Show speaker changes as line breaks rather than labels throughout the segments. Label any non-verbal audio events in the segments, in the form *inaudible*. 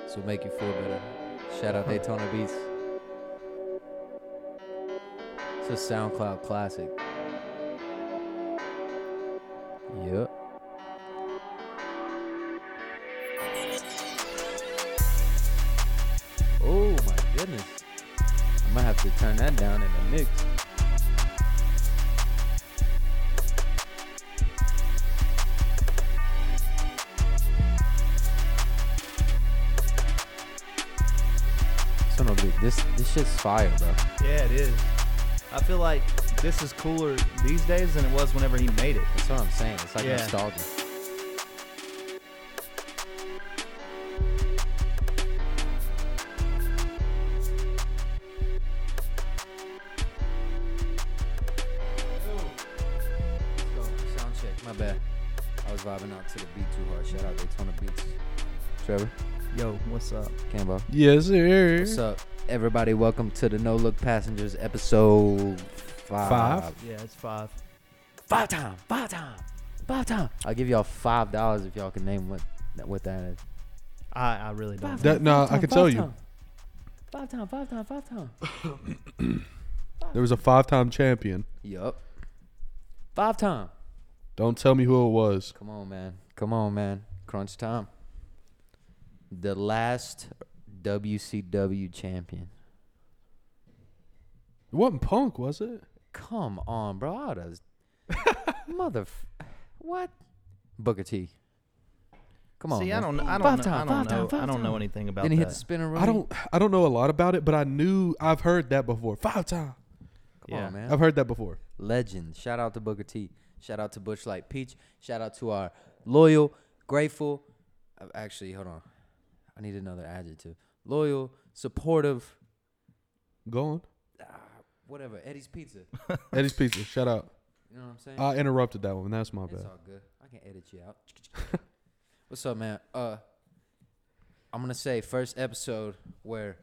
This will make you feel better. Shout out Daytona Beats. It's a SoundCloud classic. Yep. Oh my goodness. I might have to turn that down in the mix. Son of a bitch, This this shit's fire, bro.
Yeah, it is. I feel like this is cooler these days than it was whenever he made it.
That's what I'm saying. It's like
Yeah.
nostalgia. Sound check. My bad. I was vibing out to the beat too hard. Shout out Daytona Beats. Trevor,
Yo, what's up?
Cambo.
Yes, sir.
What's up, everybody? Welcome to the No Look Passengers episode five.
Five?
Yeah, it's five.
Five time, five time, five time. I'll give y'all five dollars if y'all can name what that what that is.
I, I really don't.
That- no, I can tell you.
Five time, five time, five time.
There was a five-time champion.
Yup. Five time.
Don't tell me who it was.
Come on, man. Come on, man. Crunch time. The last WCW champion.
It wasn't Punk, was it?
Come on, bro. I
*laughs*
does mother. what? Booker T. Come on.
See, I
man.
don't, I don't,
Five
know,
time,
I
five
don't know,
time, five
I don't know
time.
anything about
Then he
that.
hit the spinner.
I don't. I don't know a lot about it, but I knew I've heard that before. Five time.
Come
Yeah.
on, man.
I've heard that before.
legend. Shout out to Booker T. Shout out to Bush Light Peach. Shout out to our loyal, grateful. uh, Actually, hold on. I need another adjective. Loyal, supportive,
Go on.
whatever. Eddie's Pizza.
Eddie's Pizza. Shout out.
You know what I'm saying?
Uh,
I interrupted that one. That's my
it's
bad.
all good. I can edit you out. *laughs* What's up, man? Uh, I'm gonna say first episode where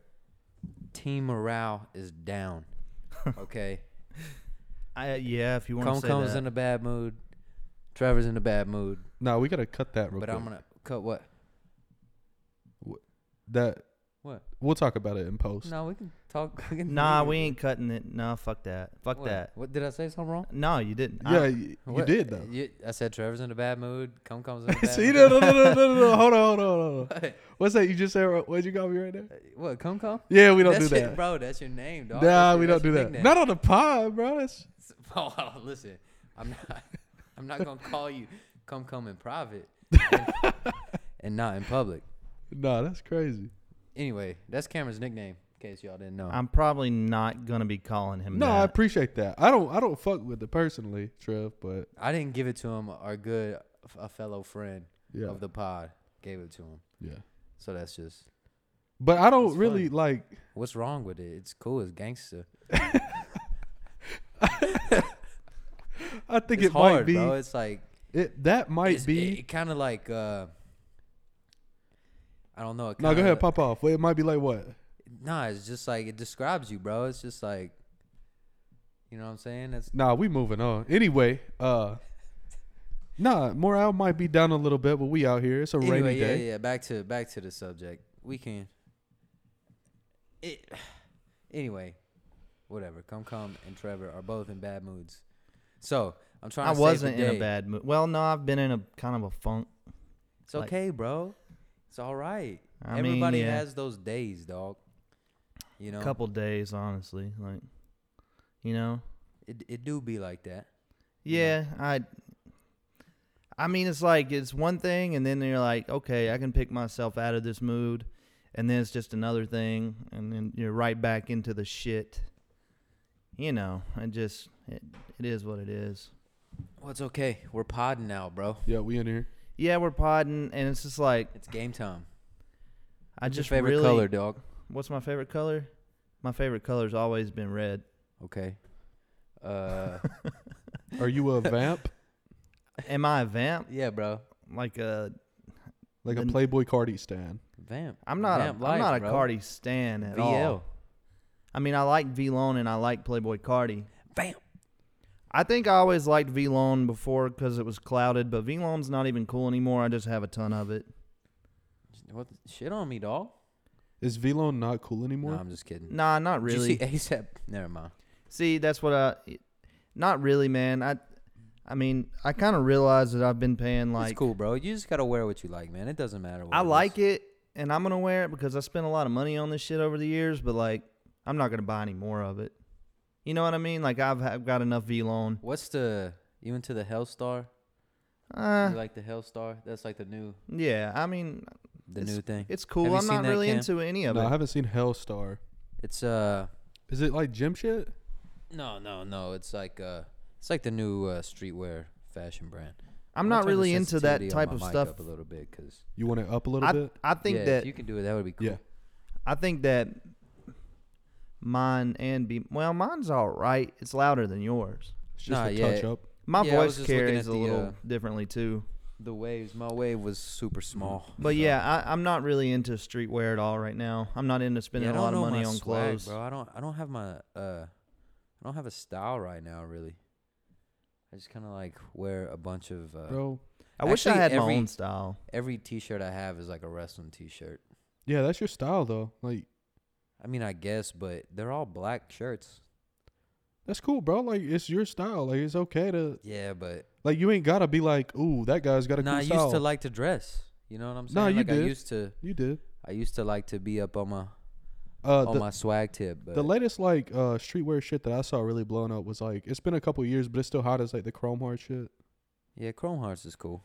team morale is
*laughs*
down. Okay.
I, yeah, if you want
Come
to say
comes
that.
in a bad mood. Trevor's in a bad mood.
No, we gotta cut that real
but
quick.
I'm gonna cut what?
that
What?
we'll talk about it in post.
No, we can talk. We can
nah, we ain't cutting it. Nah, fuck that. Fuck
What?
that.
What did I say something wrong?
No, you didn't.
Yeah,
I,
y- you,
What?
did though.
You- I said Trevor's in a bad mood. Come comes in
*laughs*
a bad
See,
mood.
no, no, no, no, no, no. Hold on, hold on, hold
*laughs*
on. What's that? You just said? What'd you call me right there?
What? Come come.
Yeah, we don't
That's
do
your-
that.
bro. That's your name, dog.
Nah, we don't do that. Not on the pod, bro. That's
*laughs* oh, listen, I'm not. *laughs* I'm not gonna call you. Come come in private, *laughs* and not in public.
nah, that's crazy.
Anyway, that's Cameron's nickname. In case y'all didn't know.
I'm probably not gonna be calling him.
No, I
that.
appreciate that. I don't I don't fuck with it personally, Trev, but
I didn't give it to him. Our good, f- a fellow friend
yeah.
of the pod gave it to him.
yeah.
So that's just
But I don't
It's
really like
what's wrong with it. It's cool. It's gangster.
I think
it's
it
hard,
might be
bro. It's like
it that might
it's-
be
It, kind of like uh, I don't know. It
No, go ahead,
kinda-
pop off. Well, it might be like what?
Nah, it's just like it describes you, bro. It's just like you know what I'm saying. That's
Nah, we moving on. Anyway, uh Nah, morale might be down a little bit, but we out here. It's a
anyway,
rainy
yeah,
day.
yeah. Back to back to the subject. We can. It *sighs* anyway, whatever. Come, come, and Trevor are both in bad moods. So I'm trying.
I
to save
wasn't
the
in
day.
a bad mood. Well, no, I've been in a kind of a funk.
It's
like-
okay, bro. It's all right.
I mean,
Everybody
yeah.
has those days, dog. You know,
couple days, honestly. Like, you know.
it it do be like that.
Yeah, I. I mean, it's like it's one thing, and then you're like, okay, I can pick myself out of this mood, and then it's just another thing, and then you're right back into the shit. You know, I just it, it is what it is.
Well, it's okay. We're podding now, bro.
Yeah, we in here.
Yeah, we're podding, and it's just like
It's game time.
I
What's your
just
favorite
really.
color, dog.
What's my favorite color? My favorite color's always been red.
Okay. Uh, *laughs*
Are you a vamp?
Am I a vamp?
yeah, bro.
Like uh, a
Like a
Then-
Playboy Cardi stan.
Vamp.
I'm not
Vamp
a
life,
am not a
bro.
Cardi stan at
VL.
all. I mean, I like V Lone and I like Playboy Cardi.
Vamp.
I think I always liked V Lone before because it was clouded, but V Lone's not even cool anymore. I just have a ton of it.
What the- shit on me, dog?
Is Velo not cool
No,
anymore?
I'm just kidding.
Nah, not
Did
really.
you see *laughs* ASAP? Never mind.
See, that's what I. Not really, man. I, I mean, I kind of realize that I've been paying like
it's cool, bro. You just gotta wear what you like, man. It doesn't matter. What
I like it, and I'm gonna wear it because I spent a lot of money on this shit over the years. But like, I'm not gonna buy any more of it. You know what I mean? Like, I've, I've got enough V loan.
What's the you into the Hellstar?
Uh,
you like the Hellstar? That's like the new
yeah. I mean,
the new thing.
it's
Have
cool.
you
I'm
seen
not
that,
really
Cam?
into any of
no, I
it.
haven't seen Hellstar.
It's uh
Is it like gym shit?
no no no. It's like uh it's like the new uh, streetwear fashion brand.
I'm
gonna
not
turn the
really into that
sensitivity on
type
my
of
mic
stuff.
Up a little bit, cause
You want it up a little
I,
bit?
I think
yeah,
that
if you can do it, that would be cool.
Yeah.
I think that mine and be well, mine's all right. It's louder than yours.
It's just
Nah,
a
yeah.
touch up.
My
Yeah, I was
voice
just looking
carries
at
a
the,
little
uh,
differently too.
The waves. My wave was super small.
But
so-
yeah, I, I'm not really into streetwear at all right now. I'm not into spending
Yeah, I
a
don't
lot of
know
money
my
on
swag,
clothes.
bro. I don't. I don't have my. Uh, I don't have a style right now, really. I just kind of like wear a bunch of. Uh,
Bro.
I wish I
Actually,
had my
every-
own style.
Every T-shirt I have is like a wrestling T-shirt.
Yeah, that's your style though. Like
I mean, I guess, but they're all black shirts.
that's cool, bro. Like it's your style. Like it's okay to
Yeah, but
like you ain't gotta be like, ooh, that guy's got a
nah,
cool
I
style.
used to like to dress. You know what I'm saying?
No, you
like I
did.
used to.
you did.
I used to like to be up on my
Uh,
on
the,
Oh my swag tip, but
the latest like uh streetwear shit that I saw really blowing up was like it's been a couple years, but it's still hot as like the chrome heart shit.
yeah, Chrome Hearts is cool.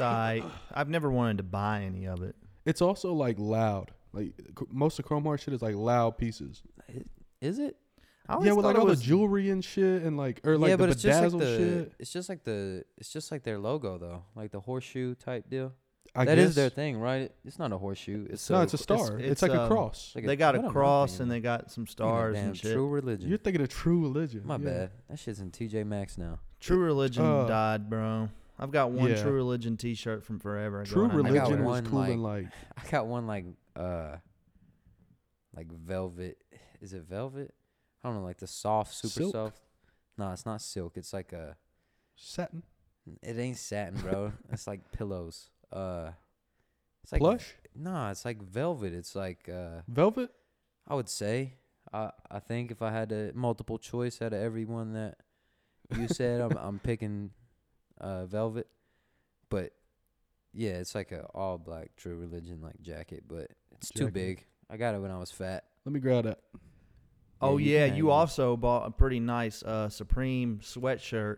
*laughs*
I. I've never wanted to buy any of it.
It's also like loud. Like c- most of chrome heart shit is like loud pieces.
Is it?
I always
Yeah, with like
thought it
all
was,
the jewelry and shit, and like or like
yeah,
the
but it's just like
bedazzled
the
shit.
it's just like the it's just like their logo though, like the horseshoe type deal.
I
That is
guess.
their thing, right? It's not a horseshoe. It's
no, it's a
it's-
star. It's,
it's,
like a
um,
cross.
like
They got
what
a
am I
cross
thinking
and
of?
they got some
Thinking of
stars
damn
and shit.
True
True,
religion.
You're thinking of true religion.
My
yeah.
bad. That shit's in TJ Maxx now.
Religion
uh,
died, bro. I've got one
yeah.
True Religion T-shirt from forever ago.
True
and I
got
never
religion
wear it.
was
one,
cool and like
*laughs* I got one like uh like velvet. Is it velvet? I don't know, like the soft, super
Silk?
soft. No, it's not silk. It's like a.
satin
It ain't satin,
*laughs*
bro. it's like pillows. Uh, it's like
plush
Nah, it's like velvet. It's like uh,
velvet.
I would say. I I think if I had a multiple choice out of everyone that you said, I'm I'm picking uh velvet. But yeah, it's like a all black true religion like jacket, but it's too
Jacket.
big. I got it when I was fat.
Let me grab that.
Oh
you
yeah,
can
you
hang it.
also bought a pretty nice uh, Supreme sweatshirt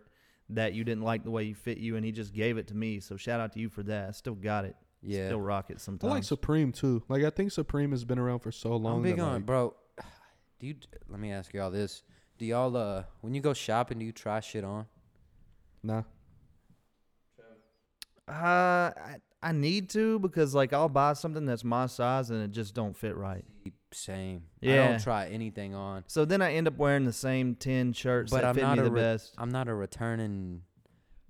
that you didn't like the way you fit you, and he just gave it to me. So shout out to you for that. I still got it.
Yeah.
Still rock it
I
sometimes.
like Supreme too. Like I think Supreme has been around for so long.
I'm big
that,
on
like,
bro. *sighs* Do you let me ask y'all this. Do y'all uh when you go shopping do you try shit on?
Nah,
uh, I, I need to because like I'll buy something that's my size and it just don't fit right.
Same. I
Yeah.
don't try anything on.
So then I end up wearing the same ten shirts
But
that
I'm
fit
not
me
a
the
re-
best.
I'm not a returning.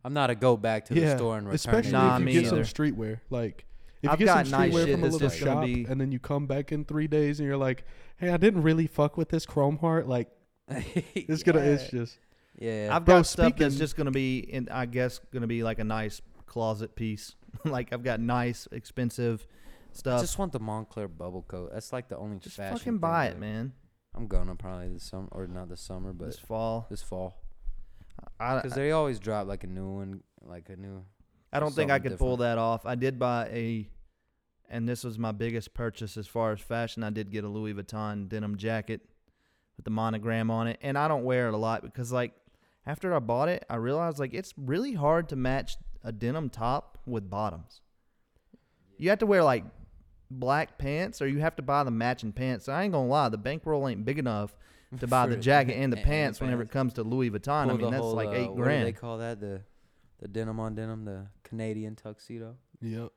I'm not a go back to
yeah.
the store and return.
Especially
Nah,
if
anything.
me
you get some
either.
streetwear. Like if
I've
you
got
get some
nice
streetwear
shit
from a
that's
little
just gonna
shop,
be-
and then you come back in three days, and you're like, "Hey, I didn't really fuck with this Chrome Heart." Like
*laughs*
it's gonna, it's just
yeah.
I've
Bro,
got stuff that's
speaking-
just gonna be, in, I guess, gonna be like a nice closet piece. *laughs* like I've got nice, expensive
I
stuff.
just want the Montclair bubble coat. That's like the only
uh, Just
fashion.
fucking buy
thing that-
it, man.
I'm gonna probably this summer or not this summer, but
this
this,
fall.
fall
I,
because
I,
they always drop like a new one, like a new.
I don't think I
something
could pull that off. I did buy a, and this was my biggest purchase as far as fashion. I did get a Louis Vuitton denim jacket with the monogram on it, and I don't wear it a lot because like after I bought it, I realized like it's really hard to match a denim top with bottoms. You have to wear like black pants, or you have to buy the matching pants. I ain't gonna lie, the bankroll ain't
*laughs*
big enough to buy
For
the
the-
jacket and
*laughs*
the
and the
pants whenever
pants.
it comes to Louis Vuitton. I
Pull
mean,
the
that's
whole,
like
uh,
eight
What do they
grand.
call that the the denim on denim, the Canadian tuxedo.
yeah.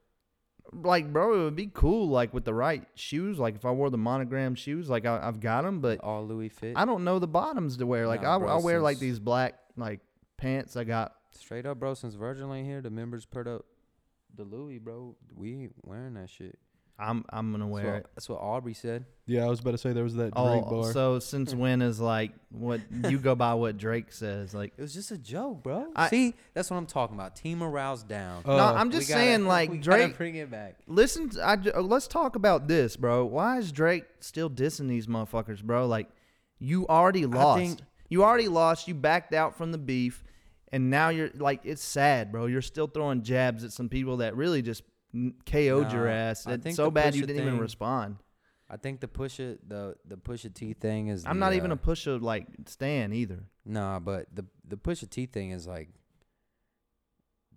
like bro it would be cool like with the right shoes like if i wore the monogram shoes like I, i've got them but
All Louis fit.
i don't know the bottoms to wear like
Oh, Nah,
I,
bro,
I wear like
since-
these black like pants i got
Straight up, bro. Since Virgil ain't here, the members put up the Louis, bro. We ain't wearing that shit.
I'm I'm gonna
That's
wear
what,
it.
that's what Aubrey said.
Yeah, I was about to say there was that Drake
Oh,
bar.
so since when is like what you go by what Drake says?
*laughs*
Like,
It was just a joke, bro.
I-
See, that's what I'm talking about. Team morale's down.
Uh,
no, I'm
Oh, We
just
gotta-
saying
we
like
gotta
Drake.
bring it back.
Listen, to- I, ju- uh, let's talk about this, bro. Why is Drake still dissing these motherfuckers, bro? Like, you already lost.
think-
you already lost. You backed out from the beef, and now you're like, it's sad, bro. You're still throwing jabs at some people that really just n- KO'd your
Nah,
ass.
I
It's
think
so
the
bad you
Pusha
didn't even
thing-
respond.
I think the push it the the push a T thing is.
I'm
the,
not even
uh,
a pusher like Stan either.
Nah, but the the push a T thing is like.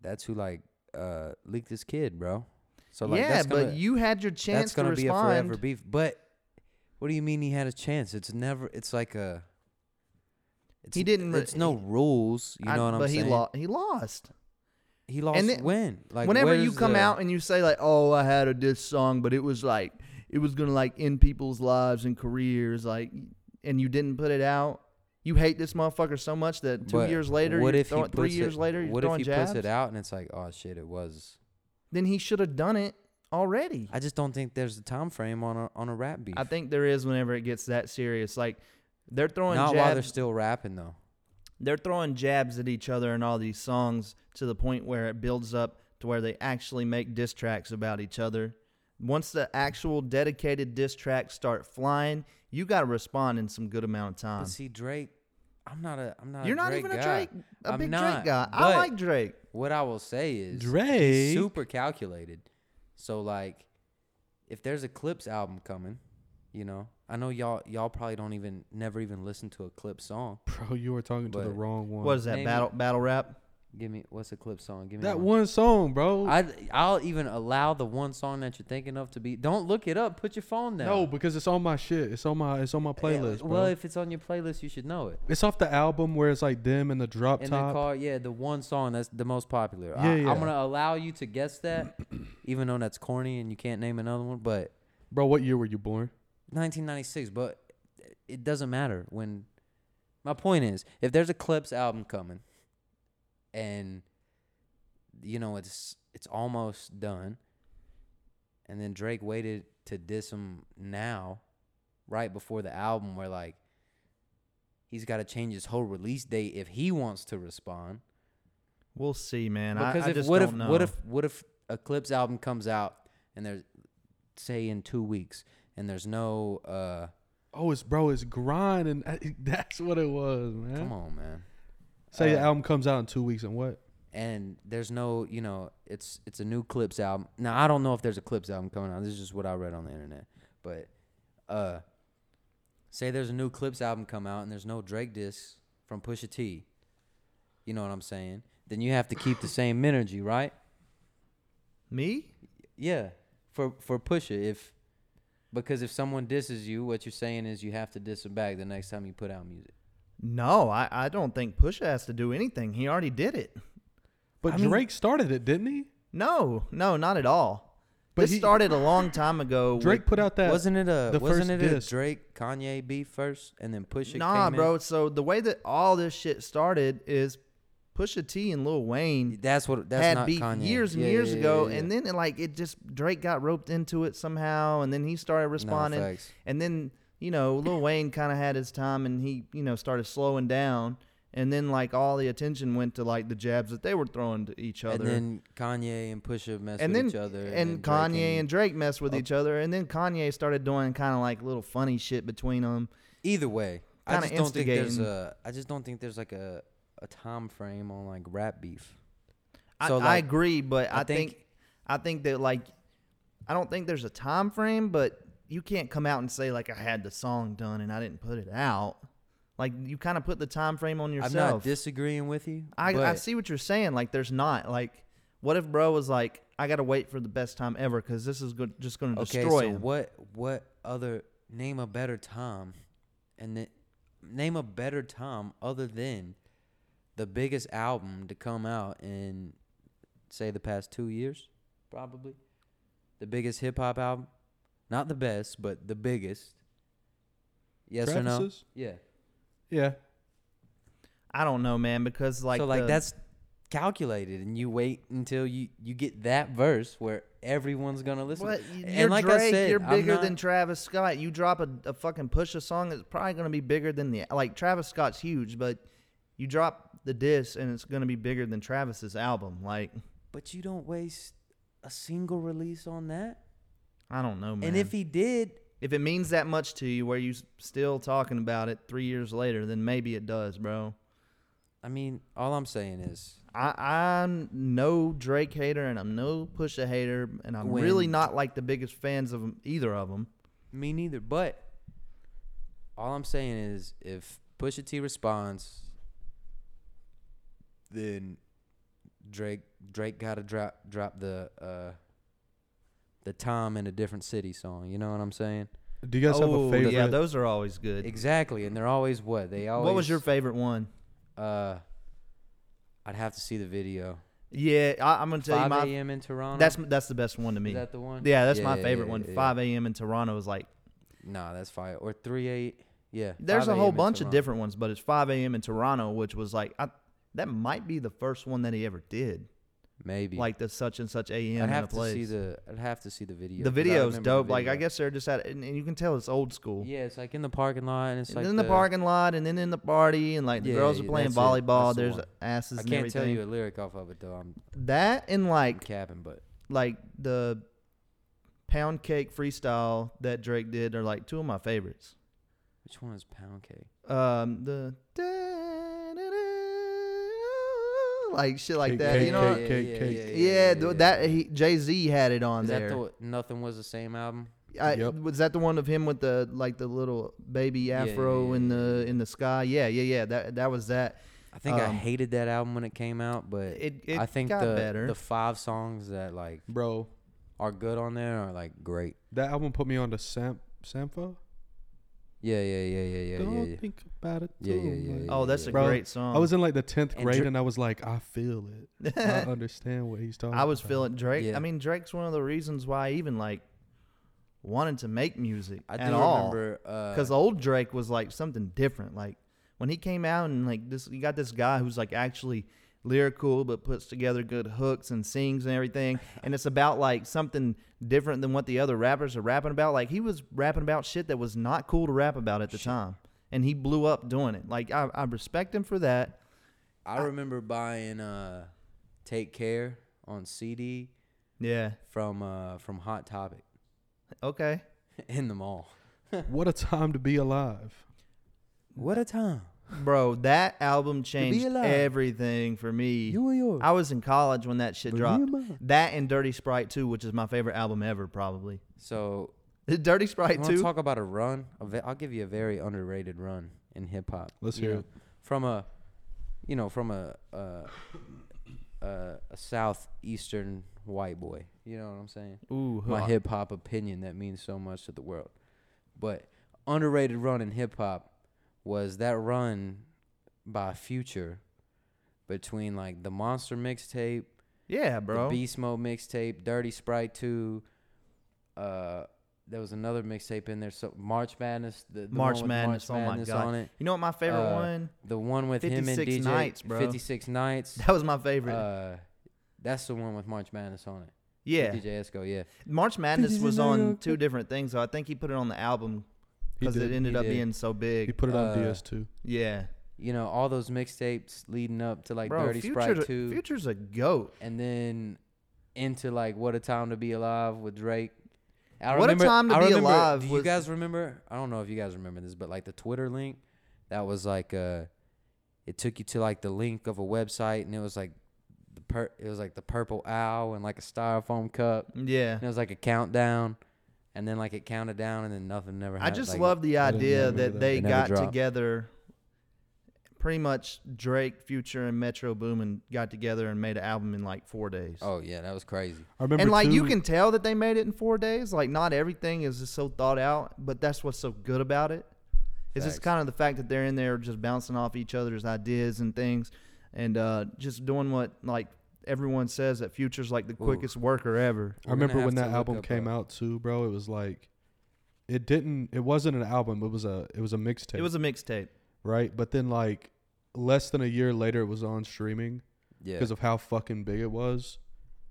That's who like uh leaked this kid, bro. So like
yeah,
that's
but
gonna,
you had your
that's
chance to
gonna be
respond.
a forever beef. But what do you mean he had a chance? It's never. It's like a. It's,
He didn't re-
It's no
he-
rules. You
I-
know what I'm
but
saying?
he lost. He lost.
He lost.
then-
when? Like
Whenever you
where's
come
the-
out and you say like, "Oh, I had a diss song, but it was like, it was gonna like end people's lives and careers," like, and you didn't put it out. You hate this motherfucker so much that two
But
years later,
what
you're
if he
throwing- three
puts
years
it,
later, you're
what
throwing
if he
jabs.
puts it out and it's like, oh shit, it was.
Then he should have done it already.
I just don't think there's a time frame on a on a rap beef.
I think there is whenever it gets that serious. Like they're throwing
Not while they're
jabs.
still rapping though.
they're throwing jabs at each other in all these songs to the point where it builds up to where they actually make diss tracks about each other. Once the actual dedicated diss tracks start flying, you got to respond in some good amount of time.
But see, Drake, I'm not a I'm not.
You're
a
not
Drake
even a
guy.
Drake, a
I'm
big
not,
Drake guy. I
but
like Drake.
What I will say is he's
Drake-
super calculated. So like, if there's a Clips album coming, you know, I know y'all y'all probably don't even never even listen to a Clips song.
Bro, you were talking to the
But-
wrong one.
What is that
Maybe-
battle battle rap?
Give me what's a Clips song? Give me
that
one.
one song, bro?
I I'll even allow the one song that you're thinking of to be. Don't look it up. Put your phone down.
no, because it's on my shit. It's on my it's on my playlist, bro.
Well, if it's on your playlist, you should know it.
it's off the album where it's like them and the drop
In
top.
the car, yeah, the one song that's the most popular. I,
Yeah, yeah.
I'm gonna allow you to guess that, even though that's corny and you can't name another one. But
Bro, what year were you born?
1996. But it doesn't matter when. My point is, if there's a Clips album coming, and you know it's it's almost done, and then Drake waited to diss him now, right before the album, where like he's got to change his whole release date if he wants to respond.
We'll see, man. I-
Because
I,
if
just
what
don't
if
know.
what if what if Eclipse album comes out and there's say in two weeks and there's no uh
Oh, it's bro, it's grind and *laughs* that's what it was, man.
come on man
Say the
Uh,
album comes out in two weeks and what?
and there's no you know it's it's a new Clips album now I don't know if there's a Clips album coming out this is just what I read on the internet but uh say there's a new Clips album come out and there's no Drake disc from Pusha T you know what I'm saying then you have to keep
*laughs*
the same energy right
me?
Yeah, for for Pusha, if because if someone disses you, what you're saying is you have to diss them back the next time you put out music.
No, I, I don't think Pusha has to do anything. He already did it.
But
I mean-
Drake started it, didn't he?
No, no, not at all.
But
this
he-
started a long time ago. with-
Drake put out that
wasn't it a
the
wasn't it
first
a
disc.
Drake Kanye beef first and then Pusha?
Nah,
came in?
bro. So the way that all this shit started is Pusha T and Lil Wayne
That's what that's
had
not
beef
Kanye.
years and
Yeah,
years
yeah,
ago,
yeah, yeah.
and then it, like it just Drake got roped into it somehow, and then he started responding,
facts.
and then you know Lil Wayne kind of had his time, and he you know started slowing down, and then like all the attention went to like the jabs that they were throwing to each other.
and then Kanye and Pusha messed
and
with
then
each other,
and,
then Drake
Kanye and Drake messed with
Oh.
each other, and then Kanye started doing kind of like little funny shit between them.
either way, I
kinda
just don't think there's
instigating.
a I just don't think there's like a a time frame on like rap beef.
I,
So,
I
like,
agree, but I,
I
think,
think-
I think that like I don't think there's a time frame, but you can't come out and say like I had the song done and I didn't put it out. Like you kind of put the time frame on yourself.
I'm not disagreeing with you.
I, I
but-
see what you're saying. Like, there's not. Like, what if bro was like, I gotta wait for the best time ever because this is go- just gonna
Okay,
destroy
so
him.
what what other name a better time, and then name a better time other than the biggest album to come out in say the past two years, probably the biggest hip hop album, not the best, but the biggest. Yes or no?
Travis's?
Yeah.
Yeah.
I don't know, man, because like,
so like
the-
that's calculated, and you wait until you you get that verse where everyone's gonna listen.
What?
And
You're
like I
Drake.
said,
you're
I'm
bigger
not-
than Travis Scott. You drop a, a fucking push a song, it's probably gonna be bigger than the like Travis Scott's huge, but you drop the disc and it's gonna be bigger than Travis's album. Like
But you don't waste a single release on that.
I don't know, man.
And if he did,
if it means that much to you, where you s- still talking about it three years later, then maybe it does, bro.
I mean, all I'm saying is
I, I'm no Drake hater and I'm no Pusha hater, and I'm really
When-
not like the biggest fans of 'em- either of them.
me neither. But all I'm saying is if Pusha T responds, then Drake Drake gotta drop drop the uh the Tom in a different city song. You know what I'm saying?
Do you guys
oh,
have a favorite?
yeah, those are always good.
Exactly. And they're always what they always.
What was your favorite one?
uh? I'd have to see the video.
Yeah, I, I'm gonna tell you
5
my.
a.m. in Toronto.
That's that's the best one to me.
Is that the one?
yeah, that's my
Yeah,
favorite
yeah,
one.
yeah, yeah.
5 a.m. in Toronto is like
Nah, that's fire. Or three eight. Yeah.
there's
5
a whole
a.m. in
bunch of
Toronto.
different ones, but it's 5 a.m. in Toronto, which was like I, that might be the first one that he ever did,
Maybe.
like the such and such a.m.
I'd
in
have
a
to
place.
see the. I'd have to see the video.
the
'cause I
video's
remember the
dope. Like I
video.
guess they're just at, and, and you can tell it's old school.
Yeah, it's like in the parking lot, and it's
And
like
in the, parking lot, and then in the party, and like the
Yeah,
girls are
yeah,
playing
that's it.
volleyball.
That's the
There's
one.
asses
I
and
can't
everything.
tell you a lyric off of it though. I'm,
That and
I'm
like
capping, but
like the pound cake freestyle that Drake did are like two of my favorites.
which one is pound cake?
Um, the like shit like
Cake,
that,
cake,
you know.
cake. cake.
Yeah, th- that he, Jay Z had it on
Is that
there.
the nothing was the same album?
I,
Yep.
Was that the one of him with the like the little baby
Yeah, yeah,
afro
yeah,
in
yeah,
the
yeah.
in the sky? Yeah, yeah, yeah. That that was that.
I think I
Um,
hated that album when it came out, but
It it
I think
got
the
better.
the five songs that like
Bro,
are good on there are like great.
that album put me on to Sam Sampho.
Yeah, yeah, yeah, yeah, yeah, yeah.
Don't
yeah.
think about it. Too
Yeah, yeah, yeah,
much.
yeah.
oh, that's a
Bro,
great song.
I
*laughs*
was in like the tenth
And
grade,
Dra-
and I was like, I feel it. I understand what he's talking.
I was
*laughs*
about.
feeling Drake.
Yeah.
I mean, Drake's one of the reasons why I even like wanted to make music
I
at
do
all.
remember uh,
Because
because
old Drake was like something different. Like when he came out and like this, you got this guy who's like actually lyrical, but puts together good hooks and sings
*laughs*
and everything. And it's about like something different than what the other rappers are rapping about. Like he was rapping about shit that was not cool to rap about at the time, and he blew up doing it. Like I, I respect him for that.
I remember buying uh, "Take Care" on CD
Yeah.
from uh, from Hot Topic *laughs*
Okay.
in the mall.
What a time to be alive.
What a time!
Bro, that album changed
alive.
everything for me.
You were yours.
I was in college when that shit
But
dropped.
you mine.
That and Dirty Sprite 2, which is my favorite album ever, probably. *laughs*
So
Dirty
you
Sprite
want to
2?
talk about a run? A ve- I'll give you a very underrated run in hip hop.
Let's
You
hear
know,
it.
From a, you know, from a a, a, a southeastern white boy. You know what I'm saying?
Ooh,
my
huh.
hip hop opinion that means so much to the world. But underrated run in hip hop was that run by Future between like the Monster mixtape,
Yeah,
the
bro.
Beast Mode mixtape, Dirty Sprite 2, uh there was another mixtape in there so March Madness, the, the one
March
with
Madness, oh my God.
on it.
You know what my favorite
uh,
one? *laughs*
The one with him and
56
DJ
Nights, bro.
56 Nights.
*laughs* That was my favorite.
Uh that's the one with March Madness on it.
yeah.
DJ Esco, yeah.
March Madness
56
was
Nights.
on two different things, so I think he put it on the album
He
because it
did.
ended
He
up
did.
being so
He
big.
put it on
uh,
DS2.
Yeah.
you know, all those mixtapes leading up to like
bro,
Dirty
Future,
Sprite 2
Future's a goat.
and then into like What a Time to Be Alive with Drake. I
What a Time to Be
remember-
Alive
Do you
was-
guys remember? I don't know if you guys remember this, but like the Twitter link that was like uh it took you to like the link of a website and it was like the per it was like the purple owl and like a styrofoam cup.
Yeah.
And it was like a countdown and then like it counted down and then nothing never
I
happened.
just
like,
love the
I didn't
idea
remember
that,
that.
they
It never
got
dropped.
together. Pretty much Drake, Future, and Metro Boomin got together and made an album in like four days.
Oh yeah, that was crazy.
I remember.
and like you
too-
can tell that they made it in four days. Like not everything is just so thought out, but that's what's so good about it. It's just
Facts.
kind of the fact that they're in there just bouncing off each other's ideas and things, and uh, just doing what like everyone says that Future's like the quickest worker ever.
I
We're gonna
remember
have
when
to
that
look
album
up uh,
came
a-
out too, bro. It was like, it didn't. It wasn't an album. It was a. It was a mixtape.
It was a mixtape.
right, but then like, less than a year later, it was on streaming
Yeah.
because of how fucking big it was.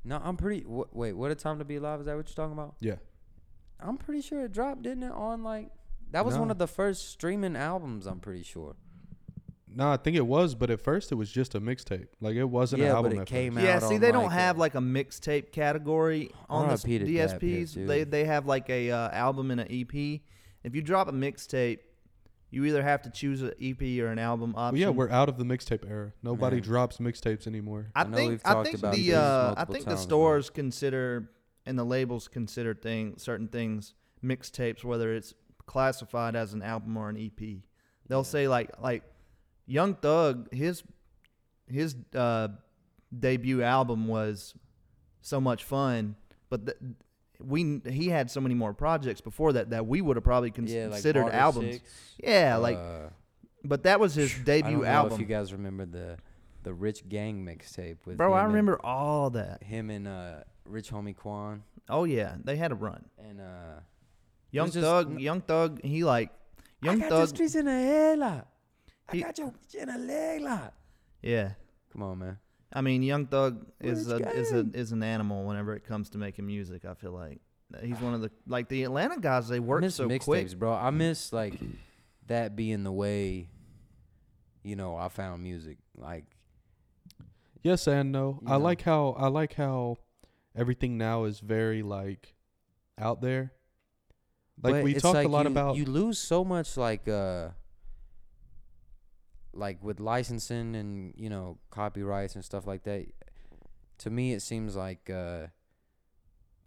No, I'm pretty. Wh- wait, what a time to be alive? Is that what you're talking about?
Yeah.
I'm pretty sure it dropped, didn't it? On like that was one
No.
of the first streaming albums. I'm pretty sure.
No, I think it was, but at first it was just a mixtape. Like it wasn't
Yeah,
an
but
album.
it
at
came
first.
out
Yeah, see,
on,
they don't
like, a-
have like a mixtape category on the
R.I.P. to Brad Pitt,
DSPs.
dude.
they they have like a uh, album and an EP. If you drop a mixtape, you either have to choose an EP or an album
Well,
option.
yeah, we're out of the mixtape era. Nobody
Man.
drops mixtapes anymore.
I,
I know
think
we've
I
talked
think
about
the
this
uh, I
multiple
think the
times, but-
stores consider and the labels consider thing certain things mixtapes whether it's classified as an album or an EP. They'll say like like Young Thug his his uh, debut album was so much fun, but th- we he had so many more projects before that that we would have probably cons-
yeah, like
considered
Barter
albums.
Six,
Yeah, like
uh,
but that was
*sighs*
his
I don't
debut
know If you
album.
guys remember the the Rich Gang mixtape with
Bro, I
him and-
remember all that.
him and uh, Rich Homie Quan
Oh yeah, they had a run.
and uh,
Young
was just
Thug,
n-
Young Thug, he like Young
I got
Thug.
the streets in a head lot. I
He-
got your bitch in a leg lot.
yeah,
Come on, man.
I mean Young Thug is a
Rich
is a
gang.
is an animal whenever it comes to making music. I feel like he's one of the like the Atlanta guys. They
I
work
miss
so
mixtapes,
quick.
bro. I miss like that being the way. You know, I found music like
Yes and no.
You
I
know.
like how I like how everything now is very like out there. Like
But
we
it's
talked
like
a lot
you-
about
you lose so much like uh like with licensing and you know copyrights and stuff like that to me it seems like uh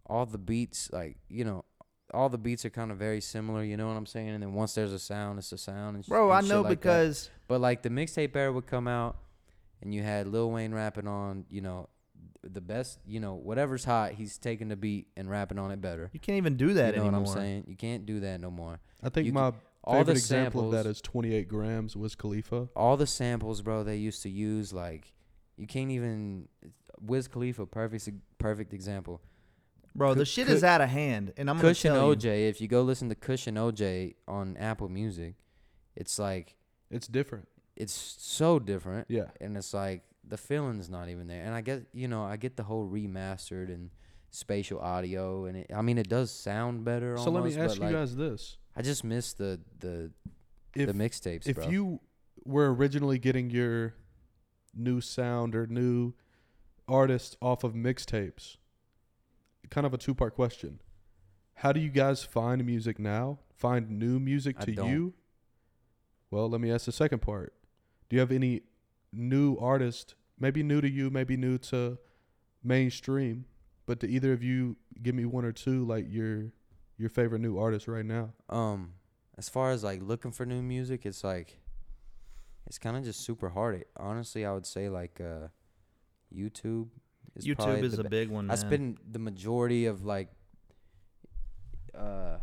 all the beats like you know all the beats are kind of very similar you know what i'm saying and then once there's a sound it's a sound and sh-
Bro, I
and shit
know
like that.
because
but like the mixtape era would come out and you had lil wayne rapping on you know the best you know whatever's hot he's taking the beat and rapping on it better
you can't even do that
you know
anymore.
what I'm saying? You can't do that no more.
I think
you
my
All
favorite
the
example of
samples,
that is 28 grams was Khalifa.
all the samples, bro. They used to use like you can't even. Wiz Khalifa, perfect perfect example.
Bro,
Cu-
the shit
cu-
is out of hand, and I'm gonna
Cush and
tell
OJ.
you.
If you go listen to Cush and OJ on Apple Music, it's like
It's different.
it's so different,
Yeah.
and it's like the feeling's not even there. And I get you know I get the whole remastered and spatial audio, and it, I mean it does sound better.
So let me
almost, but,
ask you
like,
guys this.
I just miss the the
If
the mixtapes,
if
bro.
you were originally getting your new sound or new artist off of mixtapes, kind of a two part question. How do you guys find music now? Find new music
I
to
don't.
you? Well, let me ask the second part. Do you have any new artist, maybe new to you, maybe new to mainstream, but to either of you give me one or two like your your favorite new artist right now?
um as far as like looking for new music it's like it's kind of just super hard it, honestly i would say like uh youtube is
YouTube
probably
is
the
a
be-
big one.
i
Man.
spend the majority of like uh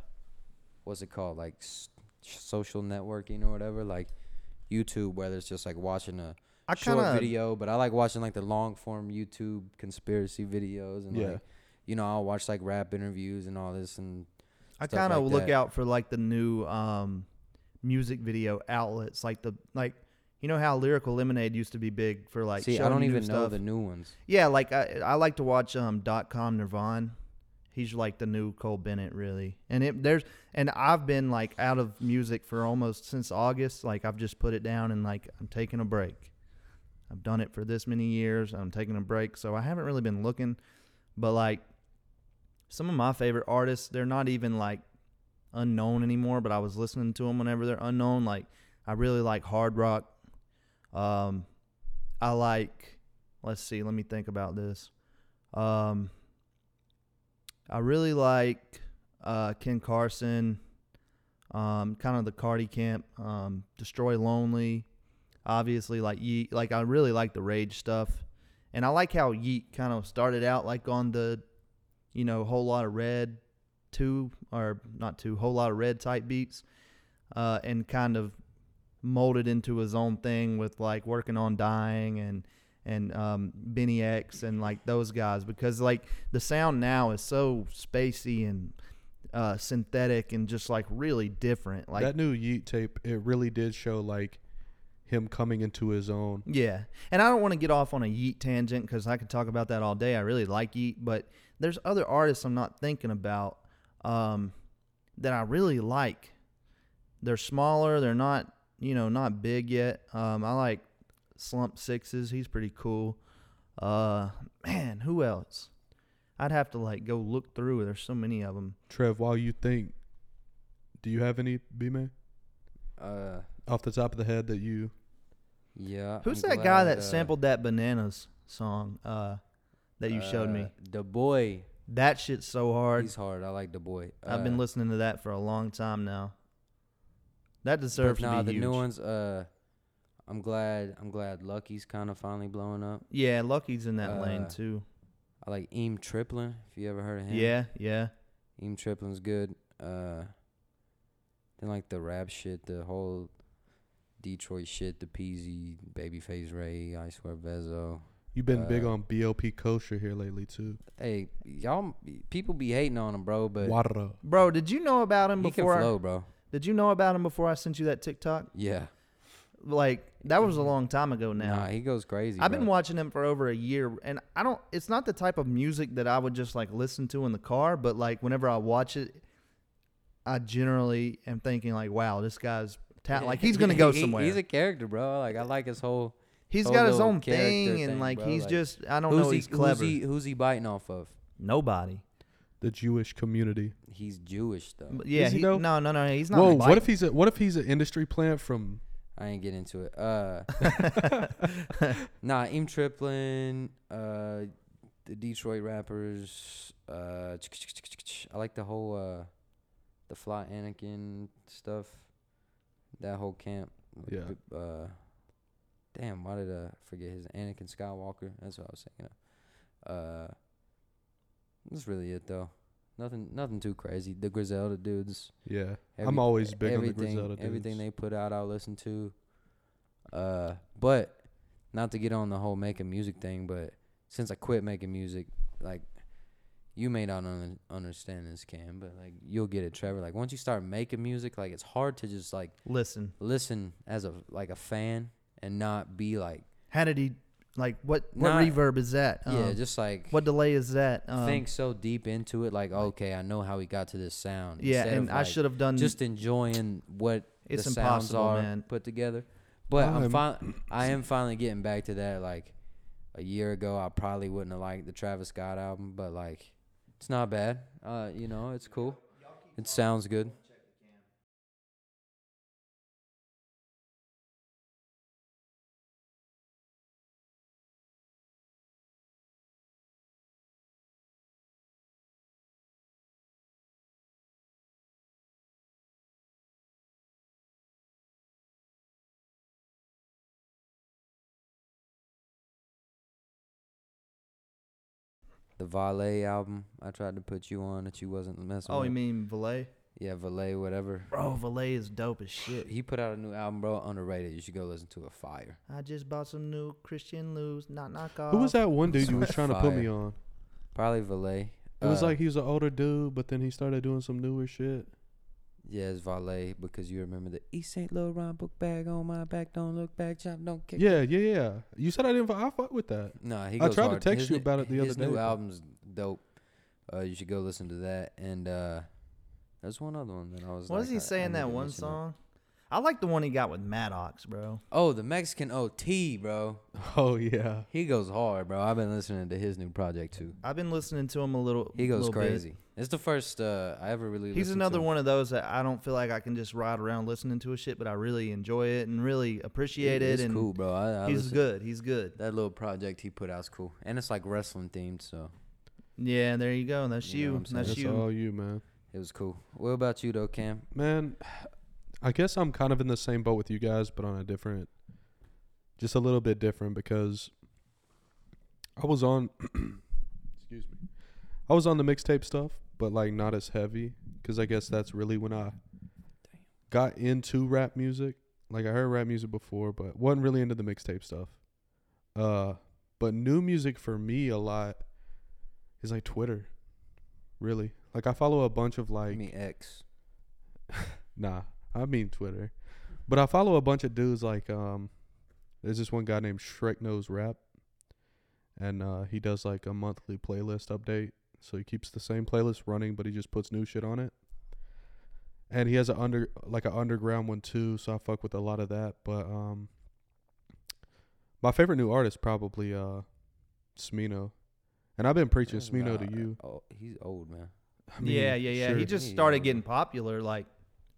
what's it called like s- social networking or whatever like youtube whether it's just like watching a
I
short
kind of
video, but I like watching like the long form YouTube conspiracy videos and
Yeah.
like you know, I'll watch like rap interviews and all this and
I
stuff
kind of
like
look
that.
out for like the new um, music video outlets, like the like you know how Lyrical Lemonade used to be big for like.
see I
showing
don't
you new
even know
stuff?
the new ones.
Yeah, like I, I like to watch um dot com Nirvana. He's like the new Cole Bennett, really. And it there's and I've been like out of music for almost since August. Like I've just put it down and like I'm taking a break. I've done it for this many years. I'm taking a break, so I haven't really been looking. But like some of my favorite artists, they're not even like unknown anymore. But I was listening to them whenever they're unknown. Like I really like hard rock. Um, I like let's see let me think about this um i really like uh ken carson um kind of the cardi camp um destroy lonely obviously like yeet like i really like the rage stuff and i like how yeet kind of started out like on the you know whole lot of red two or not two whole lot of red type beats uh and kind of molded into his own thing with like working on dying and and um, Benny X and like those guys because like the sound now is so spacey and uh, synthetic and just like really different. Like
that new Yeet tape, it really did show like him coming into his own.
Yeah. And I don't want to get off on a Yeet tangent because I could talk about that all day. I really like Yeet, but there's other artists I'm not thinking about um, that I really like. They're smaller. They're not, you know, not big yet. Um, I like Slump Sixes. He's pretty cool. Uh, man, who else? I'd have to like go look through. There's so many of them.
Trev, while you think, do you have any B man
Uh,
off the top of the head that you?
yeah.
Who's
I'm
that guy
glad,
that
uh,
sampled that bananas song uh, that you showed me?
uh, The boy.
That shit's so hard.
He's hard. I like the boy.
I've been
Uh,
listening to that for a long time now. That
but
deserves
nah,
to be
the
huge.
new ones. Uh, I'm glad. I'm glad Lucky's kind of finally blowing up.
Yeah, Lucky's in that lane
Uh,
too.
I like Eam Triplin. If you ever heard of him.
Yeah, yeah.
Eam Triplin's good. Uh, then like the rap shit, the whole Detroit shit, the Peasy, Babyface Ray, I swear Vezo.
You've been big
Uh,
on BOP kosher here lately too.
Hey, y'all, people be hating on him, bro, but
Wara.
Bro, did you know about him
he can
before? I,
flow, bro.
did you know about him before I sent you that TikTok?
Yeah.
Like that was a long time ago now.
Nah, he goes crazy.
I've been
bro.
watching him for over a year, and I don't. It's not the type of music that I would just like listen to in the car, but like whenever I watch it, I generally am thinking like, "Wow, this guy's ta-
*laughs*
like he's gonna go
He-
somewhere."
he's a character, bro. Like I like his whole.
he's
whole
got his
little
own
character
thing, and
thing,
like
bro,
he's
like,
just I don't
who's
know
he,
he's clever.
Who's he, who's he biting off of?
Nobody.
The Jewish community.
He's Jewish though.
But yeah,
Is he
Oh. he,
though?
no, no, no. He's not.
Whoa,
like-
what if he's a what if he's an industry plant from
I ain't get into it. Uh, nah, Im Triplin, uh, the Detroit rappers. Uh, I like the whole uh, the Fly Anakin stuff. That whole camp.
Yeah.
Uh, damn, why did I forget his Anakin Skywalker? That's what I was thinking of. Uh, that's really it though. Nothing, nothing too crazy. The Griselda dudes.
Yeah. I'm
Every-
always big on the
everything,
Griselda dudes.
Everything they put out, I'll listen to. Uh, but not to get on the whole making music thing, but since I quit making music, like you may not un- understand this, Cam, but like you'll get it, Trevor. Like once you start making music, like it's hard to just like
*laughs* Listen,
listen as a like a fan and not be like
how did he? Like, what? What
Not-
reverb is that?
yeah,
Um,
just like
what delay is that? Um,
think so deep into it. Like okay, I know how he got to this sound.
Yeah,
instead
and
of,
I
like,
should have done
just enjoying what
It's
the sounds
impossible,
are
man.
put together. But I'm,
I'm-
fin- I am finally getting back to that. Like a year ago, I probably wouldn't have liked the Travis Scott album, but like it's not bad. Uh, you know, it's cool. It sounds good. The Valet album I tried to put you on that you wasn't messing
Oh,
with.
you mean Valet?
yeah, Valet, whatever.
Bro, Valet is dope as shit.
He put out a new album, bro. Underrated. You should go listen to it. Fire.
I just bought some new Christian Lou's. Knock knock off.
Who was that
*laughs*
one dude you
Some
was trying to put
fire.
me on?
Probably Valet.
It was
Uh,
like he was an older dude, but then he started doing some newer shit.
Yeah, it's valet because you remember the East St. Laurent book bag on my back. Don't look back, chop, don't kick.
Yeah, yeah, yeah. You said I didn't. I fuck with that.
*laughs* Nah, he
I
goes
tried to
hard.
text
His
you
new-
about it the other
His new
day.
album's dope. Uh, you should go listen to that. And uh, there's one other one that I was.
What
like,
is
I- I
he saying
need
that
to
one
listen to.
song? I like the one he got with Maddox, bro.
Oh, the Mexican OT, bro.
Oh yeah.
He goes hard, bro. I've been listening to his new project too.
I've been listening to him a little.
He goes
little bit.
crazy. It's the first uh, I ever really.
He's
listened
another
to.
one of those that I don't feel like I can just ride around listening to his shit, but I really enjoy it and really appreciate it.
It's
And
cool, bro. I, I
he's
listen-
good. He's good.
That little project he put out's cool, and it's like wrestling themed, so
Yeah, there you go. That's
You know
you.
what I'm saying?
That's
That's
you.
all you, man.
it was cool. What about you though, Cam?
Man, I guess I'm kind of in the same boat with you guys, but on a different, just a little bit different because I was on, *clears throat* excuse me, I was on the mixtape stuff, but like not as heavy because I guess that's really when I got into rap music. Like I heard rap music before, but wasn't really into the mixtape stuff. Uh, but new music for me a lot is like Twitter, really. Like I follow a bunch of like
Me X.
Nah, I mean Twitter. But I follow a bunch of dudes like um there's this one guy named Shrek Knows Rap and uh he does like a monthly playlist update. So he keeps the same playlist running but he just puts new shit on it. And he has a under like a underground one too, so I fuck with a lot of that. But um my favorite new artist probably uh Smino. And I've been preaching Smino to you.
Oh, he's old man.
I mean,
yeah, yeah, yeah. He
sure.
just
Yeah,
started
yeah.
getting popular, like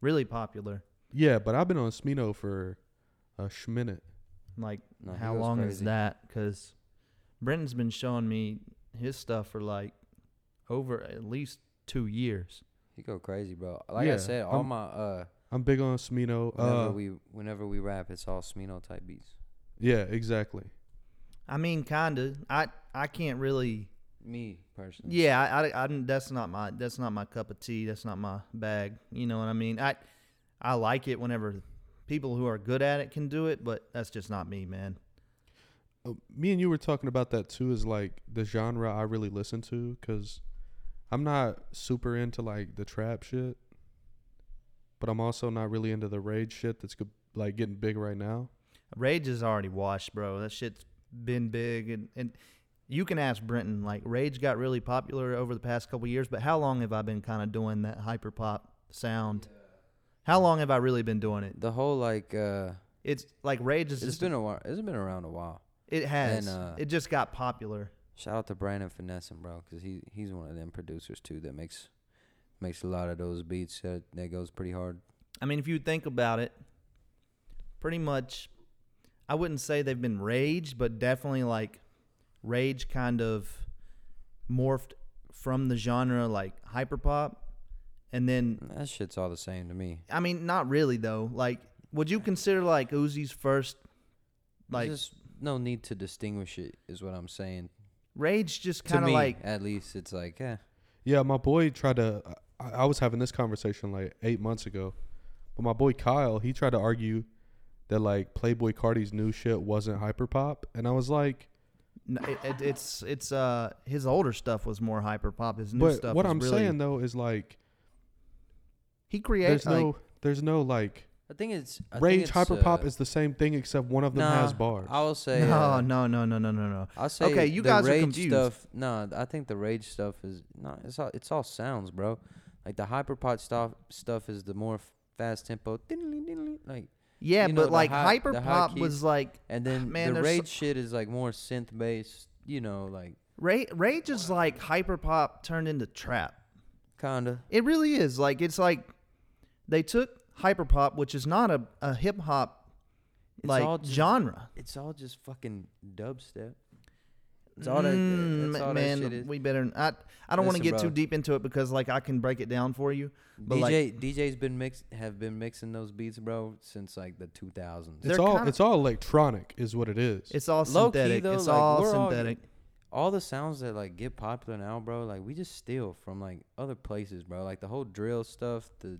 really popular.
Yeah, but I've been on Smino for a sh minute.
Like
No, he
how
goes
long is
crazy.
that? Because Brenton's been showing me his stuff for like over at least two years.
He go crazy, bro. Like
Yeah,
I said, all
I'm-
my uh,
I'm big on Smino.
whenever
Uh,
we whenever we rap, it's all Smino type beats.
yeah, exactly.
I mean, kinda. I I can't really.
Me personally.
Yeah, I, I, I didn't- that's not my that's not my cup of tea. That's not my bag. You know what I mean? I I like it whenever people who are good at it can do it, but that's just not me, man.
Uh, me and you were talking about that too. Is like the genre I really listen to because I'm not super into like the trap shit, but I'm also not really into the rage shit that's go- like getting big right now.
Rage is already washed, bro. That shit's been big, and and you can ask Brenton. Like Rage got really popular over the past couple years, but how long have I been kind of doing that hyper pop sound? How long have I really been doing it?
The whole like uh,
It's like Rage is.
it's been a while. It's been around a while.
It has.
and, uh,
it just got popular.
Shout out to Brandon Finessing, bro, because he he's one of them producers too that makes makes a lot of those beats that that goes pretty hard.
I mean, if you think about it, pretty much, I wouldn't say they've been rage, but definitely like rage kind of morphed from the genre like hyperpop, and then
That shit's all the same to me.
I mean, not really though. Like, would you consider like Uzi's first like
There's just no need to distinguish it is what I'm saying.
rage? Just
To
kind of
me,
like
at least it's like eh. yeah.
Yeah, my boy tried to. I, I was having this conversation like eight months ago, but my boy Kyle he tried to argue that like Playboy Cardi's new shit wasn't hyper pop, and I was like,
n- it, it- it's it's uh his older stuff was more hyperpop. His new
but
stuff.
what
was
I'm
really,
saying though is like
he creates
there's
like,
no there's no like
I think it's I think
rage
it's,
hyper pop
uh,
is the same thing except one of them has
nah,
bars.
I will say
no,
uh,
no, no, no, no, no, no.
I'll say
Okay, you
the
guys are
rage
confused.
stuff. No, I think the rage stuff is not. It's all it's all sounds, bro. Like the hyperpop stuff stuff is the more f- fast tempo, diddly diddly, like,
Yeah,
you know,
but
the
like
high- the high
hyperpop
keys.
was like
and then
Ah, Man,
the
there's so-
rage shit is like more synth based. You know, like
Ra- Rage is like hyperpop turned into trap.
kinda.
It really is. Like it's like they took hyperpop, which is not a, a hip hop
It's all
like
just-
genre.
It's all just fucking dubstep. It's all that.
Mm,
that's all
man,
that shit is.
we better. I I don't want to
Listen,
get
bro.
too deep into it because like I can break it down for you. But like,
DJ DJ's been mix have been mixing those beats, bro, since like the 2000s.
they're
it's all
kinda-
it's all electronic is what it is.
it's all
Low key,
synthetic.
though,
it's
like,
all
we're all-
synthetic.
all the sounds that like get popular now, bro, like we just steal from like other places, bro. Like the whole drill stuff, the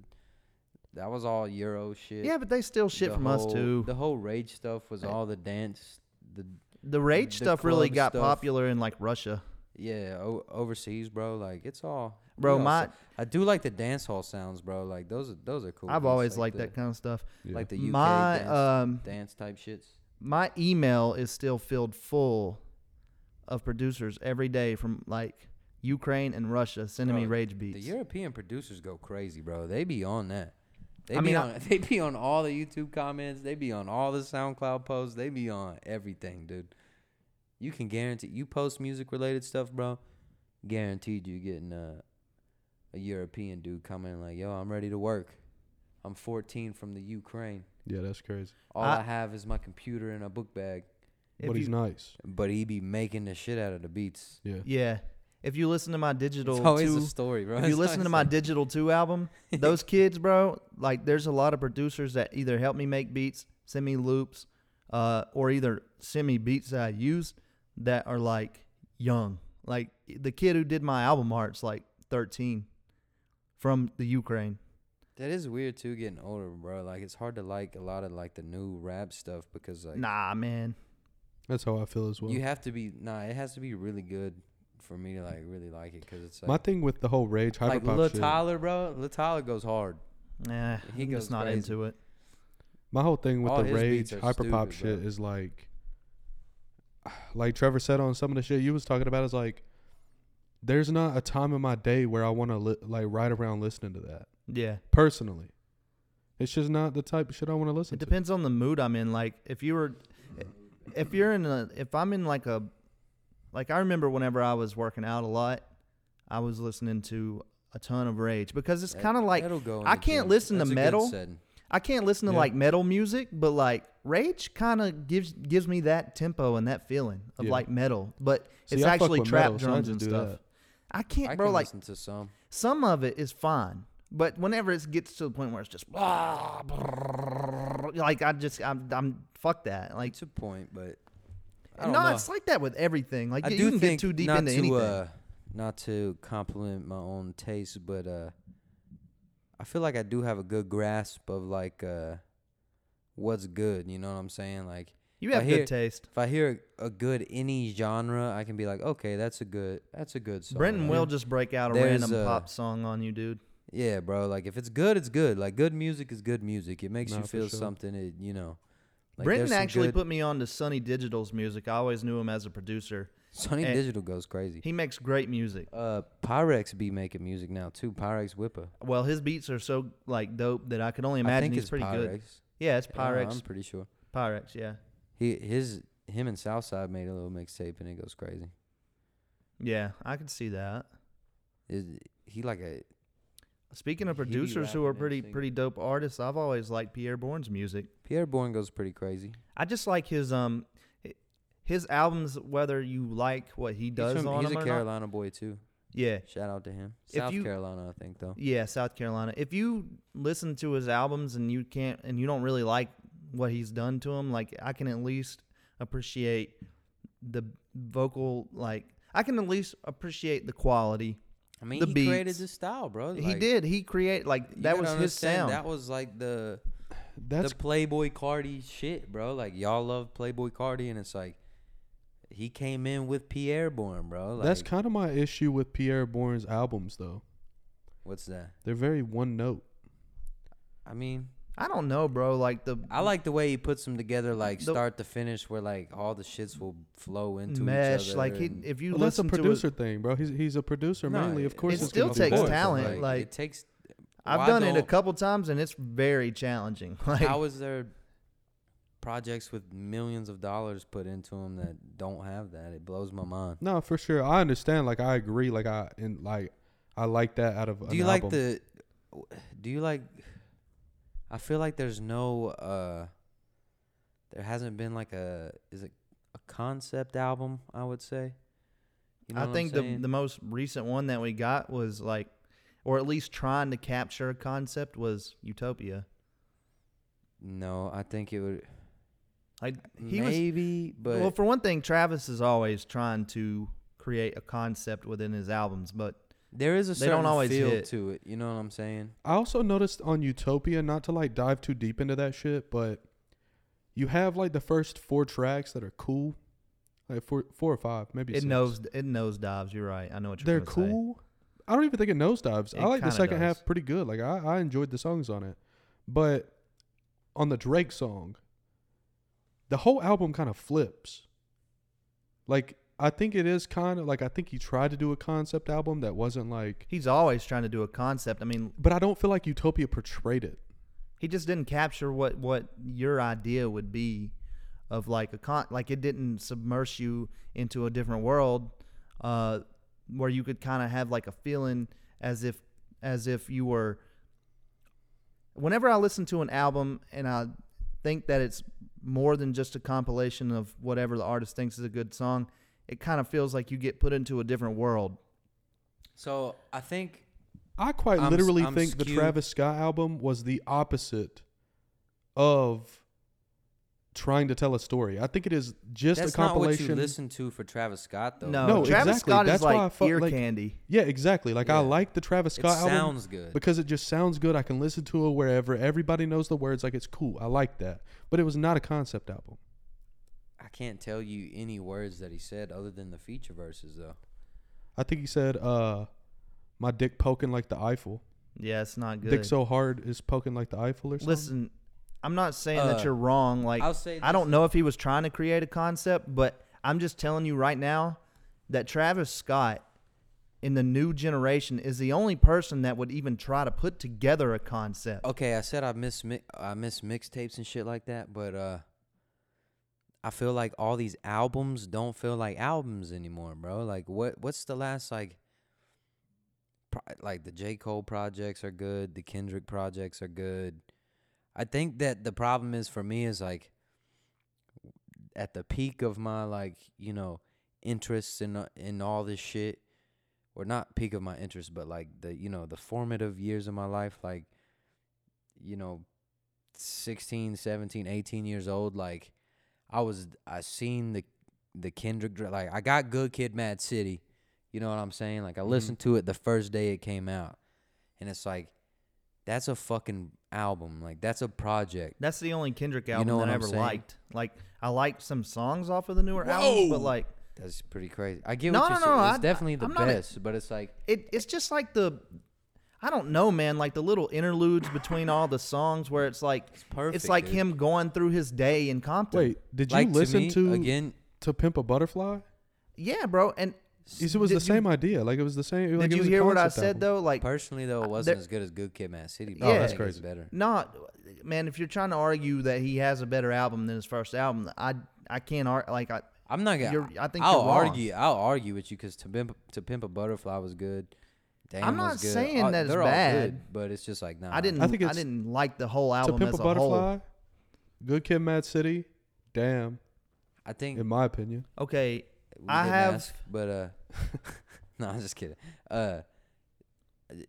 that was all Euro shit.
yeah, but they steal shit
The
from us
whole-
too.
The whole rage stuff was
Right.
all the dance, the
The rage
the
stuff really
club
got
stuff.
popular in like Russia,
yeah o- overseas, bro. Like it's all we
bro.
all
My
sa- I do like the dance hall sounds, bro. Like those are those are cool.
I've
beats,
always
like
liked that kind of stuff.
Yeah.
like the UK
My
dance,
um
dance type shits.
my email is still filled full of producers every day from like Ukraine and Russia sending me
Bro,
rage
Oh, The
beats.
European producers go crazy, bro. They be on that. They
I
be
mean, I-
on *laughs* they be on all the YouTube comments. They be on all the SoundCloud posts. They be on everything, dude. You can guarantee you post music related stuff, bro. Guaranteed you getting uh, a European dude coming like, yo, I'm ready to work. I'm 14 from the Ukraine.
yeah, that's crazy.
All
I-
I, have is my computer and a book bag.
If
but he's
you-
nice.
But he be making the shit out of the beats.
Yeah.
Yeah. If you listen to my
It's
digital
always
two,
a story, bro.
if you
It's
listen to
always
my
like-
digital
*laughs*
two album, those kids, bro, like there's a lot of producers that either help me make beats, send me loops, uh, or either send me beats that I use that are like young. Like the kid who did my album art's like 13 from the Ukraine.
That is weird too, getting older, bro. Like it's hard to like a lot of like the new rap stuff because like
nah, man.
That's how I feel as well.
you have to be nah. It has to be really good for me to like really like it because it's like
My thing with the whole rage hyper
like
pop
Lil
shit.
Tyler, bro. Lil Tyler goes hard.
Nah,
He
I'm
goes
just not
crazy.
into it.
My whole thing with
All
the
his
rage
beats are
hyper pop
stupid,
shit
bro.
is like, *sighs* like Trevor said on some of the shit you was talking about is like, there's not a time in my day where I want to li- like ride around listening to that
Yeah.
personally. It's just not the type of shit I want to listen
It
to.
depends on the mood I'm in. Like if you were, if you're in a, if I'm in like a, like I remember whenever I was working out a lot, I was listening to a ton of Rage because it's
That-
kind of like
that'll go in
I
the
can't
gym.
listen to
That's a good
metal.
setting.
I can't listen to
Yeah.
like metal music, but like Rage kind of gives gives me that tempo and that feeling of
Yeah.
like metal, but
See,
it's
I fuck
actually
with
trap
metal, so I
drums
just
and
do
stuff.
that.
I can't,
I
bro.
can
like
listen to some.
some of it is fine, but whenever it gets to the point where it's just blah, brrr, like I just I'm I'm fuck that. Like
It's a point, but I
no,
don't know.
it's like that with everything. Like
I
you
do
can
think
get too deep
not
into
to,
anything.
Uh, not to compliment my own taste, but uh, I feel like I do have a good grasp of like uh, what's good. You know what I'm saying? Like
you
if I
have
hear-
good taste.
If I hear a good any genre, I can be like, okay, that's a good, that's a good song.
Brenton
right?
will just break out a
There's,
random
uh,
pop song on you, dude.
Yeah, bro. Like if it's good, it's good. Like good music is good music. It makes
Nah,
you
for
feel
sure.
something. It you know.
Brenton
there's some
actually
good-
put me on to Sonny Digital's music. I always knew him as a producer.
Sony
eh,
Digital goes crazy.
He makes great music.
Uh, Pyrex be making music now too. Pyrex Whipper.
Well, his beats are so like dope that I could only
I
imagine
think
he's
it's
pretty
Pyrex.
good. Yeah, it's
Yeah,
Pyrex.
I'm pretty sure.
Pyrex, yeah,
He his him and Southside made a little mixtape and it goes crazy.
yeah, I could see that.
Is he like a
Speaking of
He be
producers who are
rapping and
pretty
singing.
pretty dope artists, I've always liked Pierre Bourne's music.
Pierre Bourne goes pretty crazy.
I just like his um hi- his albums, whether you like what he
He's
does
from-
on
he's
them
a
or not.
Carolina boy too.
Yeah,
Shout out to him.
If
South
you-
Carolina, I think though.
yeah, South Carolina. If you listen to his albums and you can't and you don't really like what he's done to him, like I can at least appreciate the vocal like I can at least appreciate the quality.
I mean,
The
he created
beats.
this style, bro.
he
Like,
did. He create like
you
that
gotta
was his
understand,
sound.
That was like the
That's
the Playboy Cardi shit, bro. Like y'all love Playboy Cardi, and it's like he came in with Pierre Bourne, bro. Like,
that's kind of my issue with Pierre Bourne's albums though.
what's that?
They're very one note.
I mean,
I don't know, bro. Like the
I like the way he puts them together, like
The-
start to finish, where like all the shits will flow into
mesh,
Each other
like he,
and-
if you
Well, that's a
listen to
producer thing, bro. He's he's a producer
No,
mainly. Of course,
it
it's
still
gonna be
takes
voice, but,
talent,
like,
like-
it takes.
I've
why
done it a
don't-
couple times and it's very challenging. *laughs* Like
How is there projects with millions of dollars put into them that don't have that? It blows my mind.
No, for sure. I understand. Like I agree. Like I and like I like that out of.
Do you like the? Do you like? I feel like there's no. uh There hasn't been like a is it a concept album? I would say. You know
I
what I'm
think the
saying?
the most recent one that we got was like, or at least trying to capture a concept was Utopia.
no, I think it would
Like he
maybe,
was
but
well for one thing, Travis is always trying to create a concept within his albums, but
there is a
they don't
certain
always
feel
hit.
to it. You know what I'm saying?
I also noticed on Utopia, not to like dive too deep into that shit, but you have like the first four tracks that are cool, like four, four or five, maybe.
it
six.
knows it knows dives. You're right. I know what you're.
They're
gonna say.
cool. I don't even think it nosedives.
It
I like the
kinda
second
does.
half pretty good. Like I, I enjoyed the songs on it, but on the Drake song, the whole album kind of flips. Like I think it is kind of like I think he tried to do a concept album that wasn't like,
He's always trying to do a concept. I mean,
but I don't feel like Utopia portrayed it.
he just didn't capture what what your idea would be of like a con like it didn't submerge you into a different world uh where you could kind of have like a feeling as if as if you were whenever i listen to an album and i think that it's more than just a compilation of whatever the artist thinks is a good song it kind of feels like you get put into a different world
So I think
I quite
I'm s-
literally
I'm
think the
skewed.
Travis Scott album was the opposite of trying to tell a story. I think it is just
that's
a
not what you
compilation.
listen to for Travis Scott though.
no,
No,
travis
exactly.
scott
That's
is
why
like
I fu-
ear
like-
candy
yeah, exactly. Like
Yeah.
I like the Travis
it
Scott album
sounds good.
because it just sounds good. I can listen to it wherever. Everybody knows the words. Like it's cool. I like that. But it was not a concept album.
I can't tell you any words that he said other than the feature verses though.
I think he said, uh, "My dick poking like the Eiffel.
yeah it's not good
Dick so hard is poking like the Eiffel or something."
Listen, I'm not saying
Uh,
that you're wrong. Like
I'll say
I don't
this.
know if he was trying to create a concept, but I'm just telling you right now that Travis Scott in the new generation is the only person that would even try to put together a concept.
Okay, I said I miss mi- I miss mixtapes and shit like that, but uh I feel like all these albums don't feel like albums anymore, bro. Like what what's the last like pro- like the J. Cole projects are good, the Kendrick projects are good. I think that the problem is for me is like at the peak of my like, you know, interests in uh, in all this shit or not peak of my interest, but like the, you know, the formative years of my life like you know 16 17 18 years old like i was i seen the the kendrick Dra- like i got good kid mad city you know what i'm saying like i
Mm-hmm.
listened to it the first day it came out and it's like that's a fucking album like that's a project
That's the only Kendrick
You
album
know
that
what
I
I'm
ever
saying?
liked. Like I liked some songs off of the newer album, but
Whoa!
like
that's pretty crazy i get
No,
what
no,
you're
no,
saying
I-
it's definitely the
I'm not a-
best but it's like
it it's just like the I don't know, man, like the little interludes between all the songs where it's like it's,
perfect,
like
dude.
him going through his day in Compton.
Wait, did you
like
listen
to,
to
me, again
to Pimp a Butterfly?
Yeah, bro. And
It was
did
the same idea. Like it was the same. Like
Did
it
you
was a
hear what I
concept
said
album.
though? Like
personally though it wasn't
Uh, there-
as good as good kid mad city
Oh,
I think
that's
it's
crazy.
better
not man, if you're trying to argue that he has a better album than his first album, I I can't argue like I
I'm not gonna.
You're- I think
I'll
you're wrong.
argue. I'll argue with you because to pimp to pimp a butterfly was good. Damn,
I'm
was
not
good.
saying
Uh,
that it's
they're all good,
bad.
but it's just like nah.
I didn't I,
I think it's-
didn't like the whole
To
album
Pimp
as
a
a,
Butterfly,
whole.
Good Kid, Mad City, damn.
I think
In my opinion,
Okay,
we
I
didn't
have-
ask, but uh, *laughs* no, I'm just kidding. Uh,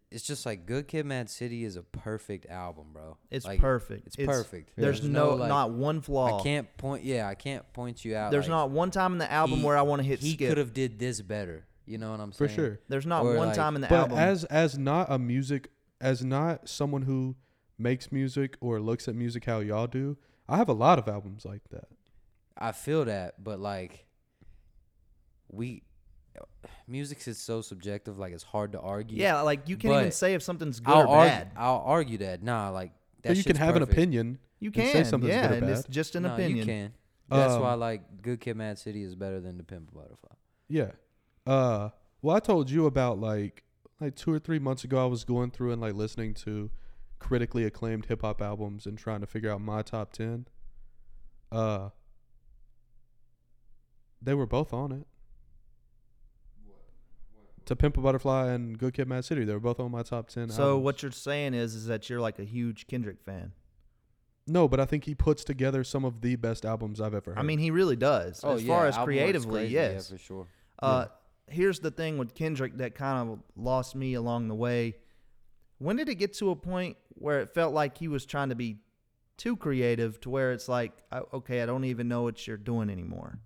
it's just like Good Kid, Mad City is a perfect album, bro.
it's
Like,
perfect.
It's, perfect.
There's, no,
like,
not one flaw.
I can't point. Yeah, I can't point you out.
There's
like,
not one time in the album
he-
where I want to hit
He
skip.
could have did this better. You know what I'm
for
saying?
sure.
There's not
or,
one
like-
time in the
but
album.
as as not a music, as not someone who makes music or looks at music how y'all do, I have a lot of albums like that.
I feel that, but like we music is so subjective like it's hard to argue.
yeah, like you can't even
but
say if something's good
I'll
or
argue,
bad.
I'll argue that. Nah, like that
But you can
shit's
have an
perfect.
opinion.
you
and
can,
say something's
yeah,
good or
and it's
bad.
just an
Nah,
opinion.
You can. That's why
Um,
like Good Kid Mad City is better than The Pimp a Butterfly.
Oh,
Yeah. Uh well I told you about like like two or three months ago I was going through and like listening to critically acclaimed hip hop albums and trying to figure out my top ten. Uh they were both on it. To Pimp a Butterfly and Good Kid Mad City, they were both on my top ten.
So
albums.
what you're saying is, is that you're like a huge Kendrick fan.
No, but I think he puts together some of the best albums I've ever heard.
I mean, he really does.
Oh,
as far as creatively, yes.
yeah, for sure.
Uh, Here's the thing with Kendrick that kind of lost me along the way. When did it get to a point where it felt like he was trying to be too creative to where it's like, I- okay, I don't even know what you're doing anymore?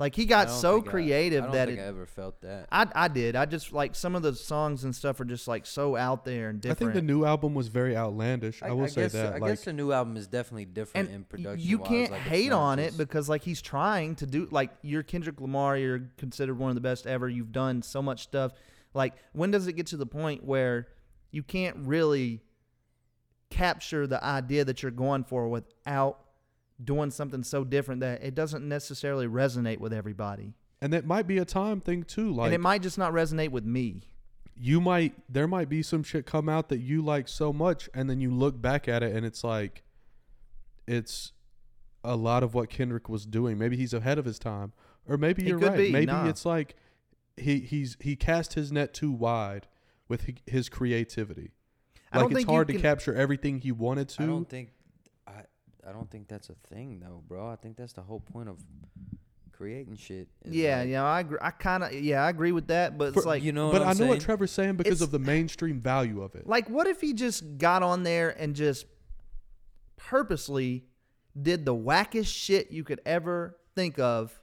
Like he got so creative
I, don't
that
think
it,
I ever felt that.
I, I did. I just like some of the songs and stuff are just like so out there and
I
different.
think the new album was very outlandish. I, will say
guess,
that.
I
like,
guess the new album is definitely different in
and
production.
you can't hate on it because like he's trying to do like you're Kendrick Lamar, you're considered one of the best ever. You've done so much stuff. Like when does it get to the point where you can't really capture the idea that you're going for without doing something so different that it doesn't necessarily resonate with everybody?
and that might be a time thing too. Like
and it might just not resonate with me.
you might there might be some shit come out that you like so much and then you look back at it and it's like it's a lot of what Kendrick was doing. Maybe he's ahead of his time. Or maybe
He
you're
could
right.
be,
maybe
nah.
it's like he he's he cast his net too wide with hi- his creativity.
I don't
Like it's
think you
hard to
can-
capture everything he wanted to.
I don't think I I don't think that's a thing though, bro. I think that's the whole point of creating shit. is,
Yeah,
like,
yeah, I agree. I kind of yeah, I agree with that, but it's
For-
like
you know.
but
what
I know
I'm saying?
what Trevor's saying
It's-
because of the mainstream value of it.
Like, what if he just got on there and just purposely did the wackest shit you could ever think of?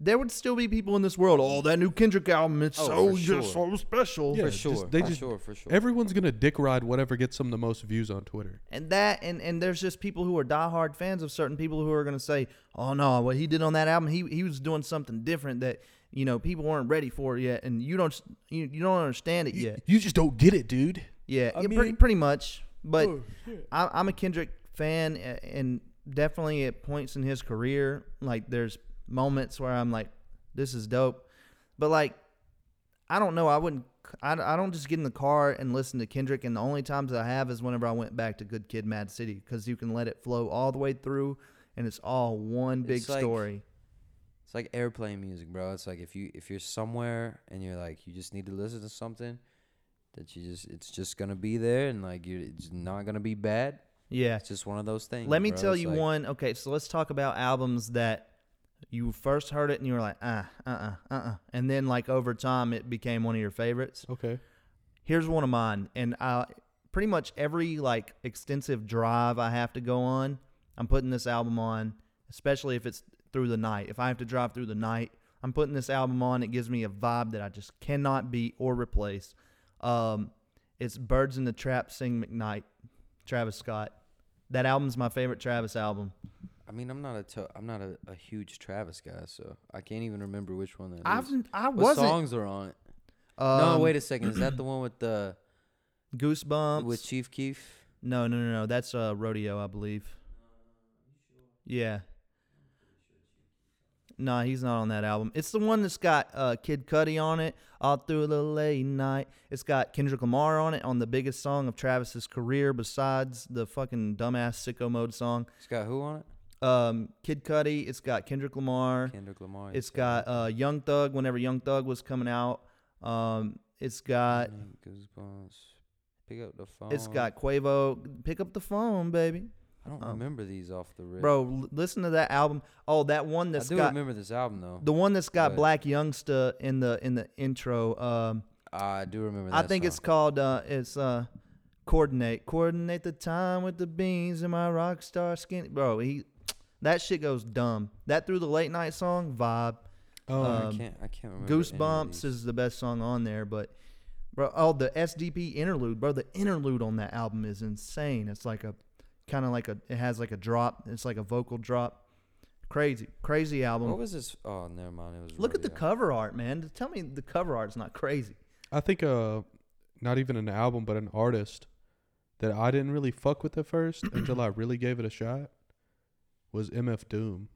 There would still be people in this world. Oh, that new Kendrick album, it's
Oh,
so
for
just
sure.
so special.
Yeah,
for
just-
sure,
they
for
just-
sure, for sure.
Everyone's gonna dick ride whatever gets them the most views on Twitter.
And that, and and there's just people who are diehard fans of certain people who are gonna say, "Oh no, what he did on that album, he he was doing something different that you know people weren't ready for yet, and you don't you, you don't understand it yet."
You just don't get it, dude.
Yeah,
I
yeah, pretty
mean-
pretty much. But
Oh,
I, I'm a Kendrick fan, a- and definitely at points in his career, like there's moments where I'm like, this is dope, but like, I don't know. I wouldn't. I, I don't just get in the car and listen to Kendrick, and the only times I have is whenever I went back to Good Kid, Mad City, because you can let it flow all the way through, and it's all one big
It's like-
story.
It's like airplane music, bro. It's like if you if you're somewhere and you're like you just need to listen to something that you just it's just gonna be there and like you're it's not gonna be bad.
Yeah,
It's just one of those things.
Let me
bro.
tell
It's
you
like-
one. Okay, so let's talk about albums that you first heard it and you were like, ah, uh, uh, uh, uh, and then like over time it became one of your favorites.
Okay.
Here's one of mine, and I pretty much every like extensive drive I have to go on, I'm putting this album on, especially if it's through the night. If I have to drive through the night, I'm putting this album on. It gives me a vibe that I just cannot beat or replace. Um, it's Birds in the Trap Sing McKnight, Travis Scott. That album's my favorite Travis album.
I mean, I'm not a to- I'm not a, a huge Travis guy, so I can't even remember which one that
I've
is.
I
What
wasn't.
songs are on it?
Um,
no, wait a second. Is that the one with
*clears throat*
the
Goosebumps.
with Chief Keef?
no, no, no, no. That's uh, Rodeo, I believe. Yeah. Nah, he's not on that album. It's the one that's got uh, Kid Cudi on it, all through the late night. It's got Kendrick Lamar on it on the biggest song of Travis's career, besides the fucking dumbass sicko mode song.
It's got who on it?
Um, Kid Cudi. It's got Kendrick Lamar.
Kendrick Lamar.
It's got uh, Young Thug. Whenever Young Thug was coming out, um, it's got
Goosebumps. Pick up the phone.
It's got Quavo. Pick up the phone, baby.
I don't
um,
remember these off the rip.
Bro, l- listen to that album. Oh, that one
I
that's
do
got
remember this album though.
the one that's got
but-
Black Youngsta in the in the intro. Um,
I do remember.
I
That
think
song.
it's called uh, it's uh, coordinate coordinate the time with the beans and my rock star skin. Bro, he that shit goes dumb. That through the late night song vibe.
Um,
I
Um,
can't. I can't remember. any of
Goosebumps
these.
is the best song on there, but bro, oh the SDP interlude, bro, the interlude on that album is insane. It's like a kind of like a it has like a drop, it's like a vocal drop. Crazy, crazy album.
What was this? Oh, never mind. It was.
Look at the
Rodeo.
cover art, man. Tell me the cover art's not crazy.
I think uh, not even an album, but an artist that I didn't really fuck with at first until I really gave it a shot was MF Doom.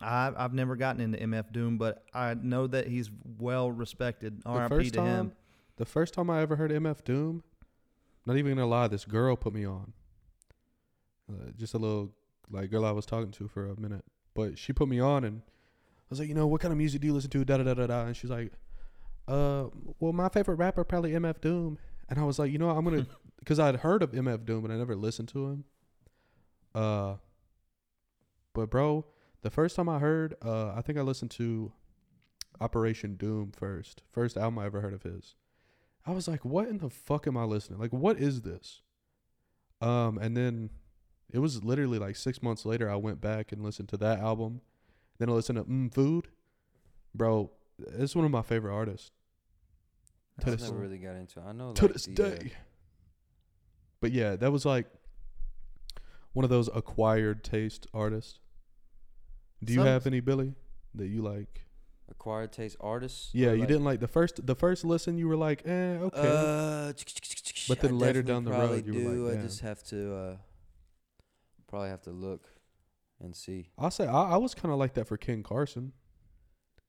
I I've never gotten into MF Doom, but I know that he's well respected.
the
RIP
first
to
time,
him.
the first time I ever heard MF Doom, not even gonna lie, this girl put me on. Uh, just a little like girl I was talking to for a minute, but she put me on, and I was like, you know, what kind of music do you listen to? Da da da da da. And she's like, uh, well, my favorite rapper probably MF Doom, and I was like, you know, I'm gonna, because I'd heard of MF Doom, but I never listened to him. Uh, but bro, the first time I heard, uh, I think I listened to Operation Doom first. First album I ever heard of his. I was like, what in the fuck am I listening? Like, what is this? Um, and then it was literally like six months later I went back and listened to that album. Then I listened to Mm Food. Bro, it's one of my favorite artists
I
to
just
this-
never really got into. It. I know. Like,
to this
the, uh,
day. But yeah, that was like one of those acquired taste artists. Do you
Some-
have any Billy that you like?
acquired taste artists.
Yeah,
or,
you
like,
didn't like the first the first listen. You were like, eh, okay.
Uh,
But then
I definitely
later down the
probably
road, you were
do.
like,
I
"Damn."
just have to uh, probably have to look and see.
I'll say I, I was kind of like that for Ken Carson. Oh,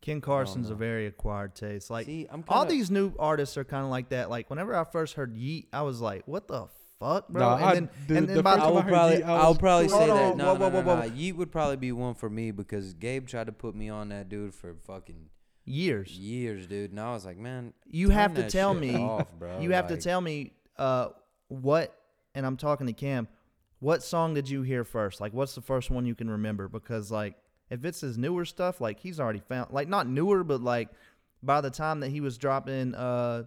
Ken Carson's a
know.
very acquired taste. Like
see, I'm
all
kinda-
these new artists are kind of like that. Like whenever I first heard Yeet, I was like, "What the fuck, bro?"
Nah,
and
I-
then,
the-
and
the
then by
first
I
time
the
will
I heard
probably,
Yeet, I
I'll
was-
probably
Hold
say that.
on,
No,
whoa,
no,
whoa,
no, no,
whoa, whoa.
Yeet would probably be one for me because Gabe tried to put me on that dude for fucking
years,
years, dude. And I was like, man,
you
turn
have to
that
tell
shit
me. *laughs*
off, bro.
you have to
Like,
tell me uh, what. And I'm talking to Cam. What song did you hear first? Like, what's the first one you can remember? Because like, if it's his newer stuff, like he's already found. Like not newer, but like by the time that he was dropping, uh,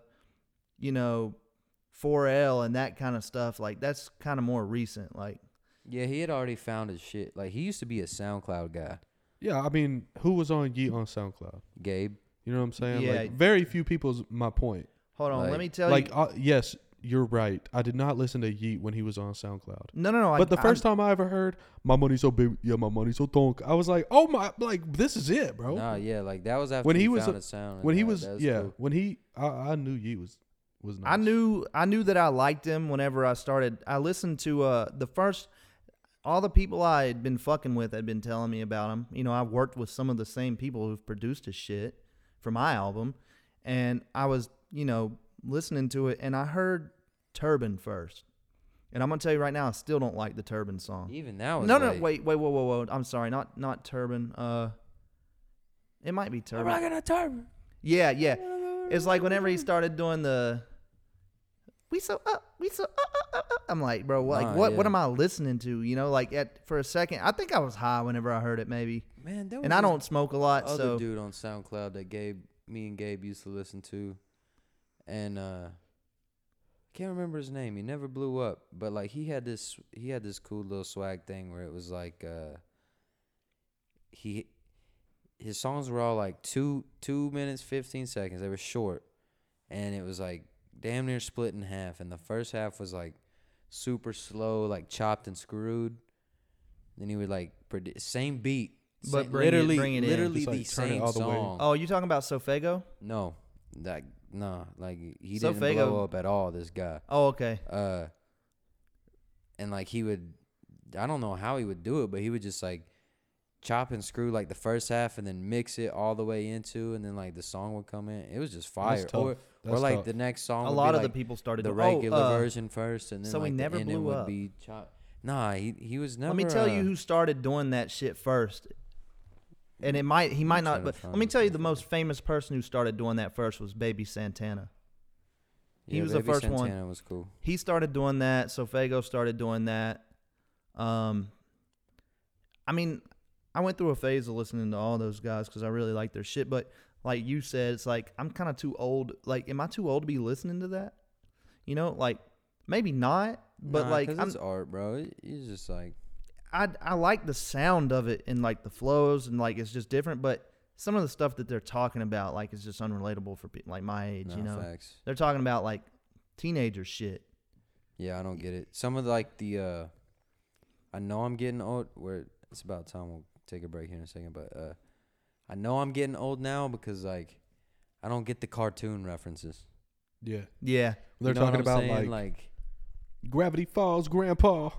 you know, 4L and that kind of stuff, like that's kind of more recent. Like.
Yeah, he had already found his shit. Like he used to be a SoundCloud guy,
Yeah, I mean, who was on Yeet on SoundCloud?
Gabe.
You know what I'm saying?
Yeah.
Like very few people's my point.
Hold on,
Like-
let me tell
like
you.
uh, yes, you're right. I did not listen to Yeet when he was on SoundCloud.
No, no, no.
But the 1st time I ever heard "My Money So Big," yeah, my money so thunk, I was like, "Oh my!" Like this is it, bro.
Nah, yeah, like that was after
When
he,
he was
found
a-
his sound. and
when he
that-
was,
that
yeah,
cool.
when he, I, I knew Yeet was was nice.
I knew I knew that I liked him whenever I started. I listened to uh, the first. All the people I had been fucking with had been telling me about him. You know, I worked with some of the same people who've produced his shit for my album, and I was you know listening to it, and I heard Turban first, and I'm gonna tell you right now, I still don't like the Turban song.
Even that was
No, no,
like,
wait, wait, whoa, whoa, whoa! I'm sorry, not not Turban. Uh, it might be
I'm
Turban.
rocking a turban.
Yeah, yeah. It's like whenever he started doing the we so up, we so up, up, up, up. I'm like, bro, what, like
Nah,
what, what
yeah.
am I listening to? You know, like at for a second, I think I was high whenever I heard it, maybe.
Man, there was
And I
this
don't smoke a lot,
other
so
dude on SoundCloud that Gabe, me and Gabe used to listen to, and uh, I can't remember his name. He never blew up, but like he had this, he had this cool little swag thing where it was like, uh, he, his songs were all like two two minutes fifteen seconds. They were short, and it was like damn near split in half. And the first half was like super slow, like chopped and screwed. Then he would like predi- same beat,
But
sa-
bring it-
literally,
bring it in.
literally
Just, like,
the
turn it
same
all the way.
song.
Oh, you talking about Sofago?
No, like nah, like he
So
didn't
Fago-
blow up at all. This guy,
Oh, okay.
uh, and like he would, I don't know how he would do it, but he would just like chop and screw like the first half and then mix it all the way into, and then like the song would come in. It was just fire.
tough.
Or or
That's
like
tough.
the next song.
A
would
lot
be,
of
like,
the people started
the
to- oh,
regular
uh,
version first, and then
so he
like,
never
the ending
blew
would
up.
be chop. Nah, he he was never.
Let me tell
uh,
you who started doing that shit first. And it might he might not
trying to
but let
find
me
it.
tell you the most famous person who started doing that first was Baby Santana. he
yeah,
was the
Baby
first one.
Santana Was cool.
he started doing that. Sofago started doing that. Um, I mean, I went through a phase of listening to all those guys because I really like their shit. But like you said, it's like I'm kind of too old. Like, am I too old to be listening to that? You know, like maybe not. But
Nah,
like
'cause
I'm,
it's art, bro. It- It's just like
I I like the sound of it and like the flows and like it's just different. But some of the stuff that they're talking about like is just unrelatable for people like my age.
nah,
you know,
facts.
they're talking about like teenager shit.
Yeah, I don't get it. Some of like the uh I know I'm getting old where it's about time we'll take a break here in a second, but uh I know I'm getting old now because like I don't get the cartoon references.
yeah,
Yeah.
You
they're
know what
talking
I'm
about
saying?
like, Gravity Falls, Grandpa.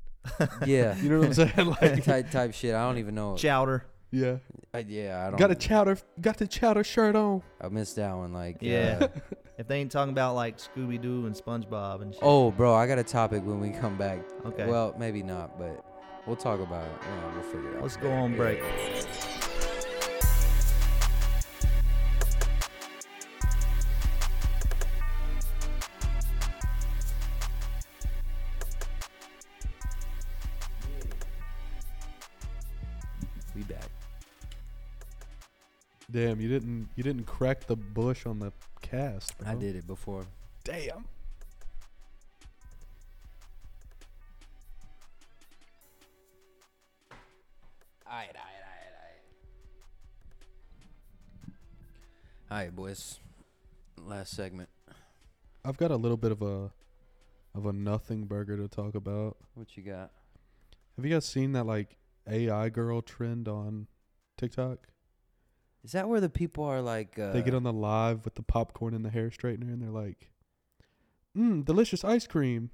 *laughs*
yeah. *laughs*
You know what I'm saying? Like,
type type shit. I don't even know.
Chowder.
yeah,
I, yeah, I don't.
got a chowder, got the chowder shirt on.
I missed that one. Like
Yeah.
*laughs*
uh,
If they ain't talking about like Scooby Doo and SpongeBob and
*laughs*
shit.
oh, bro, I got a topic when we come back.
okay.
Well, maybe not, but we'll talk about it. Yeah, we'll figure it out.
let's go on break.
We back.
Damn, you didn't, you didn't crack the bush on the cast. Bro.
I did it before.
Damn.
Alright, alright, alright, alright. Alright, boys. Last segment.
I've got a little bit of a, of a nothing burger to talk about.
What you got?
Have you guys seen that like AI girl trend on TikTok?
Is that where the people are like uh,
they get on the live with the popcorn and the hair straightener, and they're like, "Mmm, delicious ice cream.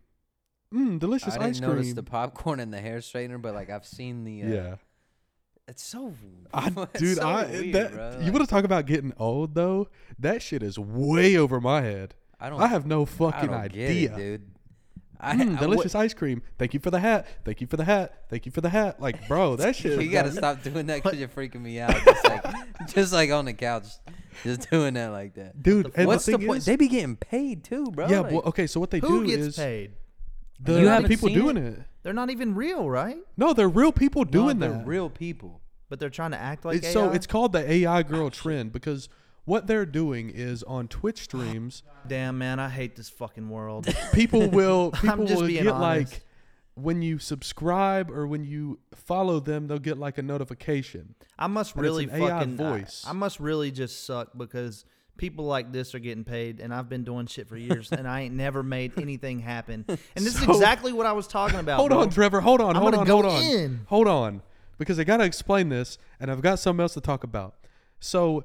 Mmm, delicious
I
ice
didn't notice
cream."
the popcorn and the hair straightener, but like I've seen the. Uh, *laughs*
yeah,
It's so.
I,
*laughs* it's
dude,
so
I
weird,
that
bro.
you
Like,
want to talk about getting old though? That shit is way over my head.
I don't.
I have no
I
fucking
don't get
idea.
it, dude. I, I
Mm,
would-
delicious ice cream. Thank you for the hat. Thank you for the hat. Thank you for the hat. Like,
*laughs*
bro, that
You
shit. has
gotta
gotten-
stop doing that because you're freaking me out. Just like, *laughs* just like on the couch, just doing that like that.
dude. And
What's
the,
the,
thing
point?
Is,
they be getting paid too, bro.
yeah, uh,
like,
well, okay. So what they
Who
do
gets
is
paid?
the,
You
the
haven't
people
seen
doing it?
They're not even real, right?
No, they're real people
no,
doing
they're
that.
Real people.
But they're trying to act like
it's, so
AI?
it's called the AI girl trend because what they're doing is on Twitch streams,
damn man, I hate this fucking
*laughs*
world.
people
*laughs*
will
I'm
people
just
will
being
get
honest.
like when you subscribe or when you follow them, they'll get like a notification.
I must
And it's
really
an AI
fucking I-
voice.
I, must really just suck because people like this are getting paid and I've been doing shit for years and I ain't never made
*laughs*
anything happen. And this
So-
is exactly what I was talking about.
Hold
bro.
on, Trevor. Hold on.
I'm
hold
gonna
on.
go
hold on.
in.
Hold on, because I gotta explain this, and I've got something else to talk about. So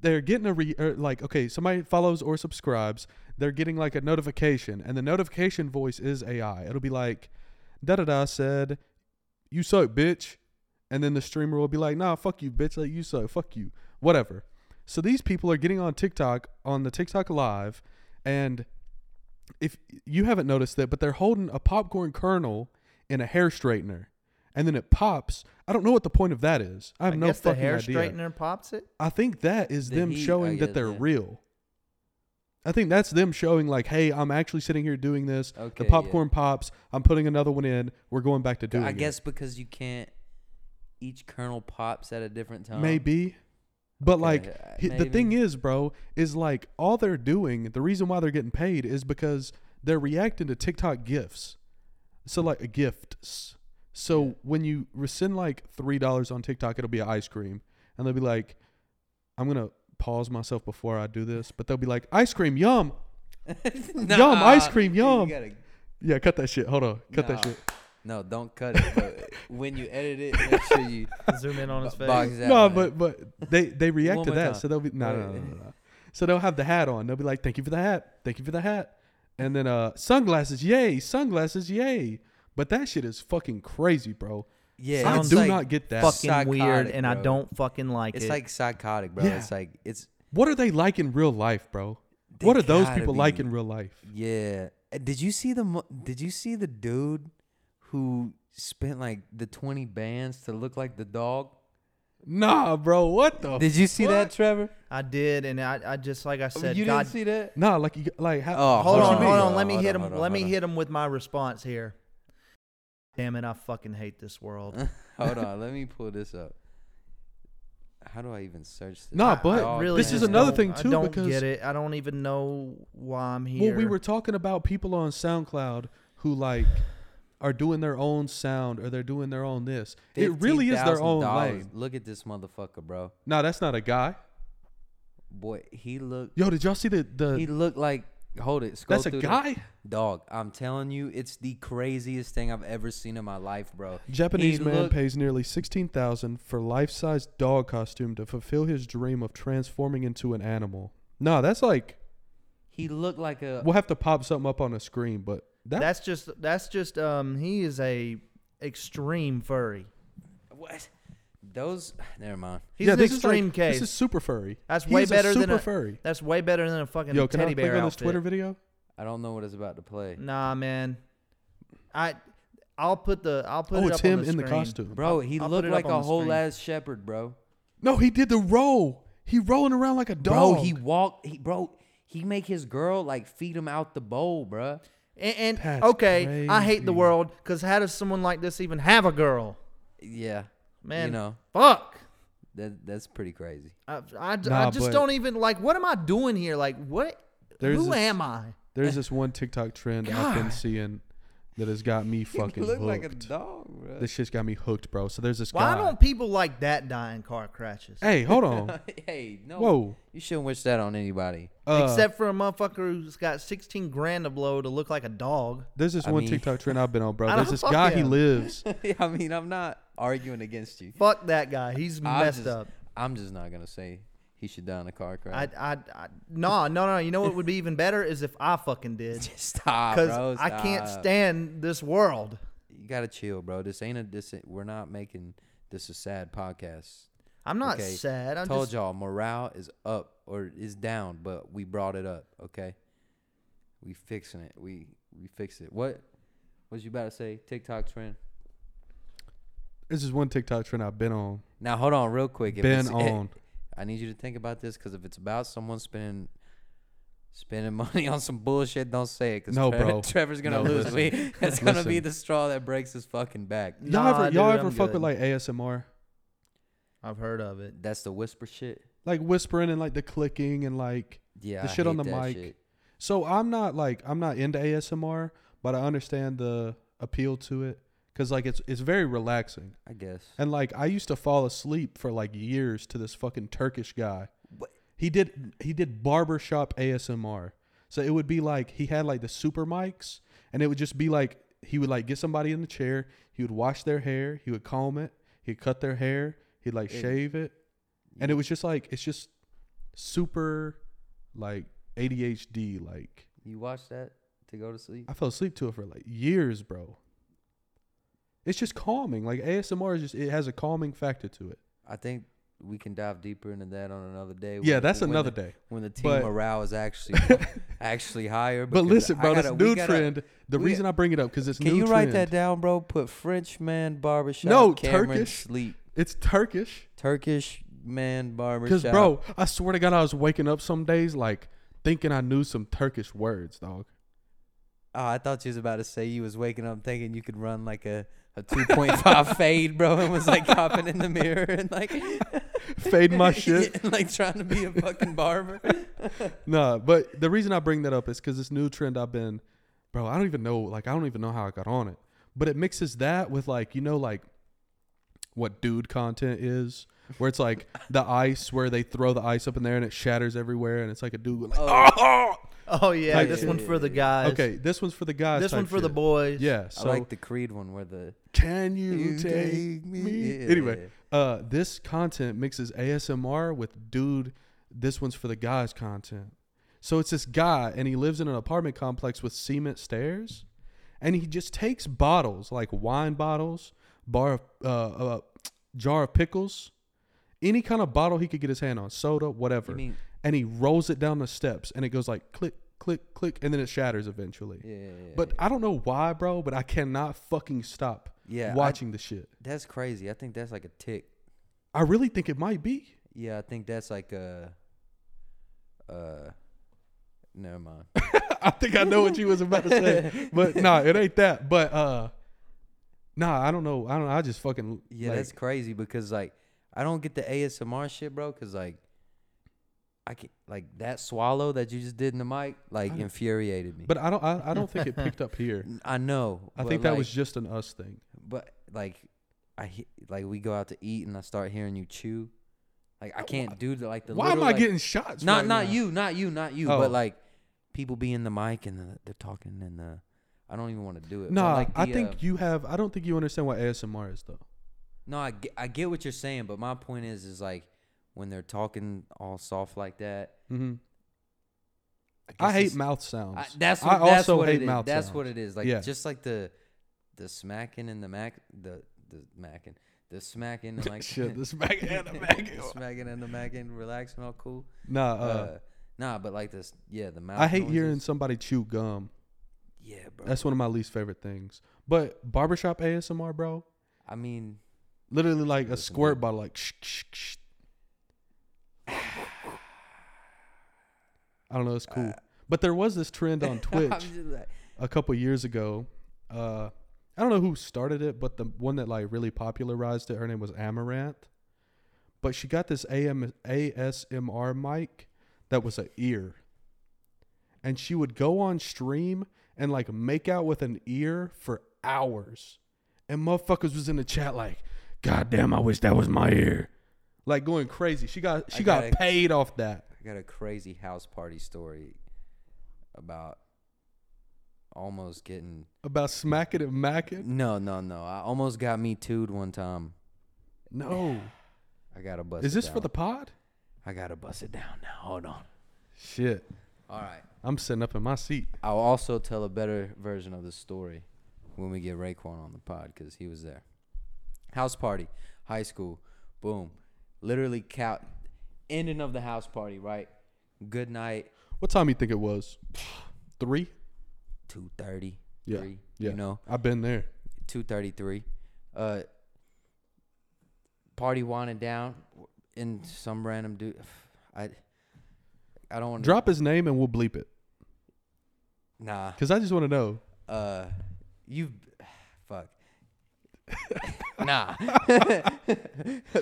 they're getting a re or like okay somebody follows or subscribes they're getting like a notification and the notification voice is ai it'll be like da da da said you suck bitch and then the streamer will be like nah fuck you bitch like you suck fuck you whatever so these people are getting on tiktok on the tiktok live and if you haven't noticed that but they're holding a popcorn kernel in a hair straightener and then it pops i don't know what the point of that is i have
I
no
guess the
fucking
hair
idea
straightener pops it.
I think that is
The
them
heat, I
showing
guess,
that they're
yeah.
real. I think that's them showing like, hey, I'm actually sitting here doing this.
Okay,
the
yeah.
popcorn pops. I'm putting another one in. We're going back to doing.
I
it."
guess because you can't. Each kernel pops at a different time. *laughs*
maybe, but
Um, Okay,
like
uh,
he- the thing
maybe.
is, bro, is like all they're doing. The reason why they're getting paid is because they're reacting to TikTok gifts. So like gifts. So
Yeah.
when you rescind like three dollars on TikTok, it'll be an ice cream, and they'll be like, "I'm gonna pause myself before I do this," but they'll be like, "Ice cream, yum." Yum, ice cream,
Dude, you
yum.
gotta-
Yeah, cut that shit. Hold on, cut that
Nah.
shit.
no, don't cut it. But when you edit it, make sure you
*laughs*
Zoom in *laughs* on his
bo-
face.
box that
no,
one out.
but but they
*laughs*
they react
One
to
more
that,
time.
so they'll be no no, no
Wait.
no no. So they'll have the hat on. They'll be like, "Thank you for the hat. Thank you for the hat." And then uh, sunglasses, yay, sunglasses, yay. But that shit is fucking crazy, bro.
yeah,
I
it's
do
like,
not get that.
fucking weird,
psychotic,
and I
bro.
don't fucking like
It's
it.
like psychotic, bro.
Yeah.
It's like it's
What are they like in real life, bro?
They
what are those
gotta
people
be-
like in real life?
Yeah. Uh, Did you see the mo- Did you see the dude who spent like the twenty bands to look like the dog?
Nah, bro. What the?
Did you see that, Trevor?
I did, and I, I just like I said,
you
God,
didn't see
*laughs*
that?
nah, like you, like how,
Oh,
hold
what you
on,
mean?
hold on.
Oh,
Let me
hold
hit
on,
him.
hold on,
Let me
hold on.
hit him with my response here. Damn it! I fucking hate this world.
Ah,
Hold on, let me pull this up. How do I even search this?
Nah, but
Dog
Really,
this is
just
man.
another
don't-
thing, too,
I don't
because-
get it. I don't even know why I'm here.
Well, we were talking about people on SoundCloud who like are doing their own sound or they're doing their own this. It really is their own
$15,000.
lane.
Look at this motherfucker, bro.
Nah, that's not a guy.
Boy, he looked.
Yo, did y'all see the
He
the?
looked like. Hold it. Scroll
That's a
through the-
guy.
Dog, I'm telling you, it's the craziest thing I've ever seen in my life, bro.
Japanese
He
man
looked-
pays nearly sixteen thousand for life-size dog costume to fulfill his dream of transforming into an animal. Nah, that's like
He looked like a
we'll have to pop something up on a screen, but that,
Uh, That's just. That's just. Um, he is a extreme furry.
What? Those? Never mind.
He's an
this is
extreme
like-
case.
This is super furry.
that's
He
way
is a
better than
super
a
furry.
That's way better than a fucking
Yo, can
teddy
I click
bear
on this
outfit.
Twitter video?
I don't know what it's about to play,
Nah, man. I. I'll put the. I'll put
oh,
it
it's
up on
him
the
in the
screen.
costume.
bro. He
I'll put
looked
it up
like
on
a
the
whole
screen.
ass shepherd, bro.
No, he did the roll. He rolling around like a dog.
Bro, he walked. He bro. He make his girl like feed him out the bowl, bro.
And, and-
That's
okay, I hate the
crazy.
world because how does someone like this even have a girl?
Yeah,
Man,
You know
fuck.
that that's pretty
*laughs*
crazy.
I, I, I
Nah,
just
but-
don't even like. What am I doing here? Like, what?
There's
Who
this-
am I?
*laughs*
*laughs*
There's this one TikTok trend I've been
God.
seeing that has
*laughs*
got me fucking hooked.
dog, bro.
this shit's got me hooked, bro. So there's this
Why
guy. Uh.
don't people like that die in car crashes?
*laughs* hey,
*laughs*
hold on.
*laughs* hey, no.
Whoa.
You shouldn't wish that on anybody. *laughs*
Uh,
Except for a motherfucker who's got 16 grand to blow to look like a dog.
there's this
I
one
mean-
TikTok trend I've been on,
*laughs*
bro.
I
There's
don't
this
fuck
guy. He
him. *laughs*
lives.
I mean, I'm not arguing against you.
Fuck that guy. He's
I'm
messed
just,
up.
I'm just not gonna say he should die in a car
I,
crash.
I, I, no, no, no. You know what would be even better is if I fucking did.
stop,
Because
*laughs* bro.
I can't
stop.
stand this world.
you gotta chill, bro. This ain't a this. ain't- We're not making this a sad podcast.
I'm not
Okay,
sad. I'm
Told
just
y'all morale is up or is down, but we brought it up. Okay, we fixing it. We we fix it. What was you about to say? TikTok trend.
There's this one TikTok trend I've been on.
Now hold on, real quick. If
been
it's-
on.
I need you to think about this because if it's about someone spending spending *laughs* money on some bullshit, don't say it. Cause
No,
Trevor-
bro.
Trevor's gonna
No,
lose. *laughs*
listen.
We that's gonna be
Listen.
the straw that breaks his fucking back.
Y'all
Nah,
ever y'all
dude,
ever
I'm
fuck
good.
with like ASMR,
I've heard of it.
That's the whisper shit.
like whispering and like the clicking and like
Yeah,
The
I
shit on
hate
the
that
mic.
shit.
So I'm not like I'm not into ASMR, but I understand the appeal to it because like it's it's very relaxing.
I guess.
And like I used to fall asleep for like years to this fucking Turkish guy.
What?
He did he did barbershop ASMR. So it would be like he had like the super mics and it would just be like he would like get somebody in the chair, he would wash their hair, he would comb it, he'd cut their hair, he'd like
It-
shave it. And it was just like it's just super like ADHD. Like
You watch that to go to sleep?
I fell asleep to it for like years, bro. It's just calming. Like ASMR is just it has a calming factor to it.
I think we can dive deeper into that on another day.
yeah,
when-
that's
when
another
the,
day.
When the team
but-
morale is
*laughs*
actually actually higher.
But
because
listen,
I
bro,
gotta-
this
we
new
gotta-
trend. The
we-
reason I bring it up because it's
Can
new
you write
trend.
that down, bro? Put French man barbershop.
No,
Cameron
Turkish.
sleep.
It's Turkish.
Turkish man barbershop.
Because, bro, I swear to God, I was waking up some days like thinking I knew some Turkish words, dog. *laughs*
Oh, I thought you was about to say you was waking up thinking you could run like a, a
*laughs*
2.5 fade, bro, and was like hopping in the mirror and like *laughs*
Fade my shit.
Yeah, like trying to be a fucking
*laughs*
barber.
Nah, but the reason I bring that up is because this new trend I've been, bro, I don't even know, like, I don't even know how I got on it. But it mixes that with, like, you know, like what dude content is, where
*laughs*
it's like the ice, where they throw the ice up in there and it shatters everywhere, and it's like a dude, like,
Oh.
*laughs* oh,
Oh yeah,
Like-
this one's for the guys.
okay, this one's for the guys.
This one
type
for the
shit.
boys.
Yeah, so
I like the Creed one where the
can you, take, me?
Yeah.
Anyway, uh, this content mixes ASMR with dude. This one's for the guys content. So it's this guy, and he lives in an apartment complex with cement stairs, and he just takes bottles like wine bottles, bar, of, uh, uh, jar of pickles, any kind of bottle he could get his hand on, soda, whatever,
You mean
and he rolls it down the steps, and it goes like click, click, click, and then it shatters eventually.
yeah, yeah, yeah,
But I don't know why, bro. But I cannot fucking stop
yeah, I-
watching the shit.
that's crazy. I think that's like a tick.
I really think it might be.
Yeah, I think that's like a uh never mind.
*laughs* I think I know what you was about to
*laughs*
say, but nah, it ain't that. But uh, nah, I don't know. I don't. I just fucking
Yeah,
like,
that's crazy because like I don't get the ASMR shit, bro. Because like I can like that swallow that you just did in the mic like
I-
infuriated me.
But I don't. I, I don't think it picked
*laughs*
up here.
N- I know.
I
but,
think that
like-
was just an us thing.
But like I he- like we go out to eat and I start hearing you chew. Like I can't do the like the.
Why am
little,
I
like-
getting shots?
Not
right
not
now?
you, not you, not you.
Oh.
But like people be in the mic and the, they're talking and the. I don't even want to do it. but,
Nah,
like,
I
the,
think
uh,
you have. I don't think you understand what ASMR is though.
No, I get, I get what you're saying, but my point is, is like when they're talking all soft like that.
Mm-hmm. I,
guess
hate
it's-
mouth sounds.
I, that's
I
what, that's
also
what
hate
it is.
mouth
That's
sounds.
what it is. Like
Yeah.
just like the the smacking and the mac the the macking the smacking and like
*laughs* Shit,
*laughs*
this back and the
the
back.
smacking and the macking, relaxing, all cool.
Nah,
Uh,
uh,
nah, but like this, yeah, the mouth.
I hate
noises.
hearing somebody chew gum.
Yeah, bro.
That's one of my least favorite things. But barbershop ASMR, bro,
I mean,
literally like a
Listen,
squirt
dude.
bottle, like shh, shh, shh. *sighs* I don't know, it's cool. But there was this trend on
I'm
Twitch
just like-
a couple years ago. Uh, I don't know who started it, but the one that like really popularized it, her name was Amaranth. But she got this AM ASMR mic that was a ear, and she would go on stream and like make out with an ear for hours, and motherfuckers was in the chat like, "God damn, I wish that was my ear," like going crazy. She got she
I
got
gotta-
paid off that.
I got a crazy house party story about almost getting
About smacking and macking?
no no no i almost got me tooed one time
No.
i gotta bust it
Is this for
down.
the pod?
i gotta bust it down now hold on
Shit.
all right
I'm sitting up in my seat.
i'll also tell a better version of the story when we get Raekwon on the pod because he was there house party high school boom literally count ending of the house party right good night
What time you think it was? *sighs* Three.
2.30
Yeah,
3
yeah.
you know
I've been there.
two thirty three. Uh, party winding down, and some random dude. *sighs* I I don't want to
Drop his name and we'll bleep it,
Nah.
cause I just want to know.
Uh, you, *sighs* fuck. nah. *laughs*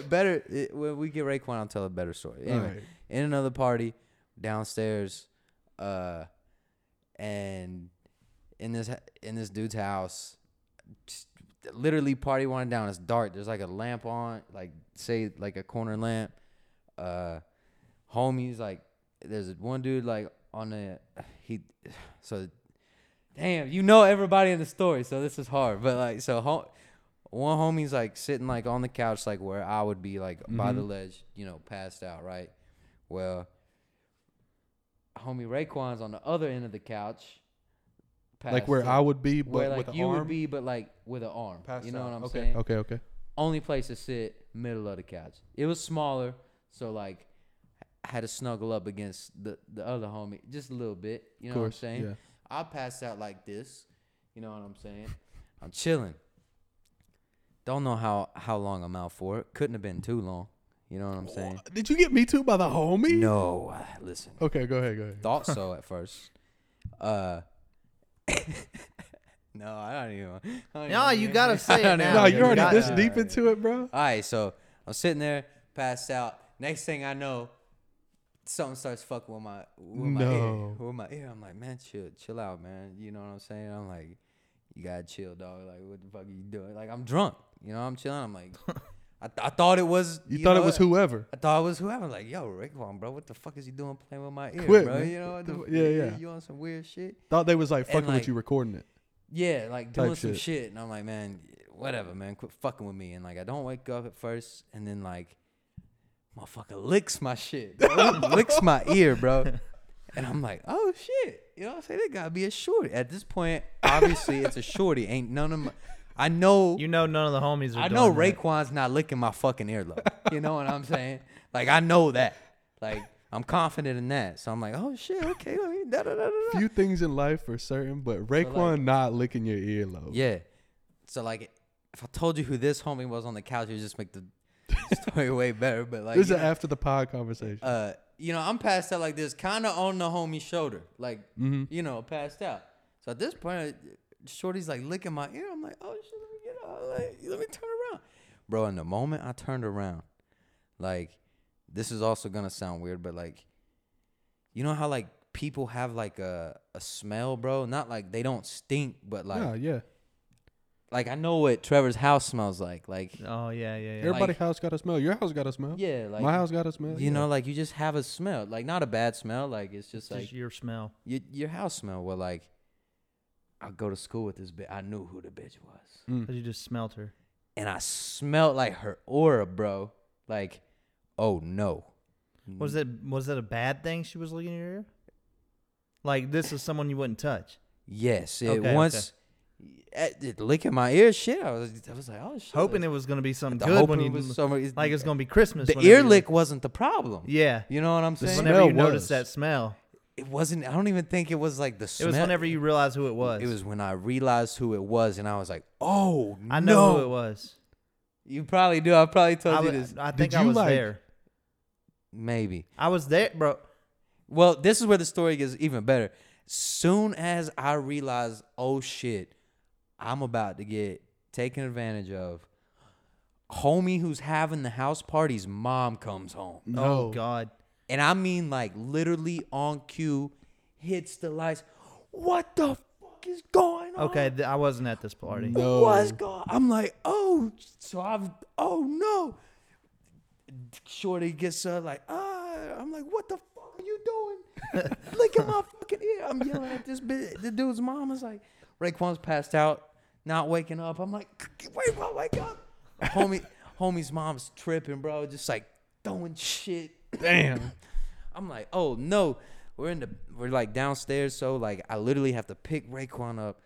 better it, when we get Raekwon, I'll tell a better story. Anyway,
Alright.
in another party downstairs, uh, and in this in this dude's house, just literally party winding down. It's dark. There's like a lamp on, like say like a corner lamp. Uh, homies like there's one dude like on the he *sighs* so damn you know everybody in the story so this is hard but like so hom- one homie's like sitting
Mm-hmm.
like on the couch like where i would be like by the ledge you know passed out right well homie Raekwon's on the other end of the couch.
like where
passed
I
out.
would be, but
where like
with an
you
arm.
would be, but like with an arm.
passed
you know
out.
what I'm
okay.
saying?
Okay, okay.
Only place to sit, middle of the couch. It was smaller, so like I had to snuggle up against the the other homie just a little bit. You know what I'm
course,
saying?
yeah.
I passed out like this. You know what I'm saying? *laughs* I'm chilling. Don't know how how long I'm out for. Couldn't have been too long. You know what I'm saying?
Did you get me too by the homie?
No, I- listen.
Okay, go ahead, go ahead.
Thought so at first. Uh. *laughs* no, I don't even. I don't
No,
even-
you gotta
*laughs*
say it
don't
now.
even-
No,
Yeah,
you're
you
already
got
this
that.
deep into it, bro.
All right, so I'm sitting there, passed out. Next thing I know, something starts fucking with my with my
No.
ear. With my ear, I'm like, man, chill, chill out, man. You know what I'm saying? I'm like, you gotta chill, dog. Like, what the fuck are you doing? Like, I'm drunk. You know, I'm chilling. I'm
*laughs*
like, I, th- I thought it was.
You, thought it
know,
was whoever.
I thought it was whoever. Like, yo, Raekwon, bro, what the fuck is he doing playing with my ear,
Quit,
bro?
man.
You know, what the,
What
fuck?
the- yeah, yeah.
You on some weird shit?
Thought they was like
And,
fucking with
like-
you
*laughs*
recording it.
Yeah, like
Type
doing some
shit.
shit. And I'm like, man, whatever, man. Quit fucking with me. And like, I don't wake up at first. And then, like, motherfucker licks my shit. bro.
*laughs*
licks my ear, bro. And I'm like, oh shit. You know what I'm saying? That gotta be a shorty. At this point, obviously, it's a shorty. Ain't none of my. I know.
You know, none of the homies are.
I know
doing that.
Raekwon's not licking my fucking earlobe. You know what I'm saying? Like, I know that. Like, I'm confident in that. So I'm like, oh shit, okay. I mean, da, da, da, da, da.
Few things in life for certain, but Raekwon not licking your earlobe.
Yeah. So like, if I told you who this homie was on the couch, it would just
*laughs*
make the story way better. But like,
this is
you
an after the pod conversation.
know, uh, you know, I'm passed out like this, kind of on the homie's shoulder, like
Mm-hmm.
you know, passed out. So at this point, Shorty's like licking my ear. I'm like, oh shit, let me get out. Like, let me turn around, bro. In the moment I turned around, like, this is also gonna sound weird, but like, you know how like people have like a a smell, bro. Not like they don't stink, but like
yeah, yeah.
like I know what Trevor's house smells like. Like
Oh yeah, yeah, yeah.
Everybody-
Everybody's house got a smell. Your house got a smell.
yeah, like
My house got a smell.
You know, like you just have a smell. Like not a bad smell. Like it's just
It's
like
just your smell.
your your house smell. Well, like I go to school with this bitch. I knew who the bitch was,
Mm.
Cause you just smelt her.
and I smelled like her aura, bro. Like, oh no.
Was it was it a bad thing she was looking at your ear? Like this is someone you wouldn't touch.
Yes, it
Okay, okay.
once. At, it licking my ear, shit. I was, I was like, oh shit.
Hoping it was gonna be something
The
good when
hoping
you
was somebody-
like it's gonna be Christmas.
the
whenever
ear
you-
lick wasn't the problem.
Yeah.
you know what I'm saying.
Whenever you
smell
notice
was.
that smell,
It wasn't. I don't even think it was like the
it
smell.
was whenever you realize who it was.
It was when I realized who it was, and I was like, "Oh
I
no.
know who it was.
You probably do. I probably told
I,
you
was-
this.
I think
Did
I
you,
was
like-
there.
Maybe.
I was there, bro. Oh,
Well, this is where the story gets even better. Soon as I realized, oh shit, I'm about to get taken advantage of. Homie who's having the house party's mom comes home.
No.
Oh God.
And I mean like literally on cue, hits the lights. What the fuck is going on?
Okay, th- I wasn't at this party.
No.
was gone. I'm like, oh, so I've, oh no. Shorty gets up, like, ah, I'm like, what the fuck are you doing? Look at my fucking ear. I'm yelling at this bitch. The dude's mom is like, Raekwon's passed out, not waking up. I'm like, wait, why wake up? Homie, homie's mom's tripping, bro, just like throwing shit.
Damn.
I'm like, oh no, we're in the we're like downstairs, so like I literally have to pick Raekwon up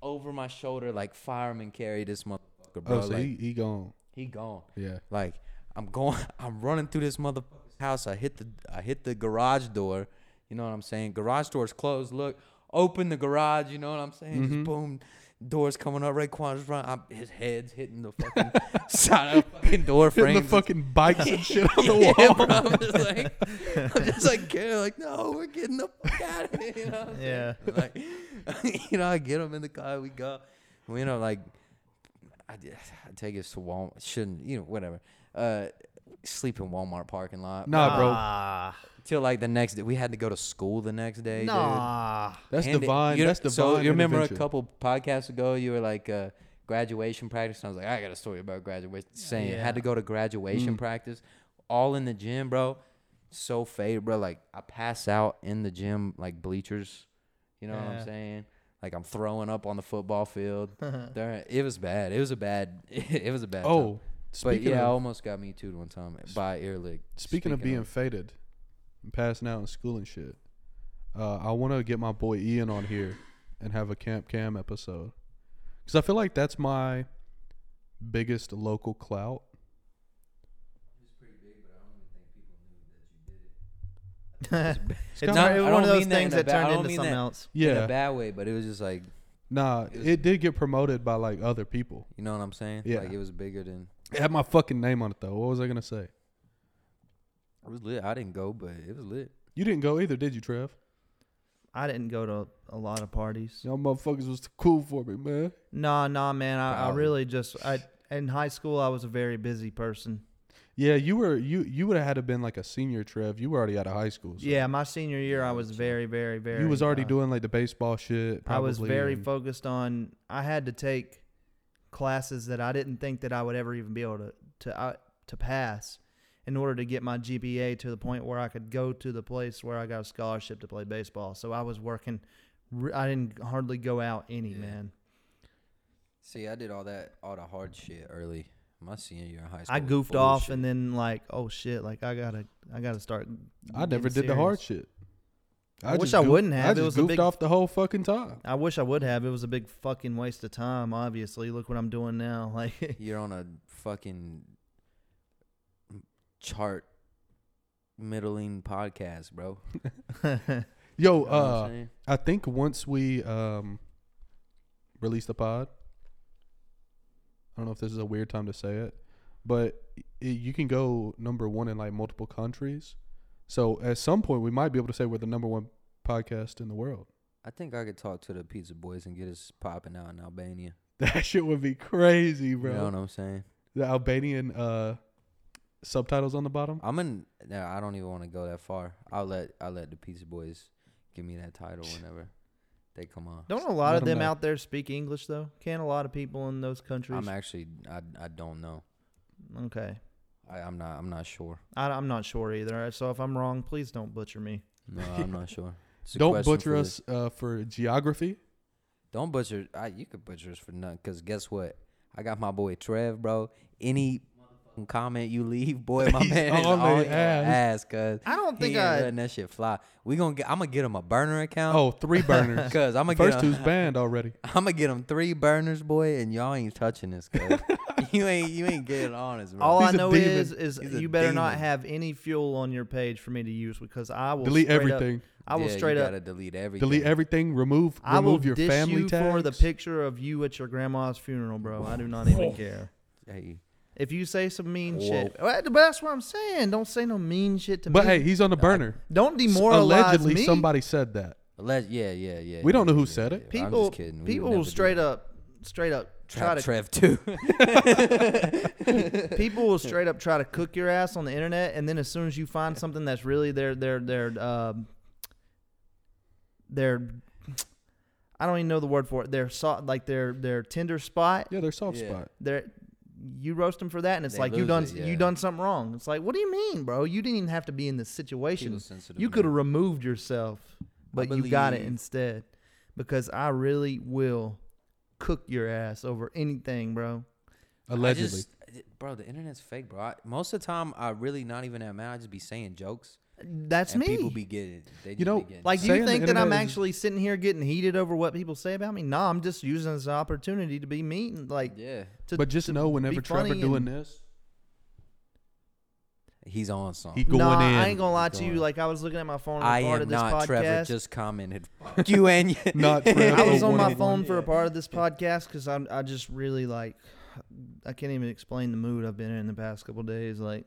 over my shoulder, like fireman carry this motherfucker, bro.
Oh, so
like,
he,
he,
he gone.
gone.
Yeah.
Like I'm going, *laughs* I'm running through this motherfucker's house. I hit the I hit the garage door. You know what I'm saying? Garage door's closed. Look, open the garage. You know what I'm saying?
Mm-hmm.
Just boom. Doors coming up, Raekwon's run. I'm, his head's hitting the fucking *laughs* side of the fucking door frame.
Hitting the fucking bikes and shit on the
*laughs* Yeah, bro,
wall.
I'm just like, I'm just like, Karen, like, no, we're getting the fuck out of here. You know what I'm saying? *laughs* Like, *laughs* you know, I get him in the car, we go. We, you know, like, I, did- I take us to Walmart. Shouldn't, you know, whatever. Uh, sleep in Walmart parking lot.
Nah, bro.
Nah.
Till like the next day. We had to go to school the next day. dude.
Nah.
That's
And it-
divine.
you know-
That's divine.
So you remember a
intervention.
couple podcasts ago, you were like uh, graduation practice. And I was like, I got a story about graduation. Saying
Yeah.
had to go to graduation
Mm.
practice, all in the gym, bro. So faded, bro. Like I pass out in the gym, like bleachers. You know what
Yeah.
I'm saying? Like I'm throwing up on the football field.
*laughs*
there, it was bad. It was a bad. *laughs* It was a bad. time.
Oh,
but
speaking
yeah, I
of
almost got me too one time by ear lick.
speaking, of being faded and passing out in school and shit, Uh, I want to get my boy Ian on here and have a Camp Cam episode because I feel like that's my biggest local clout.
*laughs* it's
kinda-
not-
I
it was
don't
one of those
mean that in
things
a
that
ba- I
turned
don't
into
mean
something
that-
else.
in a
Yeah,
bad way, but it was just like
nah,
it was-
it did get promoted by like other people.
you know what I'm saying.
Yeah.
like it was bigger than
It had my fucking name on it though. What was I gonna say?
it was lit. I didn't go, but it was lit.
You didn't go either, did you, Trev?
I didn't go to a lot of parties.
Y'all motherfuckers was too cool for me, man.
Nah, nah, man. I, I
Probably.
really just I in high school I was a very busy person.
Yeah, you were you you would have had to been like a senior, Trev. You were already out of high school. so
Yeah, my senior year I was very, very, very.
you was already
uh,
doing like the baseball shit.
I was
probably,
very
and-
focused on. I had to take classes that I didn't think that I would ever even be able to to uh, to pass in order to get my GPA to the point where I could go to the place where I got a scholarship to play baseball. So I was working. re- I didn't hardly go out any
Yeah.
man.
See, I did all that, all the hard shit early. My senior year in high school,
I
was
goofed
full of
off
shit.
and then like, oh shit, like I gotta, I gotta start.
I never did
getting
the hard
serious.
shit.
I wish
just
I
goofed-
wouldn't
I
have. It
just
was a
goofed
big-
off the whole fucking time.
I wish I would have. It was a big fucking waste of time. Obviously, look what I'm doing now. *laughs* Like,
you're on a fucking chart middling podcast, bro.
Yo,
You know what I'm
uh,
saying?
I think once we um release the pod, I don't know if this is a weird time to say it, but i you can go number one in like multiple countries. So at some point, we might be able to say we're the number one podcast in the world. *laughs*
I think I could talk to the pizza boys and get us popping out in Albania.
That shit would be crazy, bro.
You know what I'm saying?
The Albanian uh, subtitles on the bottom.
I'm in. No, I don't even want to go that far. I'll let I'll let the pizza boys give me that title whenever they come on.
don't a lot
Let
of
'em
them
know.
out there speak English though? Can't a lot of people in those countries?
I'm actually I I don't know.
okay,
I, I'm not I'm not sure.
I, am not sure either. Uh, So if I'm wrong, please don't butcher me.
*laughs*
No, I'm not sure. It's a
Don't
question
butcher
for the-
us uh, for geography.
Don't butcher. I, you could butcher us for nothing. Cause guess what? I got my boy Trev, bro. Any motherfucking comment you leave, boy, my
*laughs* He's
man is
on
on
their
your
ass.
ass. Cause
I don't
he
think
ain't
I.
letting that shit fly. We gonna get. I'm gonna get him a burner account.
Oh,
*laughs*
three
*laughs*
burners.
Cause I'm gonna
First
get.
two's
Him, *laughs*
banned already.
I'm gonna get him three burners, boy, and y'all ain't touching this.
*laughs*
Cause you ain't. You ain't getting honest, bro.
all I
He's a
know
demon.
is, is
He's a
you better not
demon.
have any fuel on your page for me to use because I will
Delete
straight up-
everything.
I will
Yeah,
straight
you
up
Gotta delete everything.
Delete everything. Remove.
I will
remove your
dish
family
you
tags.
for the picture of you at your grandma's funeral, bro. I do not even care.
Hey,
If you say some mean
Whoa.
shit, Well, but that's what I'm saying. Don't say no mean shit to
But
me.
hey, he's on the burner.
don't
S-
demoralize
Allegedly,
me.
somebody said that.
let yeah, yeah, yeah.
We
yeah,
don't know who
yeah,
said it.
yeah.
people,
I'm just kidding. We
people
would
will
never do
straight
that.
up, straight up try
Trap
to.
Trev too.
*laughs*
*laughs*
people will straight up try to cook your ass on the internet, and then as soon as you find something that's really their their their um, their. I don't even know the word for it. Their so, like their their tender spot.
Yeah, their soft
Yeah.
spot.
There, you roast them for that, and it's
They
like you
lose
done
it,
you
yeah.
done something wrong. It's like, what do you mean, bro? You didn't even have to be in this situation.
People sensitive,
You
man.
could have removed yourself, but you got it
believe-
instead because I really will cook your ass over anything, bro.
Allegedly.
I just, bro, the internet's fake, bro. I, most of the time, I really not even that mad. I just be saying jokes,
That's
and
me.
people be getting. it. They just
know,
be getting it.
like, do
Saying
you
the
think that I'm
internet is-
actually sitting here getting heated over what people say about me? Nah, I'm just using this opportunity to be mean. Like,
yeah,
to,
but just
to
know whenever Trevor
funny
doing
and-
this,
he's on something.
he going
nah,
in.
I ain't gonna lie to you.
Going.
Like, I was looking at my phone.
I
part
am
of this
not
podcast.
Trevor. Just
*laughs*
commented. Fuck you and you.
*laughs* *laughs* Not Trev.
I was
Oh,
on my
one-on-one.
phone for a part of this podcast because I'm I just really like I can't even explain the mood I've been in the past couple days. Like,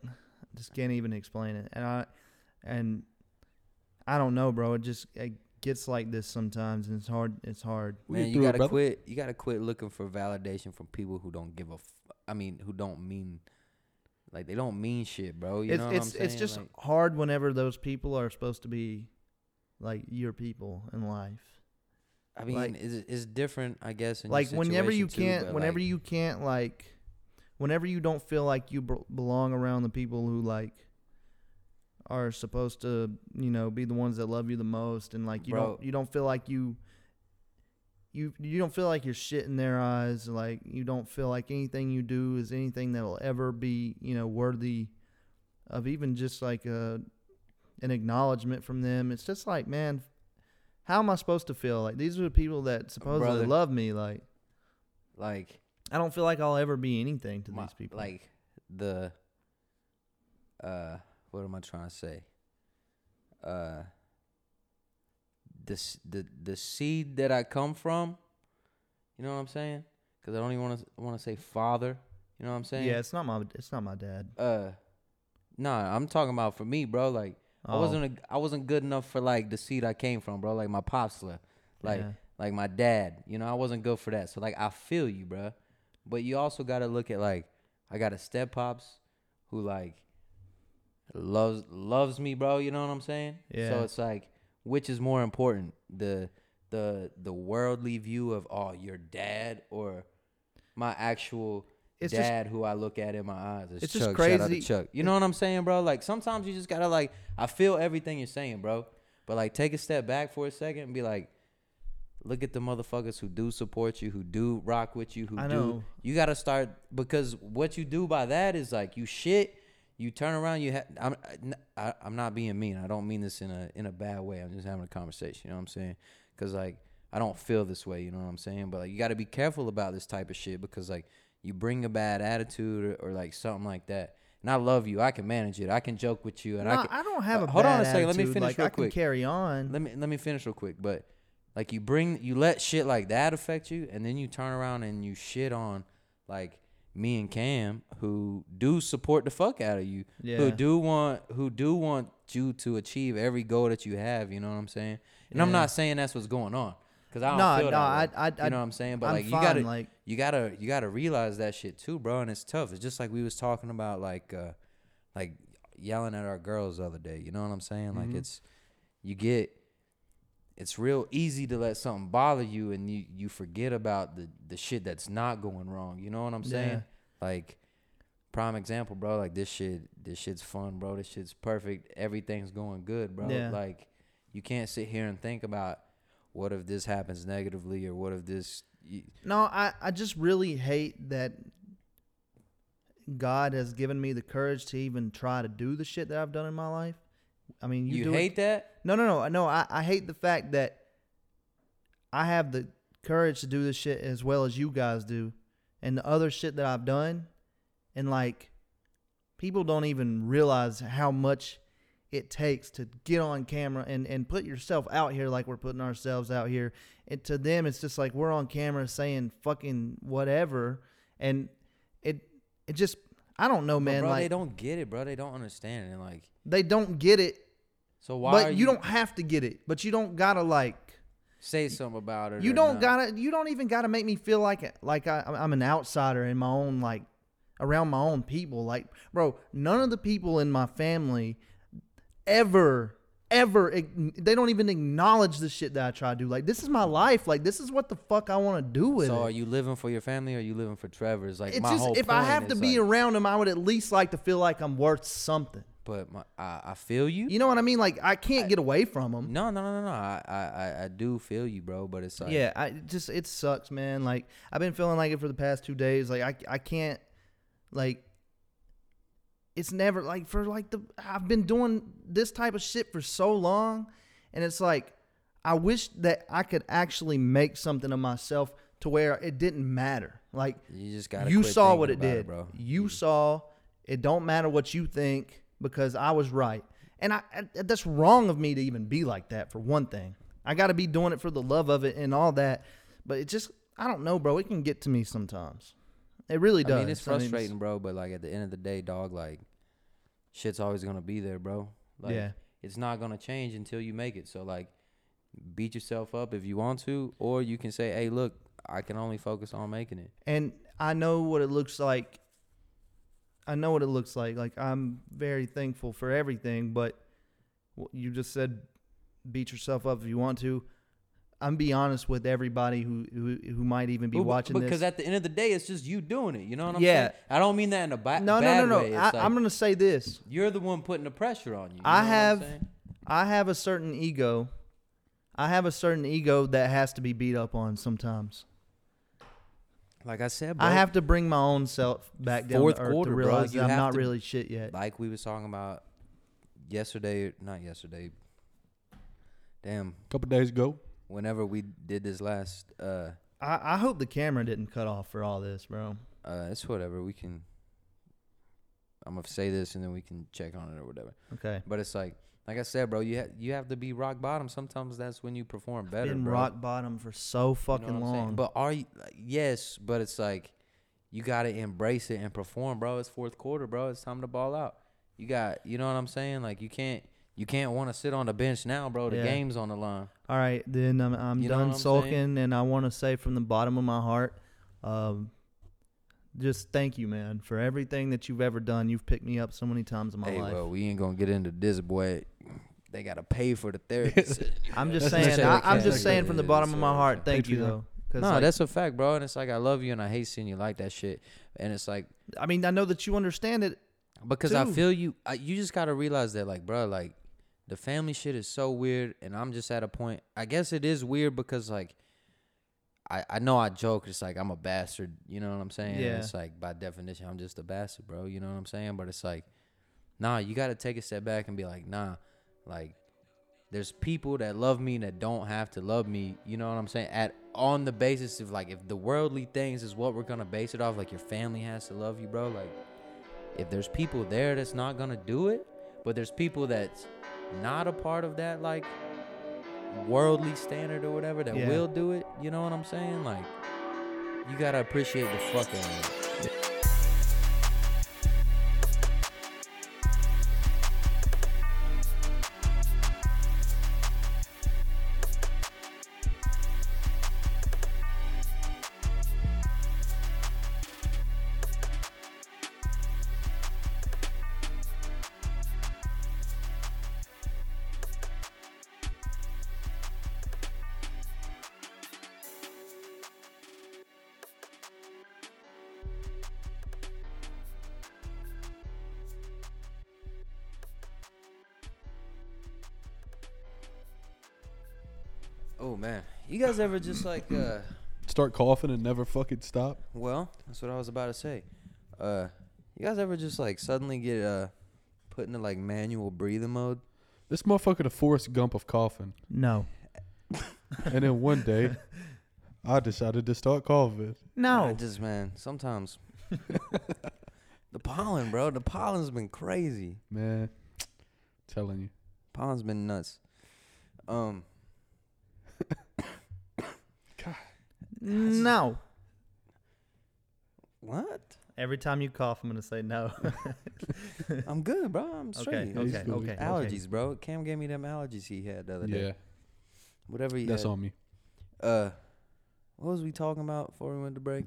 just can't even explain it. And I and I don't know, bro. It just it gets like this sometimes, and it's hard. It's hard.
We
Man,
get
you
through it,
gotta
brother.
quit. You gotta quit looking for validation from people who don't give a. F- I mean, who don't mean. Like they don't mean shit, bro. You
it's
know what
it's
I'm saying?
it's just
Like,
hard whenever those people are supposed to be like your people in life.
I mean,
like-
it's, it's different, I guess. In your
like whenever you
situation, too,
can't
but,
whenever
like,
you can't like whenever you don't feel like you b- belong around the people who like are supposed to you know be the ones that love you the most and like you
Bro.
don't you don't feel like you you you don't feel like you're shit in their eyes like you don't feel like anything you do is anything that'll ever be you know worthy of even just like a an acknowledgement from them it's just like man How am I supposed to feel? Like these are the people that supposedly
Brother.
love me. Like
Like
I don't feel like I'll ever be anything to
my-
these people.
Like the uh what am I trying to say? Uh this the the seed that I come from, you know what I'm saying? Cuz I don't even want to want to say father, you know what I'm saying?
yeah, it's not my it's not my dad.
Uh Nah, I'm talking about for me, bro, like I
Oh,
wasn't a, I wasn't good enough for like the seed I came from, bro, like my pops left. Like
yeah.
like my dad you know i wasn't good for that so like i feel you bruh. but you also gotta look at like i got a step pops who like loves loves me bro you know what i'm saying so
Yeah.
it's like which is more important the the the worldly view of oh your dad or my actual
It's just-
dad who i look at in my eyes it's,
it's
chuck
just
shout out to
crazy.
chuck you know what i'm saying bro like sometimes you just gotta like i feel everything you're saying bro but like take a step back for a second and be like look at the motherfuckers who do support you, who do rock with you, who
I
do.
know.
You gotta start because what you do by that is like you shit. You turn around. You ha- I'm I, I'm not being mean. I don't mean this in a in a bad way. I'm just having a conversation. You know what I'm saying? Because like I don't feel this way. You know what I'm saying? But like you gotta be careful about this type of shit because like you bring a bad attitude or, or like something like that. And I love you. I can manage it. I can joke with you. And
No,
I
I,
can,
don't have a
Hold on
bad
a second, let me
attitude,
finish
like,
real
I can
quick.
carry on.
let me let me finish real quick. But like you bring you let shit like that affect you, and then you turn around and you shit on like me and Cam who do support the fuck out of you,
Yeah.
who do want who do want you to achieve every goal that you have. You know what I'm saying? And I'm
Yeah.
not saying that's what's going on because I don't
No,
feel
no,
that way.
I- I- I-
you know what I'm saying? But
I'm
like you
fine,
gotta
like-
you gotta you gotta realize that shit too, bro. And it's tough. It's just like we was talking about like uh like yelling at our girls the other day. You know what I'm saying?
Mm-hmm.
Like it's you get it's real easy to let something bother you and you you forget about the the shit that's not going wrong. You know what I'm saying?
Yeah.
Like prime example, bro. Like this shit this shit's fun, bro. This shit's perfect. Everything's going good, bro.
Yeah.
Like you can't sit here and think about what if this happens negatively or what if this y-
No, I, I just really hate that God has given me the courage to even try to do the shit that I've done in my life. I mean, you,
you,
do it-
hate that?
No, no, no, no. I, I hate the fact that I have the courage to do this shit as well as you guys do, and the other shit that I've done, and like people don't even realize how much it takes to get on camera and and put yourself out here like we're putting ourselves out here. And to them, it's just like we're on camera saying fucking whatever, and it it just I don't know,
Man,
man.
bro,
like
they don't get it, bro. They don't understand it. And like
they don't get it,
so why are
but you don't have to get it, but you don't gotta like.
say something about it?
You
or nothing?
don't gotta. You don't even gotta make me feel like like I, I'm an outsider in my own like around my own people. Like, bro, none of the people in my family ever ever ag- they don't even acknowledge the shit that I try to do. Like, this is my life. Like, this is what the fuck I want to do with
So are
it.
you living for your family or are you living for Trevor's? Like
It's
my
just
whole
if I
point
have to
is,
be
like,
around him, I would at least like to feel like I'm worth something.
But my, I, I feel you.
You know what I mean? Like, I can't get away from him.
No, no, no, no, no. I, I, I- I do feel you, bro. But it's like,
yeah, I it just it sucks, man. Like I've been feeling like it for the past two days. Like I I can't like it's never like for like the I've been doing this type of shit for so long, and it's like I wish that I could actually make something of myself to where it didn't matter. Like
you just gotta.
you
quit
saw
thinking
what it
about
did,
bro. Mm-hmm.
You saw it. Don't matter what you think because I was right, and I, I that's wrong of me to even be like that. For one thing, I got to be doing it for the love of it and all that. But it just, I don't know, bro. It can get to me sometimes. It really
I
does.
mean, it's frustrating, bro. But like at the end of the day, dog, like shit's always gonna be there, bro. Like,
Yeah.
It's not gonna change until you make it. So like, beat yourself up if you want to, or you can say, hey, look, I can only focus on making it.
and I know what it looks like. I know what it looks like. Like I'm very thankful for everything, but w- you just said beat yourself up if you want to. I'm be honest with everybody who who, who might even be
Well, b-
watching
because
this.
at the end of the day, it's just you doing it. You know what I'm
Yeah.
saying? I don't mean that in a ba-
no, no,
bad
no, no,
way. It's
I,
like,
I'm gonna say this.
you're the one putting the pressure on you. you
I
know what I'm
have-
saying?
I have a certain ego. I have a certain ego that has to be beat up on sometimes.
like I said, bro,
I have to bring my own self back down
Fourth
to earth
quarter,
to
bro.
realize
You
that I'm
have
not
to-
really shit yet.
like we was talking about yesterday, not yesterday, Damn.
couple days ago.
Whenever we did this last, uh,
I, I hope the camera didn't cut off for all this, bro.
uh, it's whatever. We can. I'm gonna say this and then we can check on it or whatever.
Okay.
But it's like, like I said, bro, you ha- you have to be rock bottom. Sometimes that's when you perform better.
Been
bro.
rock bottom for so
You know
fucking
what I'm saying?
long.
But are you? like, Yes, but it's like you gotta embrace it and perform, bro. It's fourth quarter, bro. It's time to ball out. You got, you know what I'm saying? Like you can't, you can't want to sit on the bench now, bro. The
Yeah.
game's on the line.
All right, then I'm, I'm
You know
done
what I'm saying?
sulking, and I want to say from the bottom of my heart, um, just thank you, man, for everything that you've ever done. You've picked me up so many times in my
hey,
life.
well, we ain't gonna get into this, boy. They gotta pay for
*laughs*
the therapy. session.
I'm just
*laughs* That's
saying,
actually
I,
like
I'm just
Catholic,
saying from the
yeah,
bottom of
so-
my heart, thank you
Patreon.
though. 'Cause,
No,
like,
that's a fact, bro. And it's like I love you and I hate seeing you like that shit. And it's like
I mean, I know that you understand it.
because I
Dude.
feel you. I, you just gotta realize that, like, bro, like the family shit is so weird, and I'm just at a point. I guess it is weird because like I I know I joke. It's like I'm a bastard. You know what I'm saying? And
Yeah.
It's like by definition, I'm just a bastard, bro. You know what I'm saying? But it's like, nah, you gotta take a step back and be like, nah, like. There's people that love me that don't have to love me. You know what I'm saying? At on the basis of like, if the worldly things is what we're gonna base it off, like your family has to love you, bro. Like, if there's people there that's not gonna do it, but there's people that's not a part of that like worldly standard or whatever that
Yeah.
will do it, you know what I'm saying? Like you gotta appreciate the fuck out of it. Oh man. You guys ever just like uh
Start coughing and never fucking stop.
well, that's what I was about to say. Uh you guys ever just like suddenly get uh put into like manual breathing mode?
This motherfucker the Forrest Gump of coughing.
No,
And then one *laughs* day, I decided to start coughing.
I
no,
just man, sometimes *laughs* the pollen, bro, the pollen's been crazy.
Man, telling you.
Pollen's been nuts. Um
no.
what?
Every time you cough, I'm gonna
*laughs*
say no.
I'm good, bro.
*laughs*
I'm
okay,
straight.
He's
okay,
good.
okay.
Allergies, bro. Cam gave me them allergies he had the other day.
Yeah,
Whatever he
that's
had.
on me.
Uh, what was we talking about before we went to break?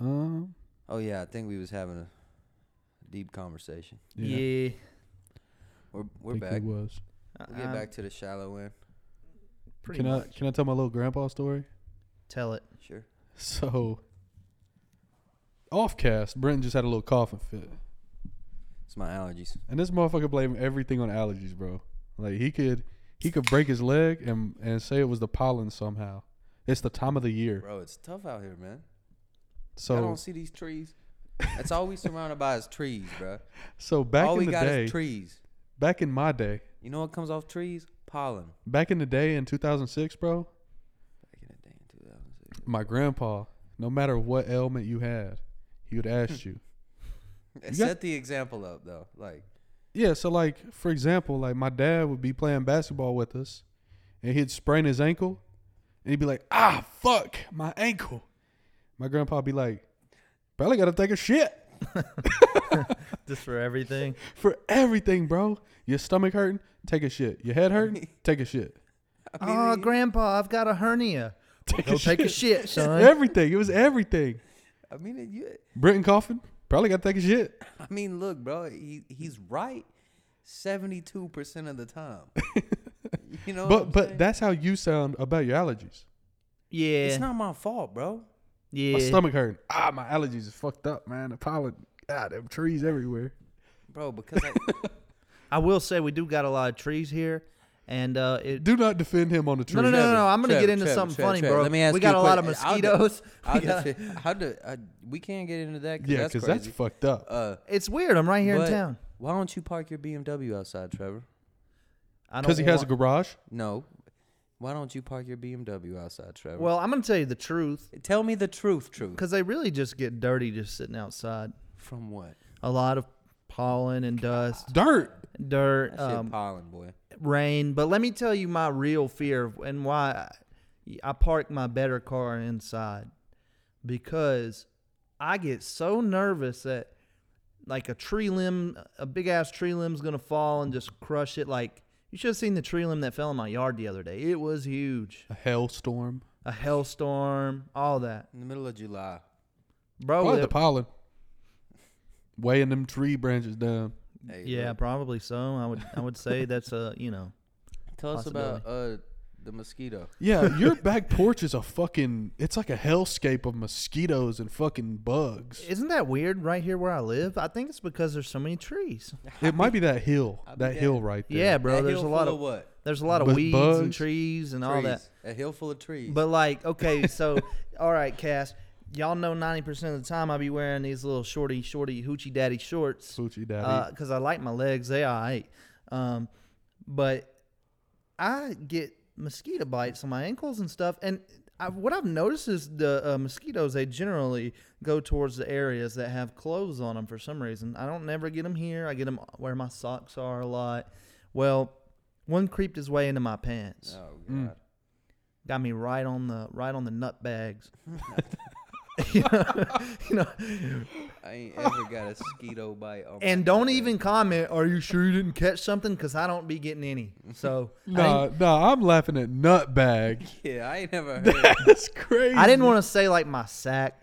Um,
Oh yeah, I think we was having a deep conversation.
Yeah,
yeah,
We're we're
think we
back.
was.
We'll get
I'm
back to the shallow end.
Pretty
Can I
much.
can I tell my little grandpa story?
Tell it.
Sure.
So, off cast, Brent just had a little coughing fit,
It's my allergies.
and this motherfucker blamed everything on allergies, bro. Like he could he could break his leg and and say it was the pollen somehow. It's the time of the year,
Bro, it's tough out here, man. I
so
don't see these trees. That's all we surrounded by is trees, bro.
so back
all
in
we
the
got
day,
is trees.
back in my day,
You know what comes off trees? Pollen.
back in the day in 2006, bro,
Back in the day in 2006.
my grandpa, no matter what ailment you had, he would
Hmm.
ask you. got-
Set the example up though. Like
Yeah, so like for example, like my dad would be playing basketball with us, and he'd sprain his ankle, and he'd be like, "Ah, fuck my ankle." My grandpa would be like, "Probably gotta take a shit
Just for everything.
for everything, bro. Your stomach hurting, take a shit. Your
*laughs*
head hurting, take a shit.
I mean,
oh,
you-
grandpa, I've got a hernia.
Take
Go *laughs* take a shit, son.
Everything. It was everything.
I mean, it- you,
Brenton coughing, probably gotta take a shit.
I mean, look, bro, he he's right, seventy two percent of the
*laughs*
time. you
Oh,
know, what I'm
But
saying?
but that's how you sound about your
it's
allergies.
Yeah,
not my fault, bro.
yeah.
My stomach hurting. Ah, my allergies is fucked up, man. The pollen. God, them trees everywhere.
Bro,
*laughs*
because I,
I will say we do got a lot of trees here, and uh, it.
Do not defend him on the trees.
no, no, no, no, no! I'm gonna
Trevor,
get into
Trevor,
something
Trevor,
funny,
Trevor,
bro.
let me ask
we
you a
got a lot of
quick- I'll do-
mosquitoes.
how
We *laughs* got-
do, how do I, we can't get into that? Cause
Yeah,
that's
because
crazy.
that's, fucked up.
uh,
it's weird. I'm right here
but
in town.
Why don't you park your BMW outside, Trevor?
I don't
Because he has a
want-
garage.
No. Why don't you park your BMW outside, Trevor?
Well, I'm gonna tell you the truth,
tell me the truth, truth.
because they really just get dirty just sitting outside.
From what?
A lot of pollen and dust,
Dirt.
dirt,
That shit
um,
pollen, boy.
rain. But let me tell you my real fear and why I, I park my better car inside, because I get so nervous that like a tree limb, a big ass tree limb's gonna fall and just crush it. Like you should have seen the tree limb that fell in my yard the other day. It was huge.
A hailstorm.
A hailstorm, all that,
In the middle of July.
bro.
Probably
it-
the pollen. Weighing them tree branches down.
Hey,
Yeah,
look,
probably so. I would I would say that's a you know
Tell us about uh the mosquito.
*laughs* Yeah, your back porch is a fucking. It's like a hellscape of mosquitoes and fucking bugs.
*laughs* isn't that weird right here where I live? I think it's because there's so
*laughs*
many trees.
It might be that hill,
I'll be
that hill
damned.
right there.
Yeah, bro.
That
there's
hill
a lot
full
of
what?
there's a lot of
Bu-
weeds and
bugs,
trees and all that.
Trees. A hill full of trees.
But like, okay, so *laughs* all right, Cass, y'all know ninety percent of the time I be wearing these little shorty shorty hoochie daddy shorts
Poochie daddy.
because Uh, I like my legs. They all right, um, but I get mosquito bites on my ankles and stuff. And I, what I've noticed is the uh, mosquitoes they generally go towards the areas that have clothes on them for some reason. I don't never get them here. I get them where my socks are a lot. Well, one creeped his way into my pants,
oh god.
Mm.
got me right on the right on the nut bags. *laughs* you know, you know,
I
*laughs*
ain't ever got a mosquito bite. on my
and don't
birthday.
even comment. Are you sure you didn't catch something? Because I don't be getting any. So
*laughs*
I
nah,
didn't-
nah, I'm laughing at nutbag.
*laughs* Yeah, I ain't
*laughs*
never heard.
That's crazy.
I didn't want to say like
*laughs*
my sack.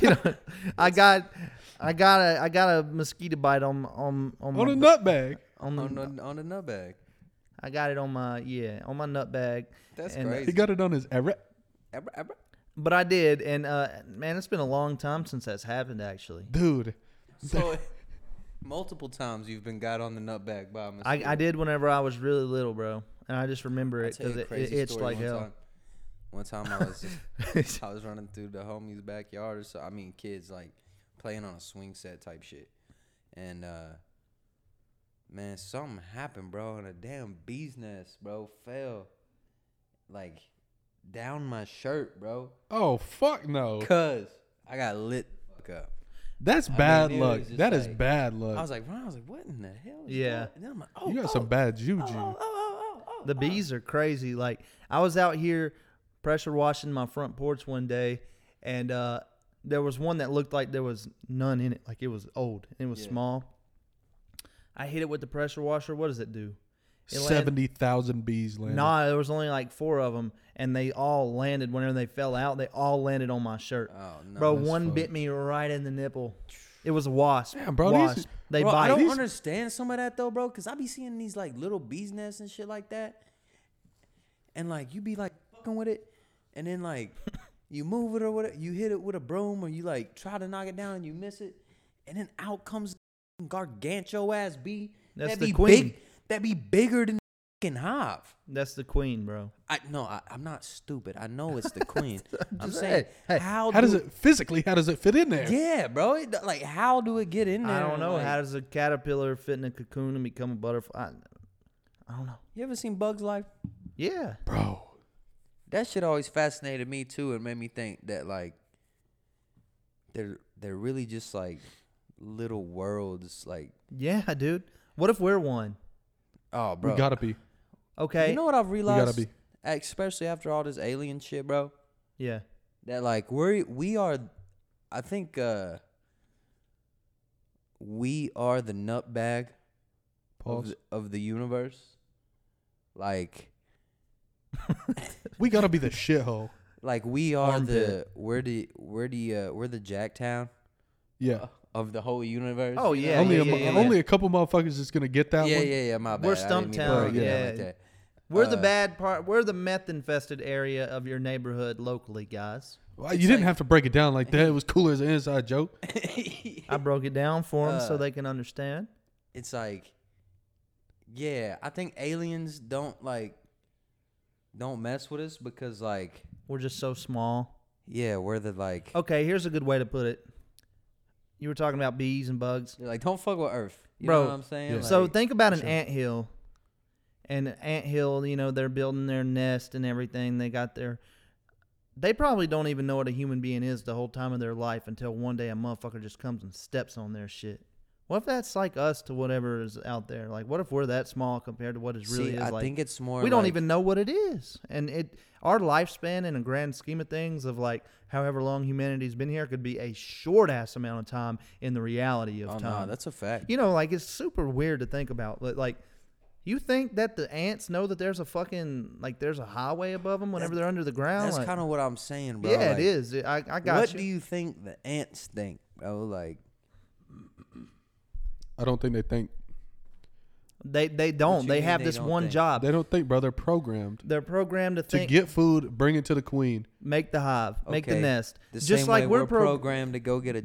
you know, I got, I got a, I got a mosquito bite on on on,
on
my,
a nutbag.
on the-
on the on the nut bag.
I got it on my yeah on my nut bag.
That's
And-
crazy.
He got it on his erect.
Abra-
*laughs*
abra-
But I did, and uh, man, it's been a long time since that's happened. Actually,
Dude,
So multiple times you've been got on the nut bag by a mosquito.
I, I did whenever I was really little, bro, and I just remember
I'll
it
tell you
because
a
it, it
crazy
itched
story
like
one
hell.
Time. One time I was
*laughs*
just, I was running through the homie's backyard or so I mean kids like playing on a swing set type shit. And uh man, something happened, bro, and a damn bee's nest, bro, fell like down my shirt, bro.
oh fuck no,
Cuz I got lit the fuck up.
that's
mean,
bad
it
luck.
was just
That is
like-
bad luck.
I was like, Ron, I was like, what in the hell? Is
Yeah.
Going? And then I'm like, oh,
you got
oh,
some bad juju.
oh, oh, oh, oh, oh,
The
oh.
bees are crazy. Like I was out here pressure washing my front porch one day, and uh, there was one that looked like there was none in it. Like it was old. It was
Yeah.
small. I hit it with the pressure washer. What does it do? It land-
Seventy thousand bees landed.
Nah, there was only like four of them, and they all landed. Whenever they fell out, they all landed on my shirt.
Oh no.
bro,
that's
one
fucked.
bit me right in the nipple. It was a wasp.
Damn, bro,
wasp.
these-
they
bro,
bite.
I don't
These-
understand some of that though, bro. Cause I be seeing these like little bees nests and shit like that, and like you be like fucking with it, and then
*laughs*
like you move it or whatever, you hit it with a broom or you like try to knock it down and you miss it, and then out comes the gargantuan ass bee.
That's
that
the
be
queen.
Big, that be bigger than the fucking hive.
That's the queen, bro.
I no, I, I'm not stupid. I know it's
*laughs*
the queen. I'm
just-
saying
hey, hey,
how,
How
do
does it physically? How does it fit in there?
Yeah, bro. It, like how do it get in there?
I don't know.
Like,
How does a caterpillar fit in a cocoon and become a butterfly? I, I don't know.
you ever seen Bugs Life?
Yeah.
Bro,
that shit always fascinated me too and made me think that like they're they're really just like little worlds like
Yeah, dude. What if we're one?
oh bro
we gotta be.
Okay.
you know what i've realized
be.
especially after all this alien shit bro
yeah.
that like we're we are i think uh we are the nutbag of
Pause.
the, of the universe like
We gotta be the shithole.
like we are the
Armpit.
we're the we're the uh we're the jacktown
Yeah.
of the whole universe
Oh,
you
yeah,
know?
only
yeah,
a,
yeah,
mo-
yeah.
only a couple motherfuckers is gonna get that
yeah,
one.
yeah, yeah. My bad.
We're
I didn't mean to
Stumptown,
break it down like
yeah.
that.
We're the
Uh,
bad part. We're the meth infested area of your neighborhood locally, *laughs* guys.
Well, you didn't
like-
have to break it down like that. It was cool as an inside joke.
I broke it down for them so
Uh,
they can understand.
It's like, yeah, I think aliens don't like, don't mess with us because like,
We're just so small.
yeah, we're the like,
Okay, here's a good way to put it. You were talking about bees and bugs.
they're like don't fuck with Earth. You
Bro,
know what I'm saying?
yeah.
Like,
so think about an
sure.
ant hill, and Ant Hill, you know, they're building their nest and everything. They got their. They probably don't even know what a human being is the whole time of their life until one day a motherfucker just comes and steps on their shit. What if that's like us to whatever is out there? Like, what if we're that small compared to what it really
See,
is?
I
like,
think it's more.
we don't
like-
even know what it is, and it our lifespan in a grand scheme of things of like however long humanity's been here could be a short ass amount of time in the reality of
Oh,
time.
no, that's a fact.
You know, like it's super weird to think about. But like, you think that the ants know that there's a fucking like there's a highway above them whenever they're under the ground.
that's
like,
kind of what I'm saying, bro.
yeah,
like,
it is. I, I got
what
you.
do you think the ants think, bro? Like,
I don't think they think
they they
you
don't. They
mean
have
they
this
don't
one
think?
job.
they don't think, bro. They're programmed
They're programmed to
to
think,
get food, bring it to the queen.
make the hive, make the
okay,
nest,
The
just
same
like
way
we're,
we're
pro-
programmed to go get a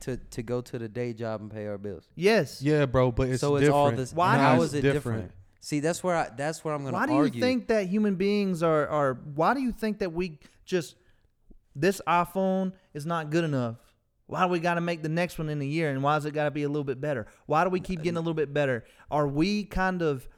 to to go to the day job and pay our bills.
Yes.
Yeah, bro, but it's
so it's
different.
all this.
Why
how
do
is it different? See, that's where I that's where I'm gonna
Why do
argue.
you think that human beings are are? Why do you think that we just this iPhone is not good enough? Why do we got to make the next one in a year? And why has it got to be a little bit better? Why do we keep getting a little bit better? Are we kind of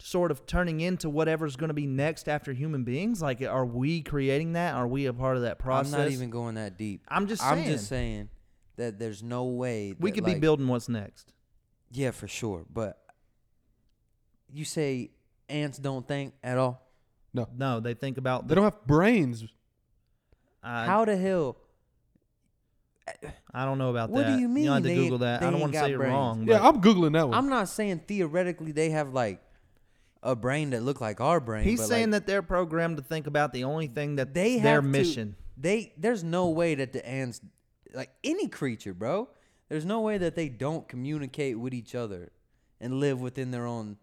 sort of turning into whatever's going to be next after human beings? Like, are we creating that? Are we a part of that process?
I'm not even going that deep.
I'm just
I'm
saying.
just saying that there's no way
we
that,
could be
like-
building what's next.
Yeah, for sure. But you say ants don't think at all.
No, they think about the,
They don't have brains.
I,
How the hell?
I don't know about
What
that.
do you
You'll
mean
have to
they
Google
ain't-
that.
they
I don't
ain't
want to
got
say you're
brains?
wrong. but-
Yeah, I'm googling that one.
I'm not saying theoretically they have like a brain that look like our brain.
He's
but, like,
saying that they're programmed to think about the only thing that
they have
their
to-
mission.
They there's no way that the ants like any creature, bro. There's no way that they don't communicate with each other and live within their own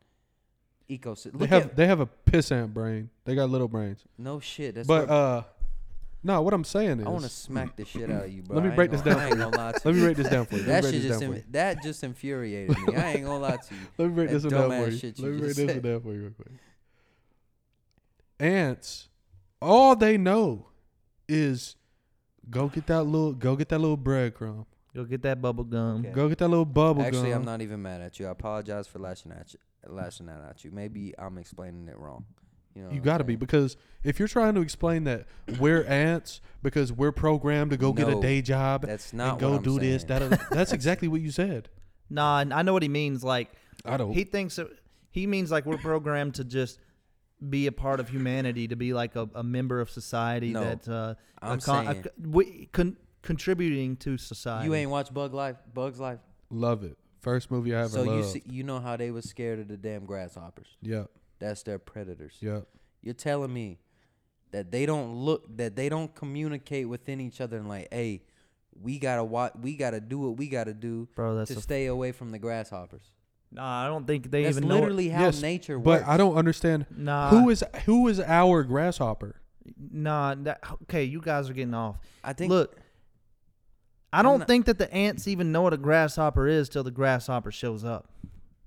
ecosystem.
they
Look
have
at,
they have a pissant brain. They got little brains.
no shit. That's
But
what,
uh, no, what I'm saying is,
I want to smack the shit out of you, bro.
Let me
I ain't
break this
gonna-
down
I
for
ain't
you.
gonna lie to
let me
you.
break this down
*laughs*
for you.
That shit
let me break this
just
down for
in,
you.
that just infuriated me. I ain't gonna lie
*laughs*
to you.
Let me break
that
this one down
dumbass
for you.
shit you
Let me break
just
this one
said.
down for you real quick. Ants, all they know is go get that little go get that little breadcrumb.
Go get that bubble gum.
Okay.
Go get that little bubble
Actually,
gum.
I'm not even mad at you. I apologize for lashing at you, lashing that at you. Maybe I'm explaining it wrong. You know,
You got to be because if you're trying to explain that we're ants because we're programmed to go get a
No,
day job
that's not
and go
what I'm
do this,
saying.
that that's exactly what you said.
Nah, and I know what he means. Like
*laughs* I don't.
he thinks that he means like we're programmed to just be a part of humanity, to be like a, a member of society
No,
that uh, a
I'm
con- a
saying-
co- we, con- contributing to society.
You ain't watch Bug Life, Bugs Life.
Love it. First movie I ever
So you
loved.
see, you know how they was scared of the damn grasshoppers.
yeah,
That's their predators.
yeah.
You're telling me that they don't look, that they don't communicate within each other and like, hey, we gotta watch, we gotta do what we gotta do
bro. That's
to
a,
stay away from the grasshoppers.
nah. I don't think they
That's
even
literally how
Yes,
nature
But
works.
I don't understand
Uh,
know. What, nah,
who is who is our grasshopper.
nah. That, okay, you guys are getting off.
I think
Look, I
I'm
don't
not-
think that the ants even know what a grasshopper is till the grasshopper shows up.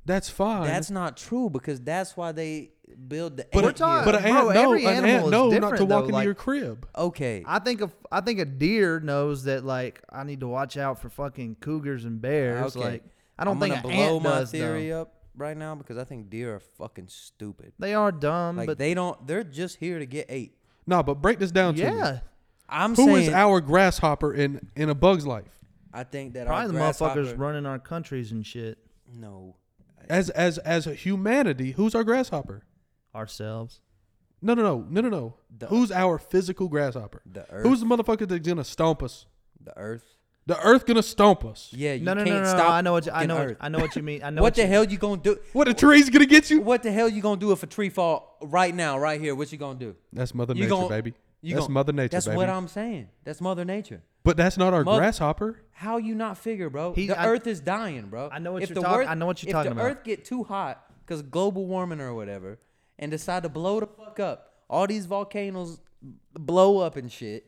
That's fine.
that's not true because that's why they build the.
but
We're
ant
talking-
hill.
but an
bro,
ant no,
every
an
animal
ant
is
no, not
different,
to walk
though,
into
like-
your crib.
okay,
I think a, I think a deer knows that like I need to watch out for fucking cougers and bears.
Okay.
Like I don't
I'm
think
gonna
an
blow
ant
my
does, though.
theory up right now because I think deer are fucking stupid.
They are dumb,
Like
Um, but
they don't. They're just here to get ate.
No, but break this down to me.
yeah,
I'm
Who
saying
is our grasshopper in in a bug's life?
I think that
probably the
our
motherfuckers
grasshopper-
running our countries and shit
No,
As as as a humanity, who's our grasshopper?
ourselves.
No, no, no, no, no, no.
The-
Who's our physical grasshopper?
the earth.
Who's the motherfucker that's gonna stomp us?
the earth?
The earth gonna stomp us.
Yeah, you
no, no,
can't
no, no, no,
stop.
I know what you, I
fucking
know. What,
Earth.
I know what
*laughs*
you mean. I know
What the
you-
hell you gonna do?
What a tree's gonna get you?
What the hell you gonna do if a tree fall right now, right here? What you gonna do?
That's Mother
You
Nature,
gon-
baby.
You
that's
gonna-
Mother Nature,
That's
baby.
what I'm saying. That's Mother Nature.
but that's not our
Moth-
grasshopper.
How you not figure, bro?
He-
the
I-
Earth is dying, bro.
I know what
If
you're
the
talk- I know what you're
if
talking
the
about.
Earth get too hot because global warming or whatever, and decide to blow the fuck up, all these volcanoes blow up and shit.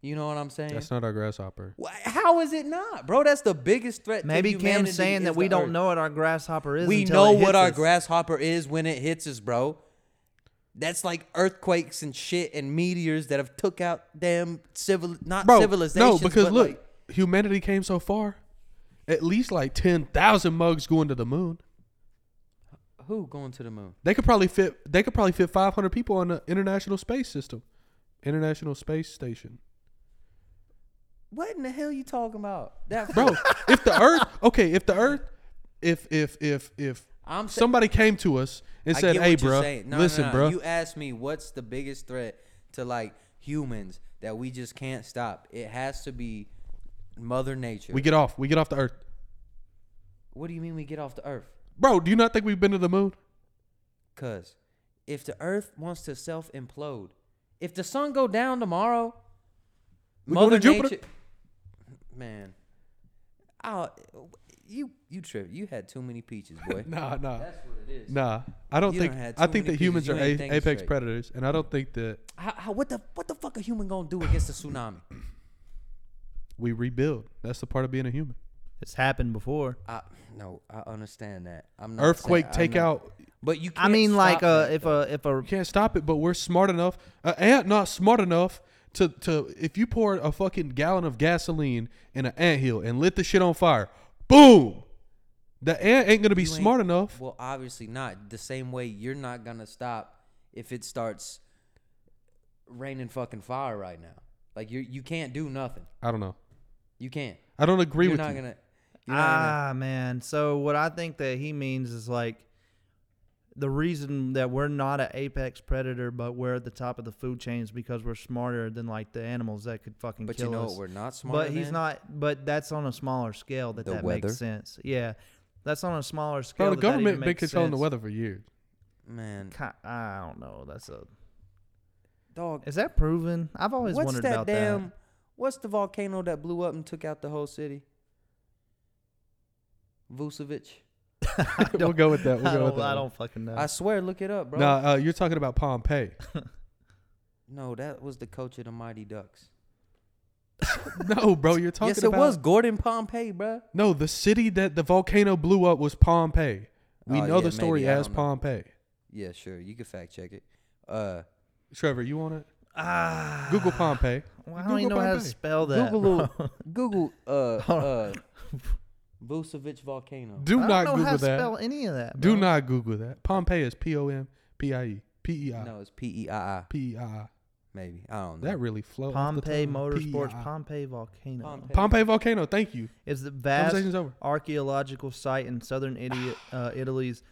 You know what I'm saying?
That's not our grasshopper.
Wh- How is it not, bro? That's the biggest threat.
Maybe
to
Cam's
humanity
saying
is
that
the
we don't
Earth.
know what our grasshopper is.
We
until
know
it
what
hits
our
us.
grasshopper is when it hits us, bro. That's like earthquakes and shit and meteors that have took out damn civil not
Bro, no,
civilizations.
because
but
look,
like-
humanity came so far. At least like ten thousand mugs going to the moon.
Who going to the moon?
They could probably fit. They could probably fit 500 people on the International Space System, International Space Station.
What in the hell you talking about? That
Bro, if the Earth, okay, if the Earth, if if if if
*laughs* I'm sa-
somebody came to us and
I
said,
get
"Hey,
what you're
bro,
saying. No, no,
listen,
no.
bro,
You asked me what's the biggest threat to like humans that we just can't stop. It has to be Mother Nature.
we get off, we get off the Earth,
what do you mean we get off the Earth?
bro. Do you not think we've been to the moon?
Cause if the Earth wants to self implode, if the sun go down tomorrow,
We go to
Mother
Jupiter.
Nature, man, I you you trip. You had too many peaches,
*laughs*
boy.
Nah, nah,
That's what it is.
nah. I don't
You
think.
done had
I
too
think
many
that humans
pieces. You
are
ain't
a-
thinking
apex
straight.
predators, and I don't think that
How, how, what the what the fuck a human gonna do against a tsunami?
we rebuild. That's the part of being a human.
It's happened before.
I, no, I understand that. I'm not saying-
Earthquake,
I'm
take
not-
out.
But you. Can't
I mean, like
stop
uh,
that,
if
though.
a if a
You can't stop it, but we're smart enough. An ant not smart enough to to if you pour a fucking gallon of gasoline in an ant hill and lit the shit on fire, boom. The ant ain't gonna be
You ain't-
smart enough.
Well, obviously not. The same way you're not gonna stop if it starts raining fucking fire right now. Like you, you can't do nothing.
I don't know.
You can't.
I don't agree
you're
with
not
you.
gonna. You're not gonna.
ah man. So what I think that he means is like the reason that we're not an apex predator, but we're at the top of the food chains because we're smarter than like the animals that could fucking
But
kill
you know
us.
what? We're not smart.
but he's not. But that's on a smaller scale. That
The
that
weather?
makes sense. Yeah, that's on a smaller scale.
Bro, the
that that even
government been
makes
controlling the
sense.
weather
*laughs*
for years.
Man,
Ki- I don't know. That's a.
dog.
Is that proven? I've always
What's
wondered
that
about
damn?
that.
What's the volcano that blew up and took out the whole city? Vucevic.
*laughs* I
*laughs* We'll
don't-
go with that. We'll
I
go with
don't-
that
I
one.
don't fucking know.
I swear, look it up, bro.
Nah, uh, you're talking
*laughs*
about Pompeii.
No, that was the coach of the Mighty Ducks.
no, bro, you're talking
yes, it
about
was Gordon Pompey, bro.
No, the city that the volcano blew up was Pompeii. We
Oh,
know
yeah,
the story
maybe, I
as
don't know.
Pompeii.
Yeah, sure. You can fact check it. Uh,
Trevor, you
*sighs*
want it?
Ah,
Google Pompeii.
Well, I don't even know
Google
how to
Pompeii.
spell that. *laughs*
Google
bro.
Google uh
Hold *laughs*
uh Vucevic volcano.
Do
I don't
not
know
Google
how to
that.
spell any of that.
Do
bro.
not Google that. Pompeii is P O M P I E. P E I.
No, it's P E I I.
P E I I.
Maybe I don't know.
That really flows.
Pompeii Motorsports, Pompeii Volcano.
Pompeii.
E Pompeii volcano. Thank you.
It's the vast
Conversation's over.
archaeological site in southern Italy, uh, Italy's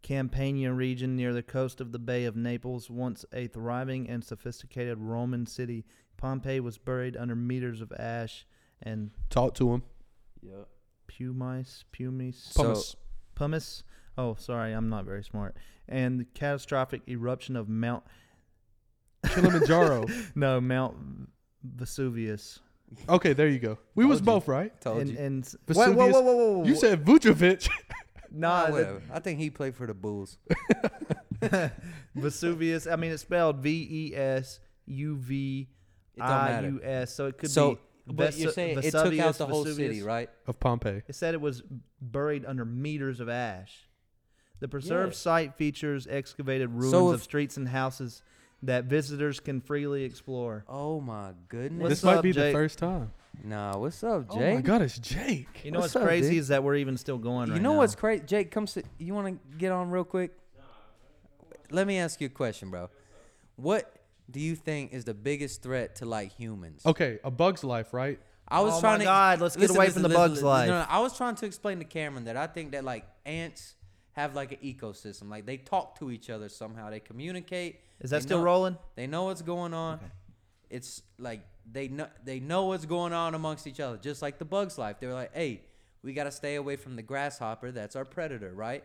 Campania region near the coast of the Bay of Naples, once a thriving and sophisticated Roman city. Pompeii was buried under meters of ash and
Talk to him.
Yup.
pumice, pumice,
So-
Pumice.
pumice. Oh, sorry, I'm not very smart. And the catastrophic eruption of Mount *laughs*
Kilimanjaro.
no Mount Vesuvius.
okay, there you go. We
Told
was
you.
both right.
Told
and,
you.
and s-
Vesuvius-
whoa, whoa.
You said Vujovic.
Ah,
nah, that-
whatever. I think he played for the Bulls.
Vesuvius. I mean, it's spelled V E S U V
It don't
I
matter.
U S. So it Ah, could
so,
be.
but
Vesu-
you're saying it took out
Vesuvius,
the whole city,
Vesuvius.
right?
of Pompeii.
It said it was buried under meters of ash. The preserved
Yeah.
site features excavated ruins
if-
of streets and houses that visitors can freely explore.
Oh my goodness.
What's
this might
up,
be the
Jake?
first time.
nah, what's up, Jake?
Oh my god, it's Jake.
You know
What's
what's,
up,
crazy
dude?
is that we're even still going
You
right
know
now.
what's crazy? Jake, come sit. You want to get on real quick? Let me ask you a question, bro. What do you think is the biggest threat to like humans?
Okay, a bug's life, right?
I was
Oh my
trying to
God, let's get away from the bug's life.
No, no, I was trying to explain to Cameron that I think that like ants have like an ecosystem. Like they talk to each other somehow. They communicate.
Is that
They
still
know-
rolling?
They know what's going on. It's like they know they know what's going on amongst each other, just like the bugs' life. They're like, "Hey, we gotta stay away from the grasshopper. That's our predator, right?"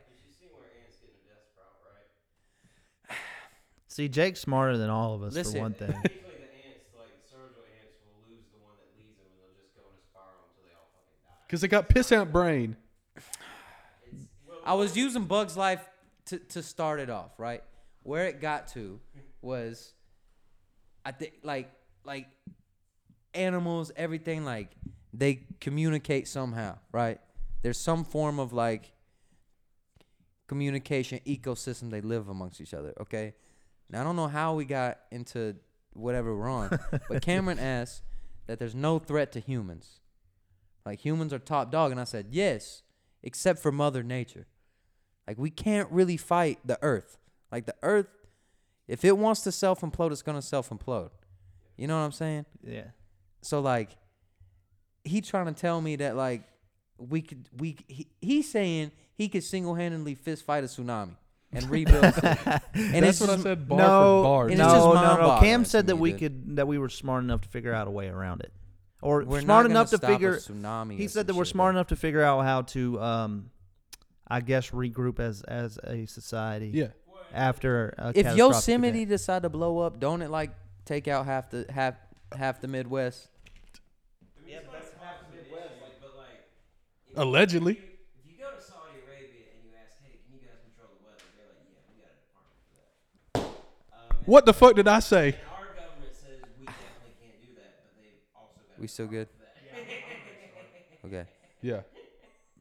See, Jake's smarter than all of us
Listen.
for
*laughs*
one thing.
Usually the ants, like surgical ants, will lose the one that leads them, and they'll just go in a spiral until they all fucking die.
Because it got piss ant brain.
I was using Bugs Life to, to start it off, right? Where it got to was, I think like like animals, everything like they communicate somehow, right? There's some form of like communication ecosystem they live amongst each other. Okay, now I don't know how we got into whatever we're on, but Cameron asked that there's no threat to humans. Like humans are top dog, and I said yes, except for Mother Nature. Like we can't really fight the earth. Like the earth if it wants to self implode, it's gonna self implode. You know what I'm saying?
Yeah.
So like, he trying to tell me that like we could we he, he's saying he could single handedly fist fight a tsunami and rebuild.
*laughs*
and
That's what I said. Bar
no,
for bar.
and
no,
it's just
no,
mind
no,
boggling
Cam
to
said that
me
we
that-
could that we were smart enough to figure out a way around it, or
We're
smart
not gonna
enough to
stop a
figure.
tsunami.
He
or
said
some
that we're
shit,
smart
but-
enough to figure out how to, um, I guess, regroup as as a society.
Yeah.
After a
If
catastrophic
Yosemite
event.
decide to blow up, don't it like take out half the half half the Midwest?
Yeah, but that's half the Midwest. Like, but like, if you-
Allegedly.
if you- if you go to Saudi Arabia and you ask, hey, can you guys control the weather? They're like, yeah, we got a department for that. Um, and-
What the fuck did I say?
And our government says we definitely can't do that, but they also got.
We still good? Okay.
Yeah.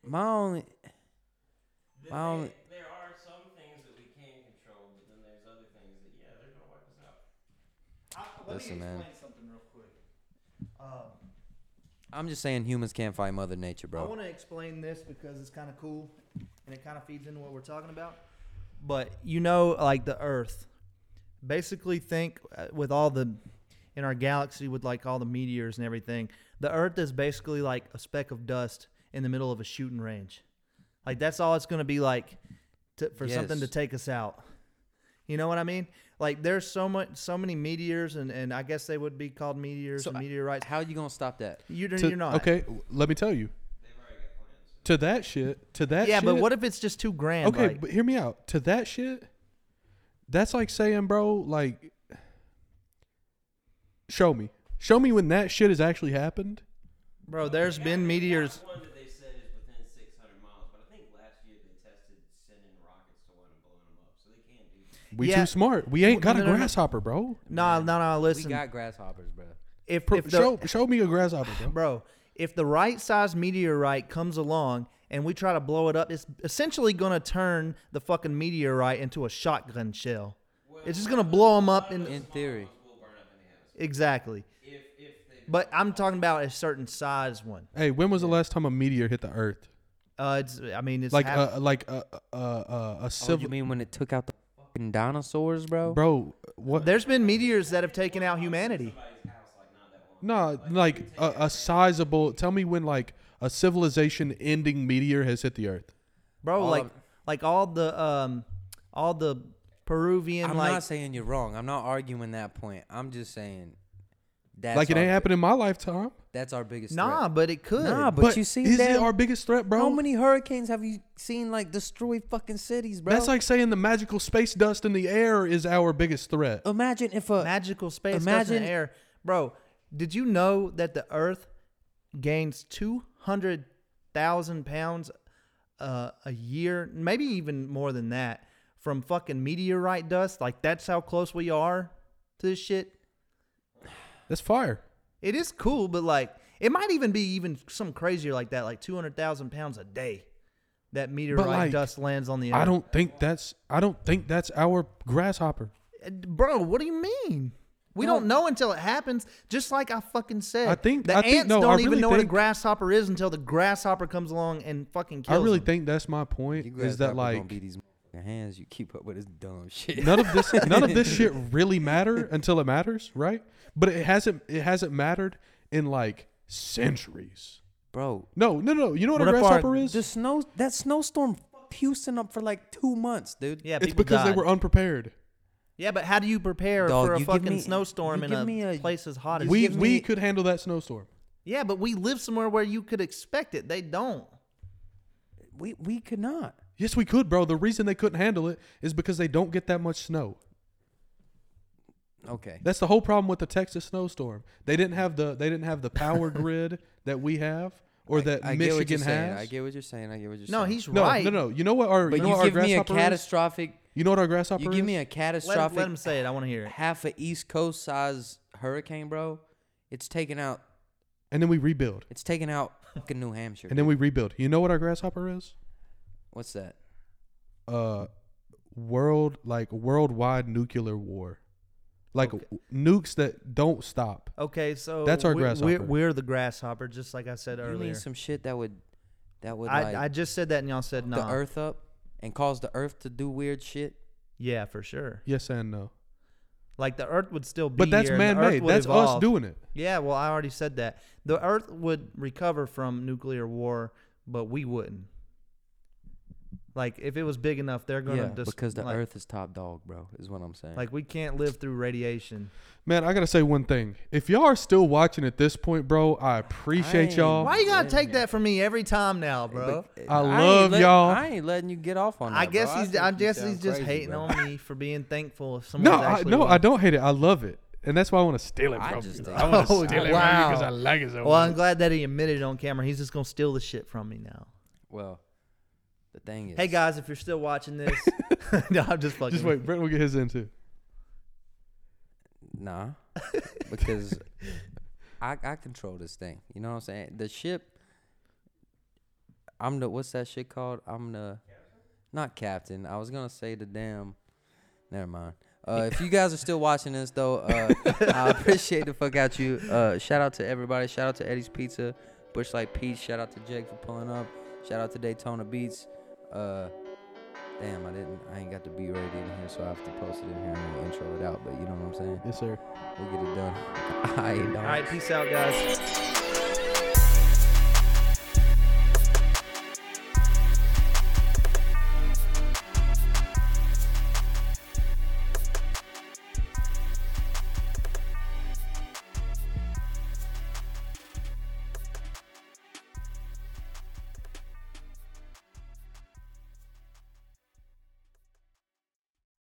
My only
Th-
My only-
there- there are some things that we can control, but then there's other things that yeah, they're gonna wipe us out.
listen, man.
something real quick. Um,
I'm just saying humans can't fight Mother Nature,
I
Oh.
bro.
want to explain this because it's kind of cool and it kind of feeds into what we're talking about. But you know, like the Earth, basically think uh, with all the in our galaxy with like all the meteors and everything, the Earth is basically like a speck of dust in the middle of a shooting range. Like that's all it's going to be like to, for something to
Yes.
take us out. You know what I mean? Like there's so much, so many meteors, and, and I guess they would be called meteors
So
and
I-
meteorites.
How you gonna stop that?
You're,
To-
you're not
Okay, w- let me tell you.
They've already got plans.
To that shit. To that.
yeah,
shit,
but what if it's just too grand?
Okay,
like-
but hear me out. To that shit, that's like saying, bro, like, show me, show me when that shit has actually happened.
Bro, there's
They got-
been
they got
meteors.
One that they said is within 600 miles, but I think last year they tested sending rockets to one and blowing them up, so they can't do that.
We
Yeah.
too smart. We ain't
No,
got
no,
a
no, no.
grasshopper, bro.
No, no, no. Listen,
We got grasshoppers, bro.
if,
Pro-
if the
show, show me a grasshopper,
*sighs*
bro.
bro, if the right size meteorite comes along and we try to blow it up, it's essentially gonna turn the fucking meteorite into a shotgun shell. It's just gonna blow them up in
In theory.
We'll burn up in the atmosphere.
exactly.
If, if they
But I'm talking about a certain size one.
Hey, when was the last time a meteor hit the earth?
Uh, it's I mean it's
Like,
hap-
uh, like uh, uh, uh, a
Oh, you
civil,
mean when it took out the fucking dinosaurs, bro?
bro. What?
there's been meteors that have taken out humanity.
somebody's house like not that long.
No, like a, a sizable. Tell me when, like, a civilization-ending meteor has hit the earth.
Bro,
All
like
of-
like all the um all the Peruvian
I'm
like
not saying you're wrong. I'm not arguing that point. I'm just saying that's
like, it
our,
ain't happened in my lifetime.
That's our biggest
nah,
threat.
but it could.
Nah, but, you see
is it
damn-
our biggest threat, bro?
How many hurricanes have you seen like destroy fucking cities, bro?
That's like saying the magical space dust in the air is our biggest threat.
imagine if a
magical space dust in
imagine-
the air. Bro, did you know that the Earth gains 200,000 pounds uh, a year, maybe even more than that, from fucking meteorite dust? Like, that's how close we are to this shit.
That's fire.
It is cool, but like, it might even be even some crazier like that, like 200,000 pounds a day that meteorite
like,
dust lands on the Earth.
I don't think that's I don't think that's our grasshopper.
Uh, Bro, what do you mean? We don't know until it happens. Just like I fucking said.
I think-
the
I
ants
think- no, I
don't even
really
know what a
think-
grasshopper is until the grasshopper comes along and fucking
I
kills.
really
them.
think that's my point.
you
Is that
gonna
like
be these motherfucking hands you keep up with this dumb *laughs* shit.
none of this none
*laughs*
of this shit really matter until it matters, right? But it hasn't it hasn't mattered in like centuries.
Bro,
No, no, no. You know what,
What if
a
our-
grasshopper is?
the snow that snowstorm fucked Houston up for like two months, dude.
Yeah,
it's
people
because they
died.
were unprepared.
Yeah, but how do you prepare
Dog,
for a
you give
fucking
me-
snowstorm
you
in
give
a,
me a-
place as hot as
you
We
give
we
me-
could handle that snowstorm.
Yeah, but we live somewhere where you could expect it. They don't.
We we could not.
Yes, we could, bro. The reason they couldn't handle it is because they don't get that much snow.
Okay.
That's the whole problem with the Texas snowstorm. They didn't have the they didn't have
*laughs*
the power grid that we have or that
I get what you're
Michigan
saying.
has.
I get what you're saying. I get what you're
No,
saying.
he's
no,
right.
no, no. You know what our
But
you
you,
know what our
give me a
grasshopper is?
catastrophic.
You know what our grasshopper
You give me
is?
a
Let, him-
catastrophic.
let him say it. I want to hear it.
half a East Coast size hurricane, bro. It's taking out.
and then we rebuild.
It's taking out fucking New Hampshire.
And then we rebuild. You know what our grasshopper is?
What's that?
Uh world like worldwide nuclear war. Like
Okay.
nukes that don't stop.
Okay, so
That's our
we- we're,
grasshopper.
We're, the grasshopper, just like I said
You
earlier.
mean some shit that would, that would
I,
like
I just said that and y'all said no.
the Earth up? and cause the earth to do weird shit?
Yeah, for sure.
Yes and no.
Like the Earth would still be,
But that's
here and the Earth
man-made.
would
That's us
evolve.
doing it.
Yeah, well, I already said that. The Earth would recover from nuclear war, but we wouldn't. Like, if it was big enough, they're
yeah,
gonna just
because the
like,
earth is top dog, bro, is what I'm saying.
Like, we can't live through radiation.
Man, I gotta say one thing. If y'all are still watching at this point, bro, I appreciate
Dang.
y'all.
Why you gotta
Damn.
take that from me every time now, bro?
Look,
I
ain't
love
let-
y'all.
I ain't letting you get off on that.
I guess
bro.
he's.
think
I
you
guess he's
sound
just
crazy,
hating
bro.
on me for being thankful. If
No,
someone's
I,
actually
no, I
watching.
don't hate it. I love it, and that's why I want to steal it
I
from
just
you.
think-
I want to
*laughs* Oh,
steal it
wow.
from you because I like it so
Well, I'm
much.
glad that he admitted it on camera. He's just gonna steal the shit from me now.
Well, the thing is,
Hey guys, if you're still watching
*laughs*
this, *laughs* no, I'm just fucking.
Just wait, Brent will get his in too.
Nah, *laughs* because I I control this thing. You know what I'm saying? The ship. I'm the what's that shit called? I'm the not captain. I was gonna say the damn. Never mind. Uh, if you guys are still watching this though, uh, I appreciate the fuck out you. Uh, shout out to everybody. Shout out to Eddie's Pizza, Bush Like Peach. Shout out to Jake for pulling up. Shout out to Daytona Beats. Uh, damn, I didn't. I ain't got the B rated in here, so I have to post it in here and we'll intro it out. But you know what I'm saying?
Yes, sir.
We'll get it done. *laughs* All right, dog.
All right, peace out, guys.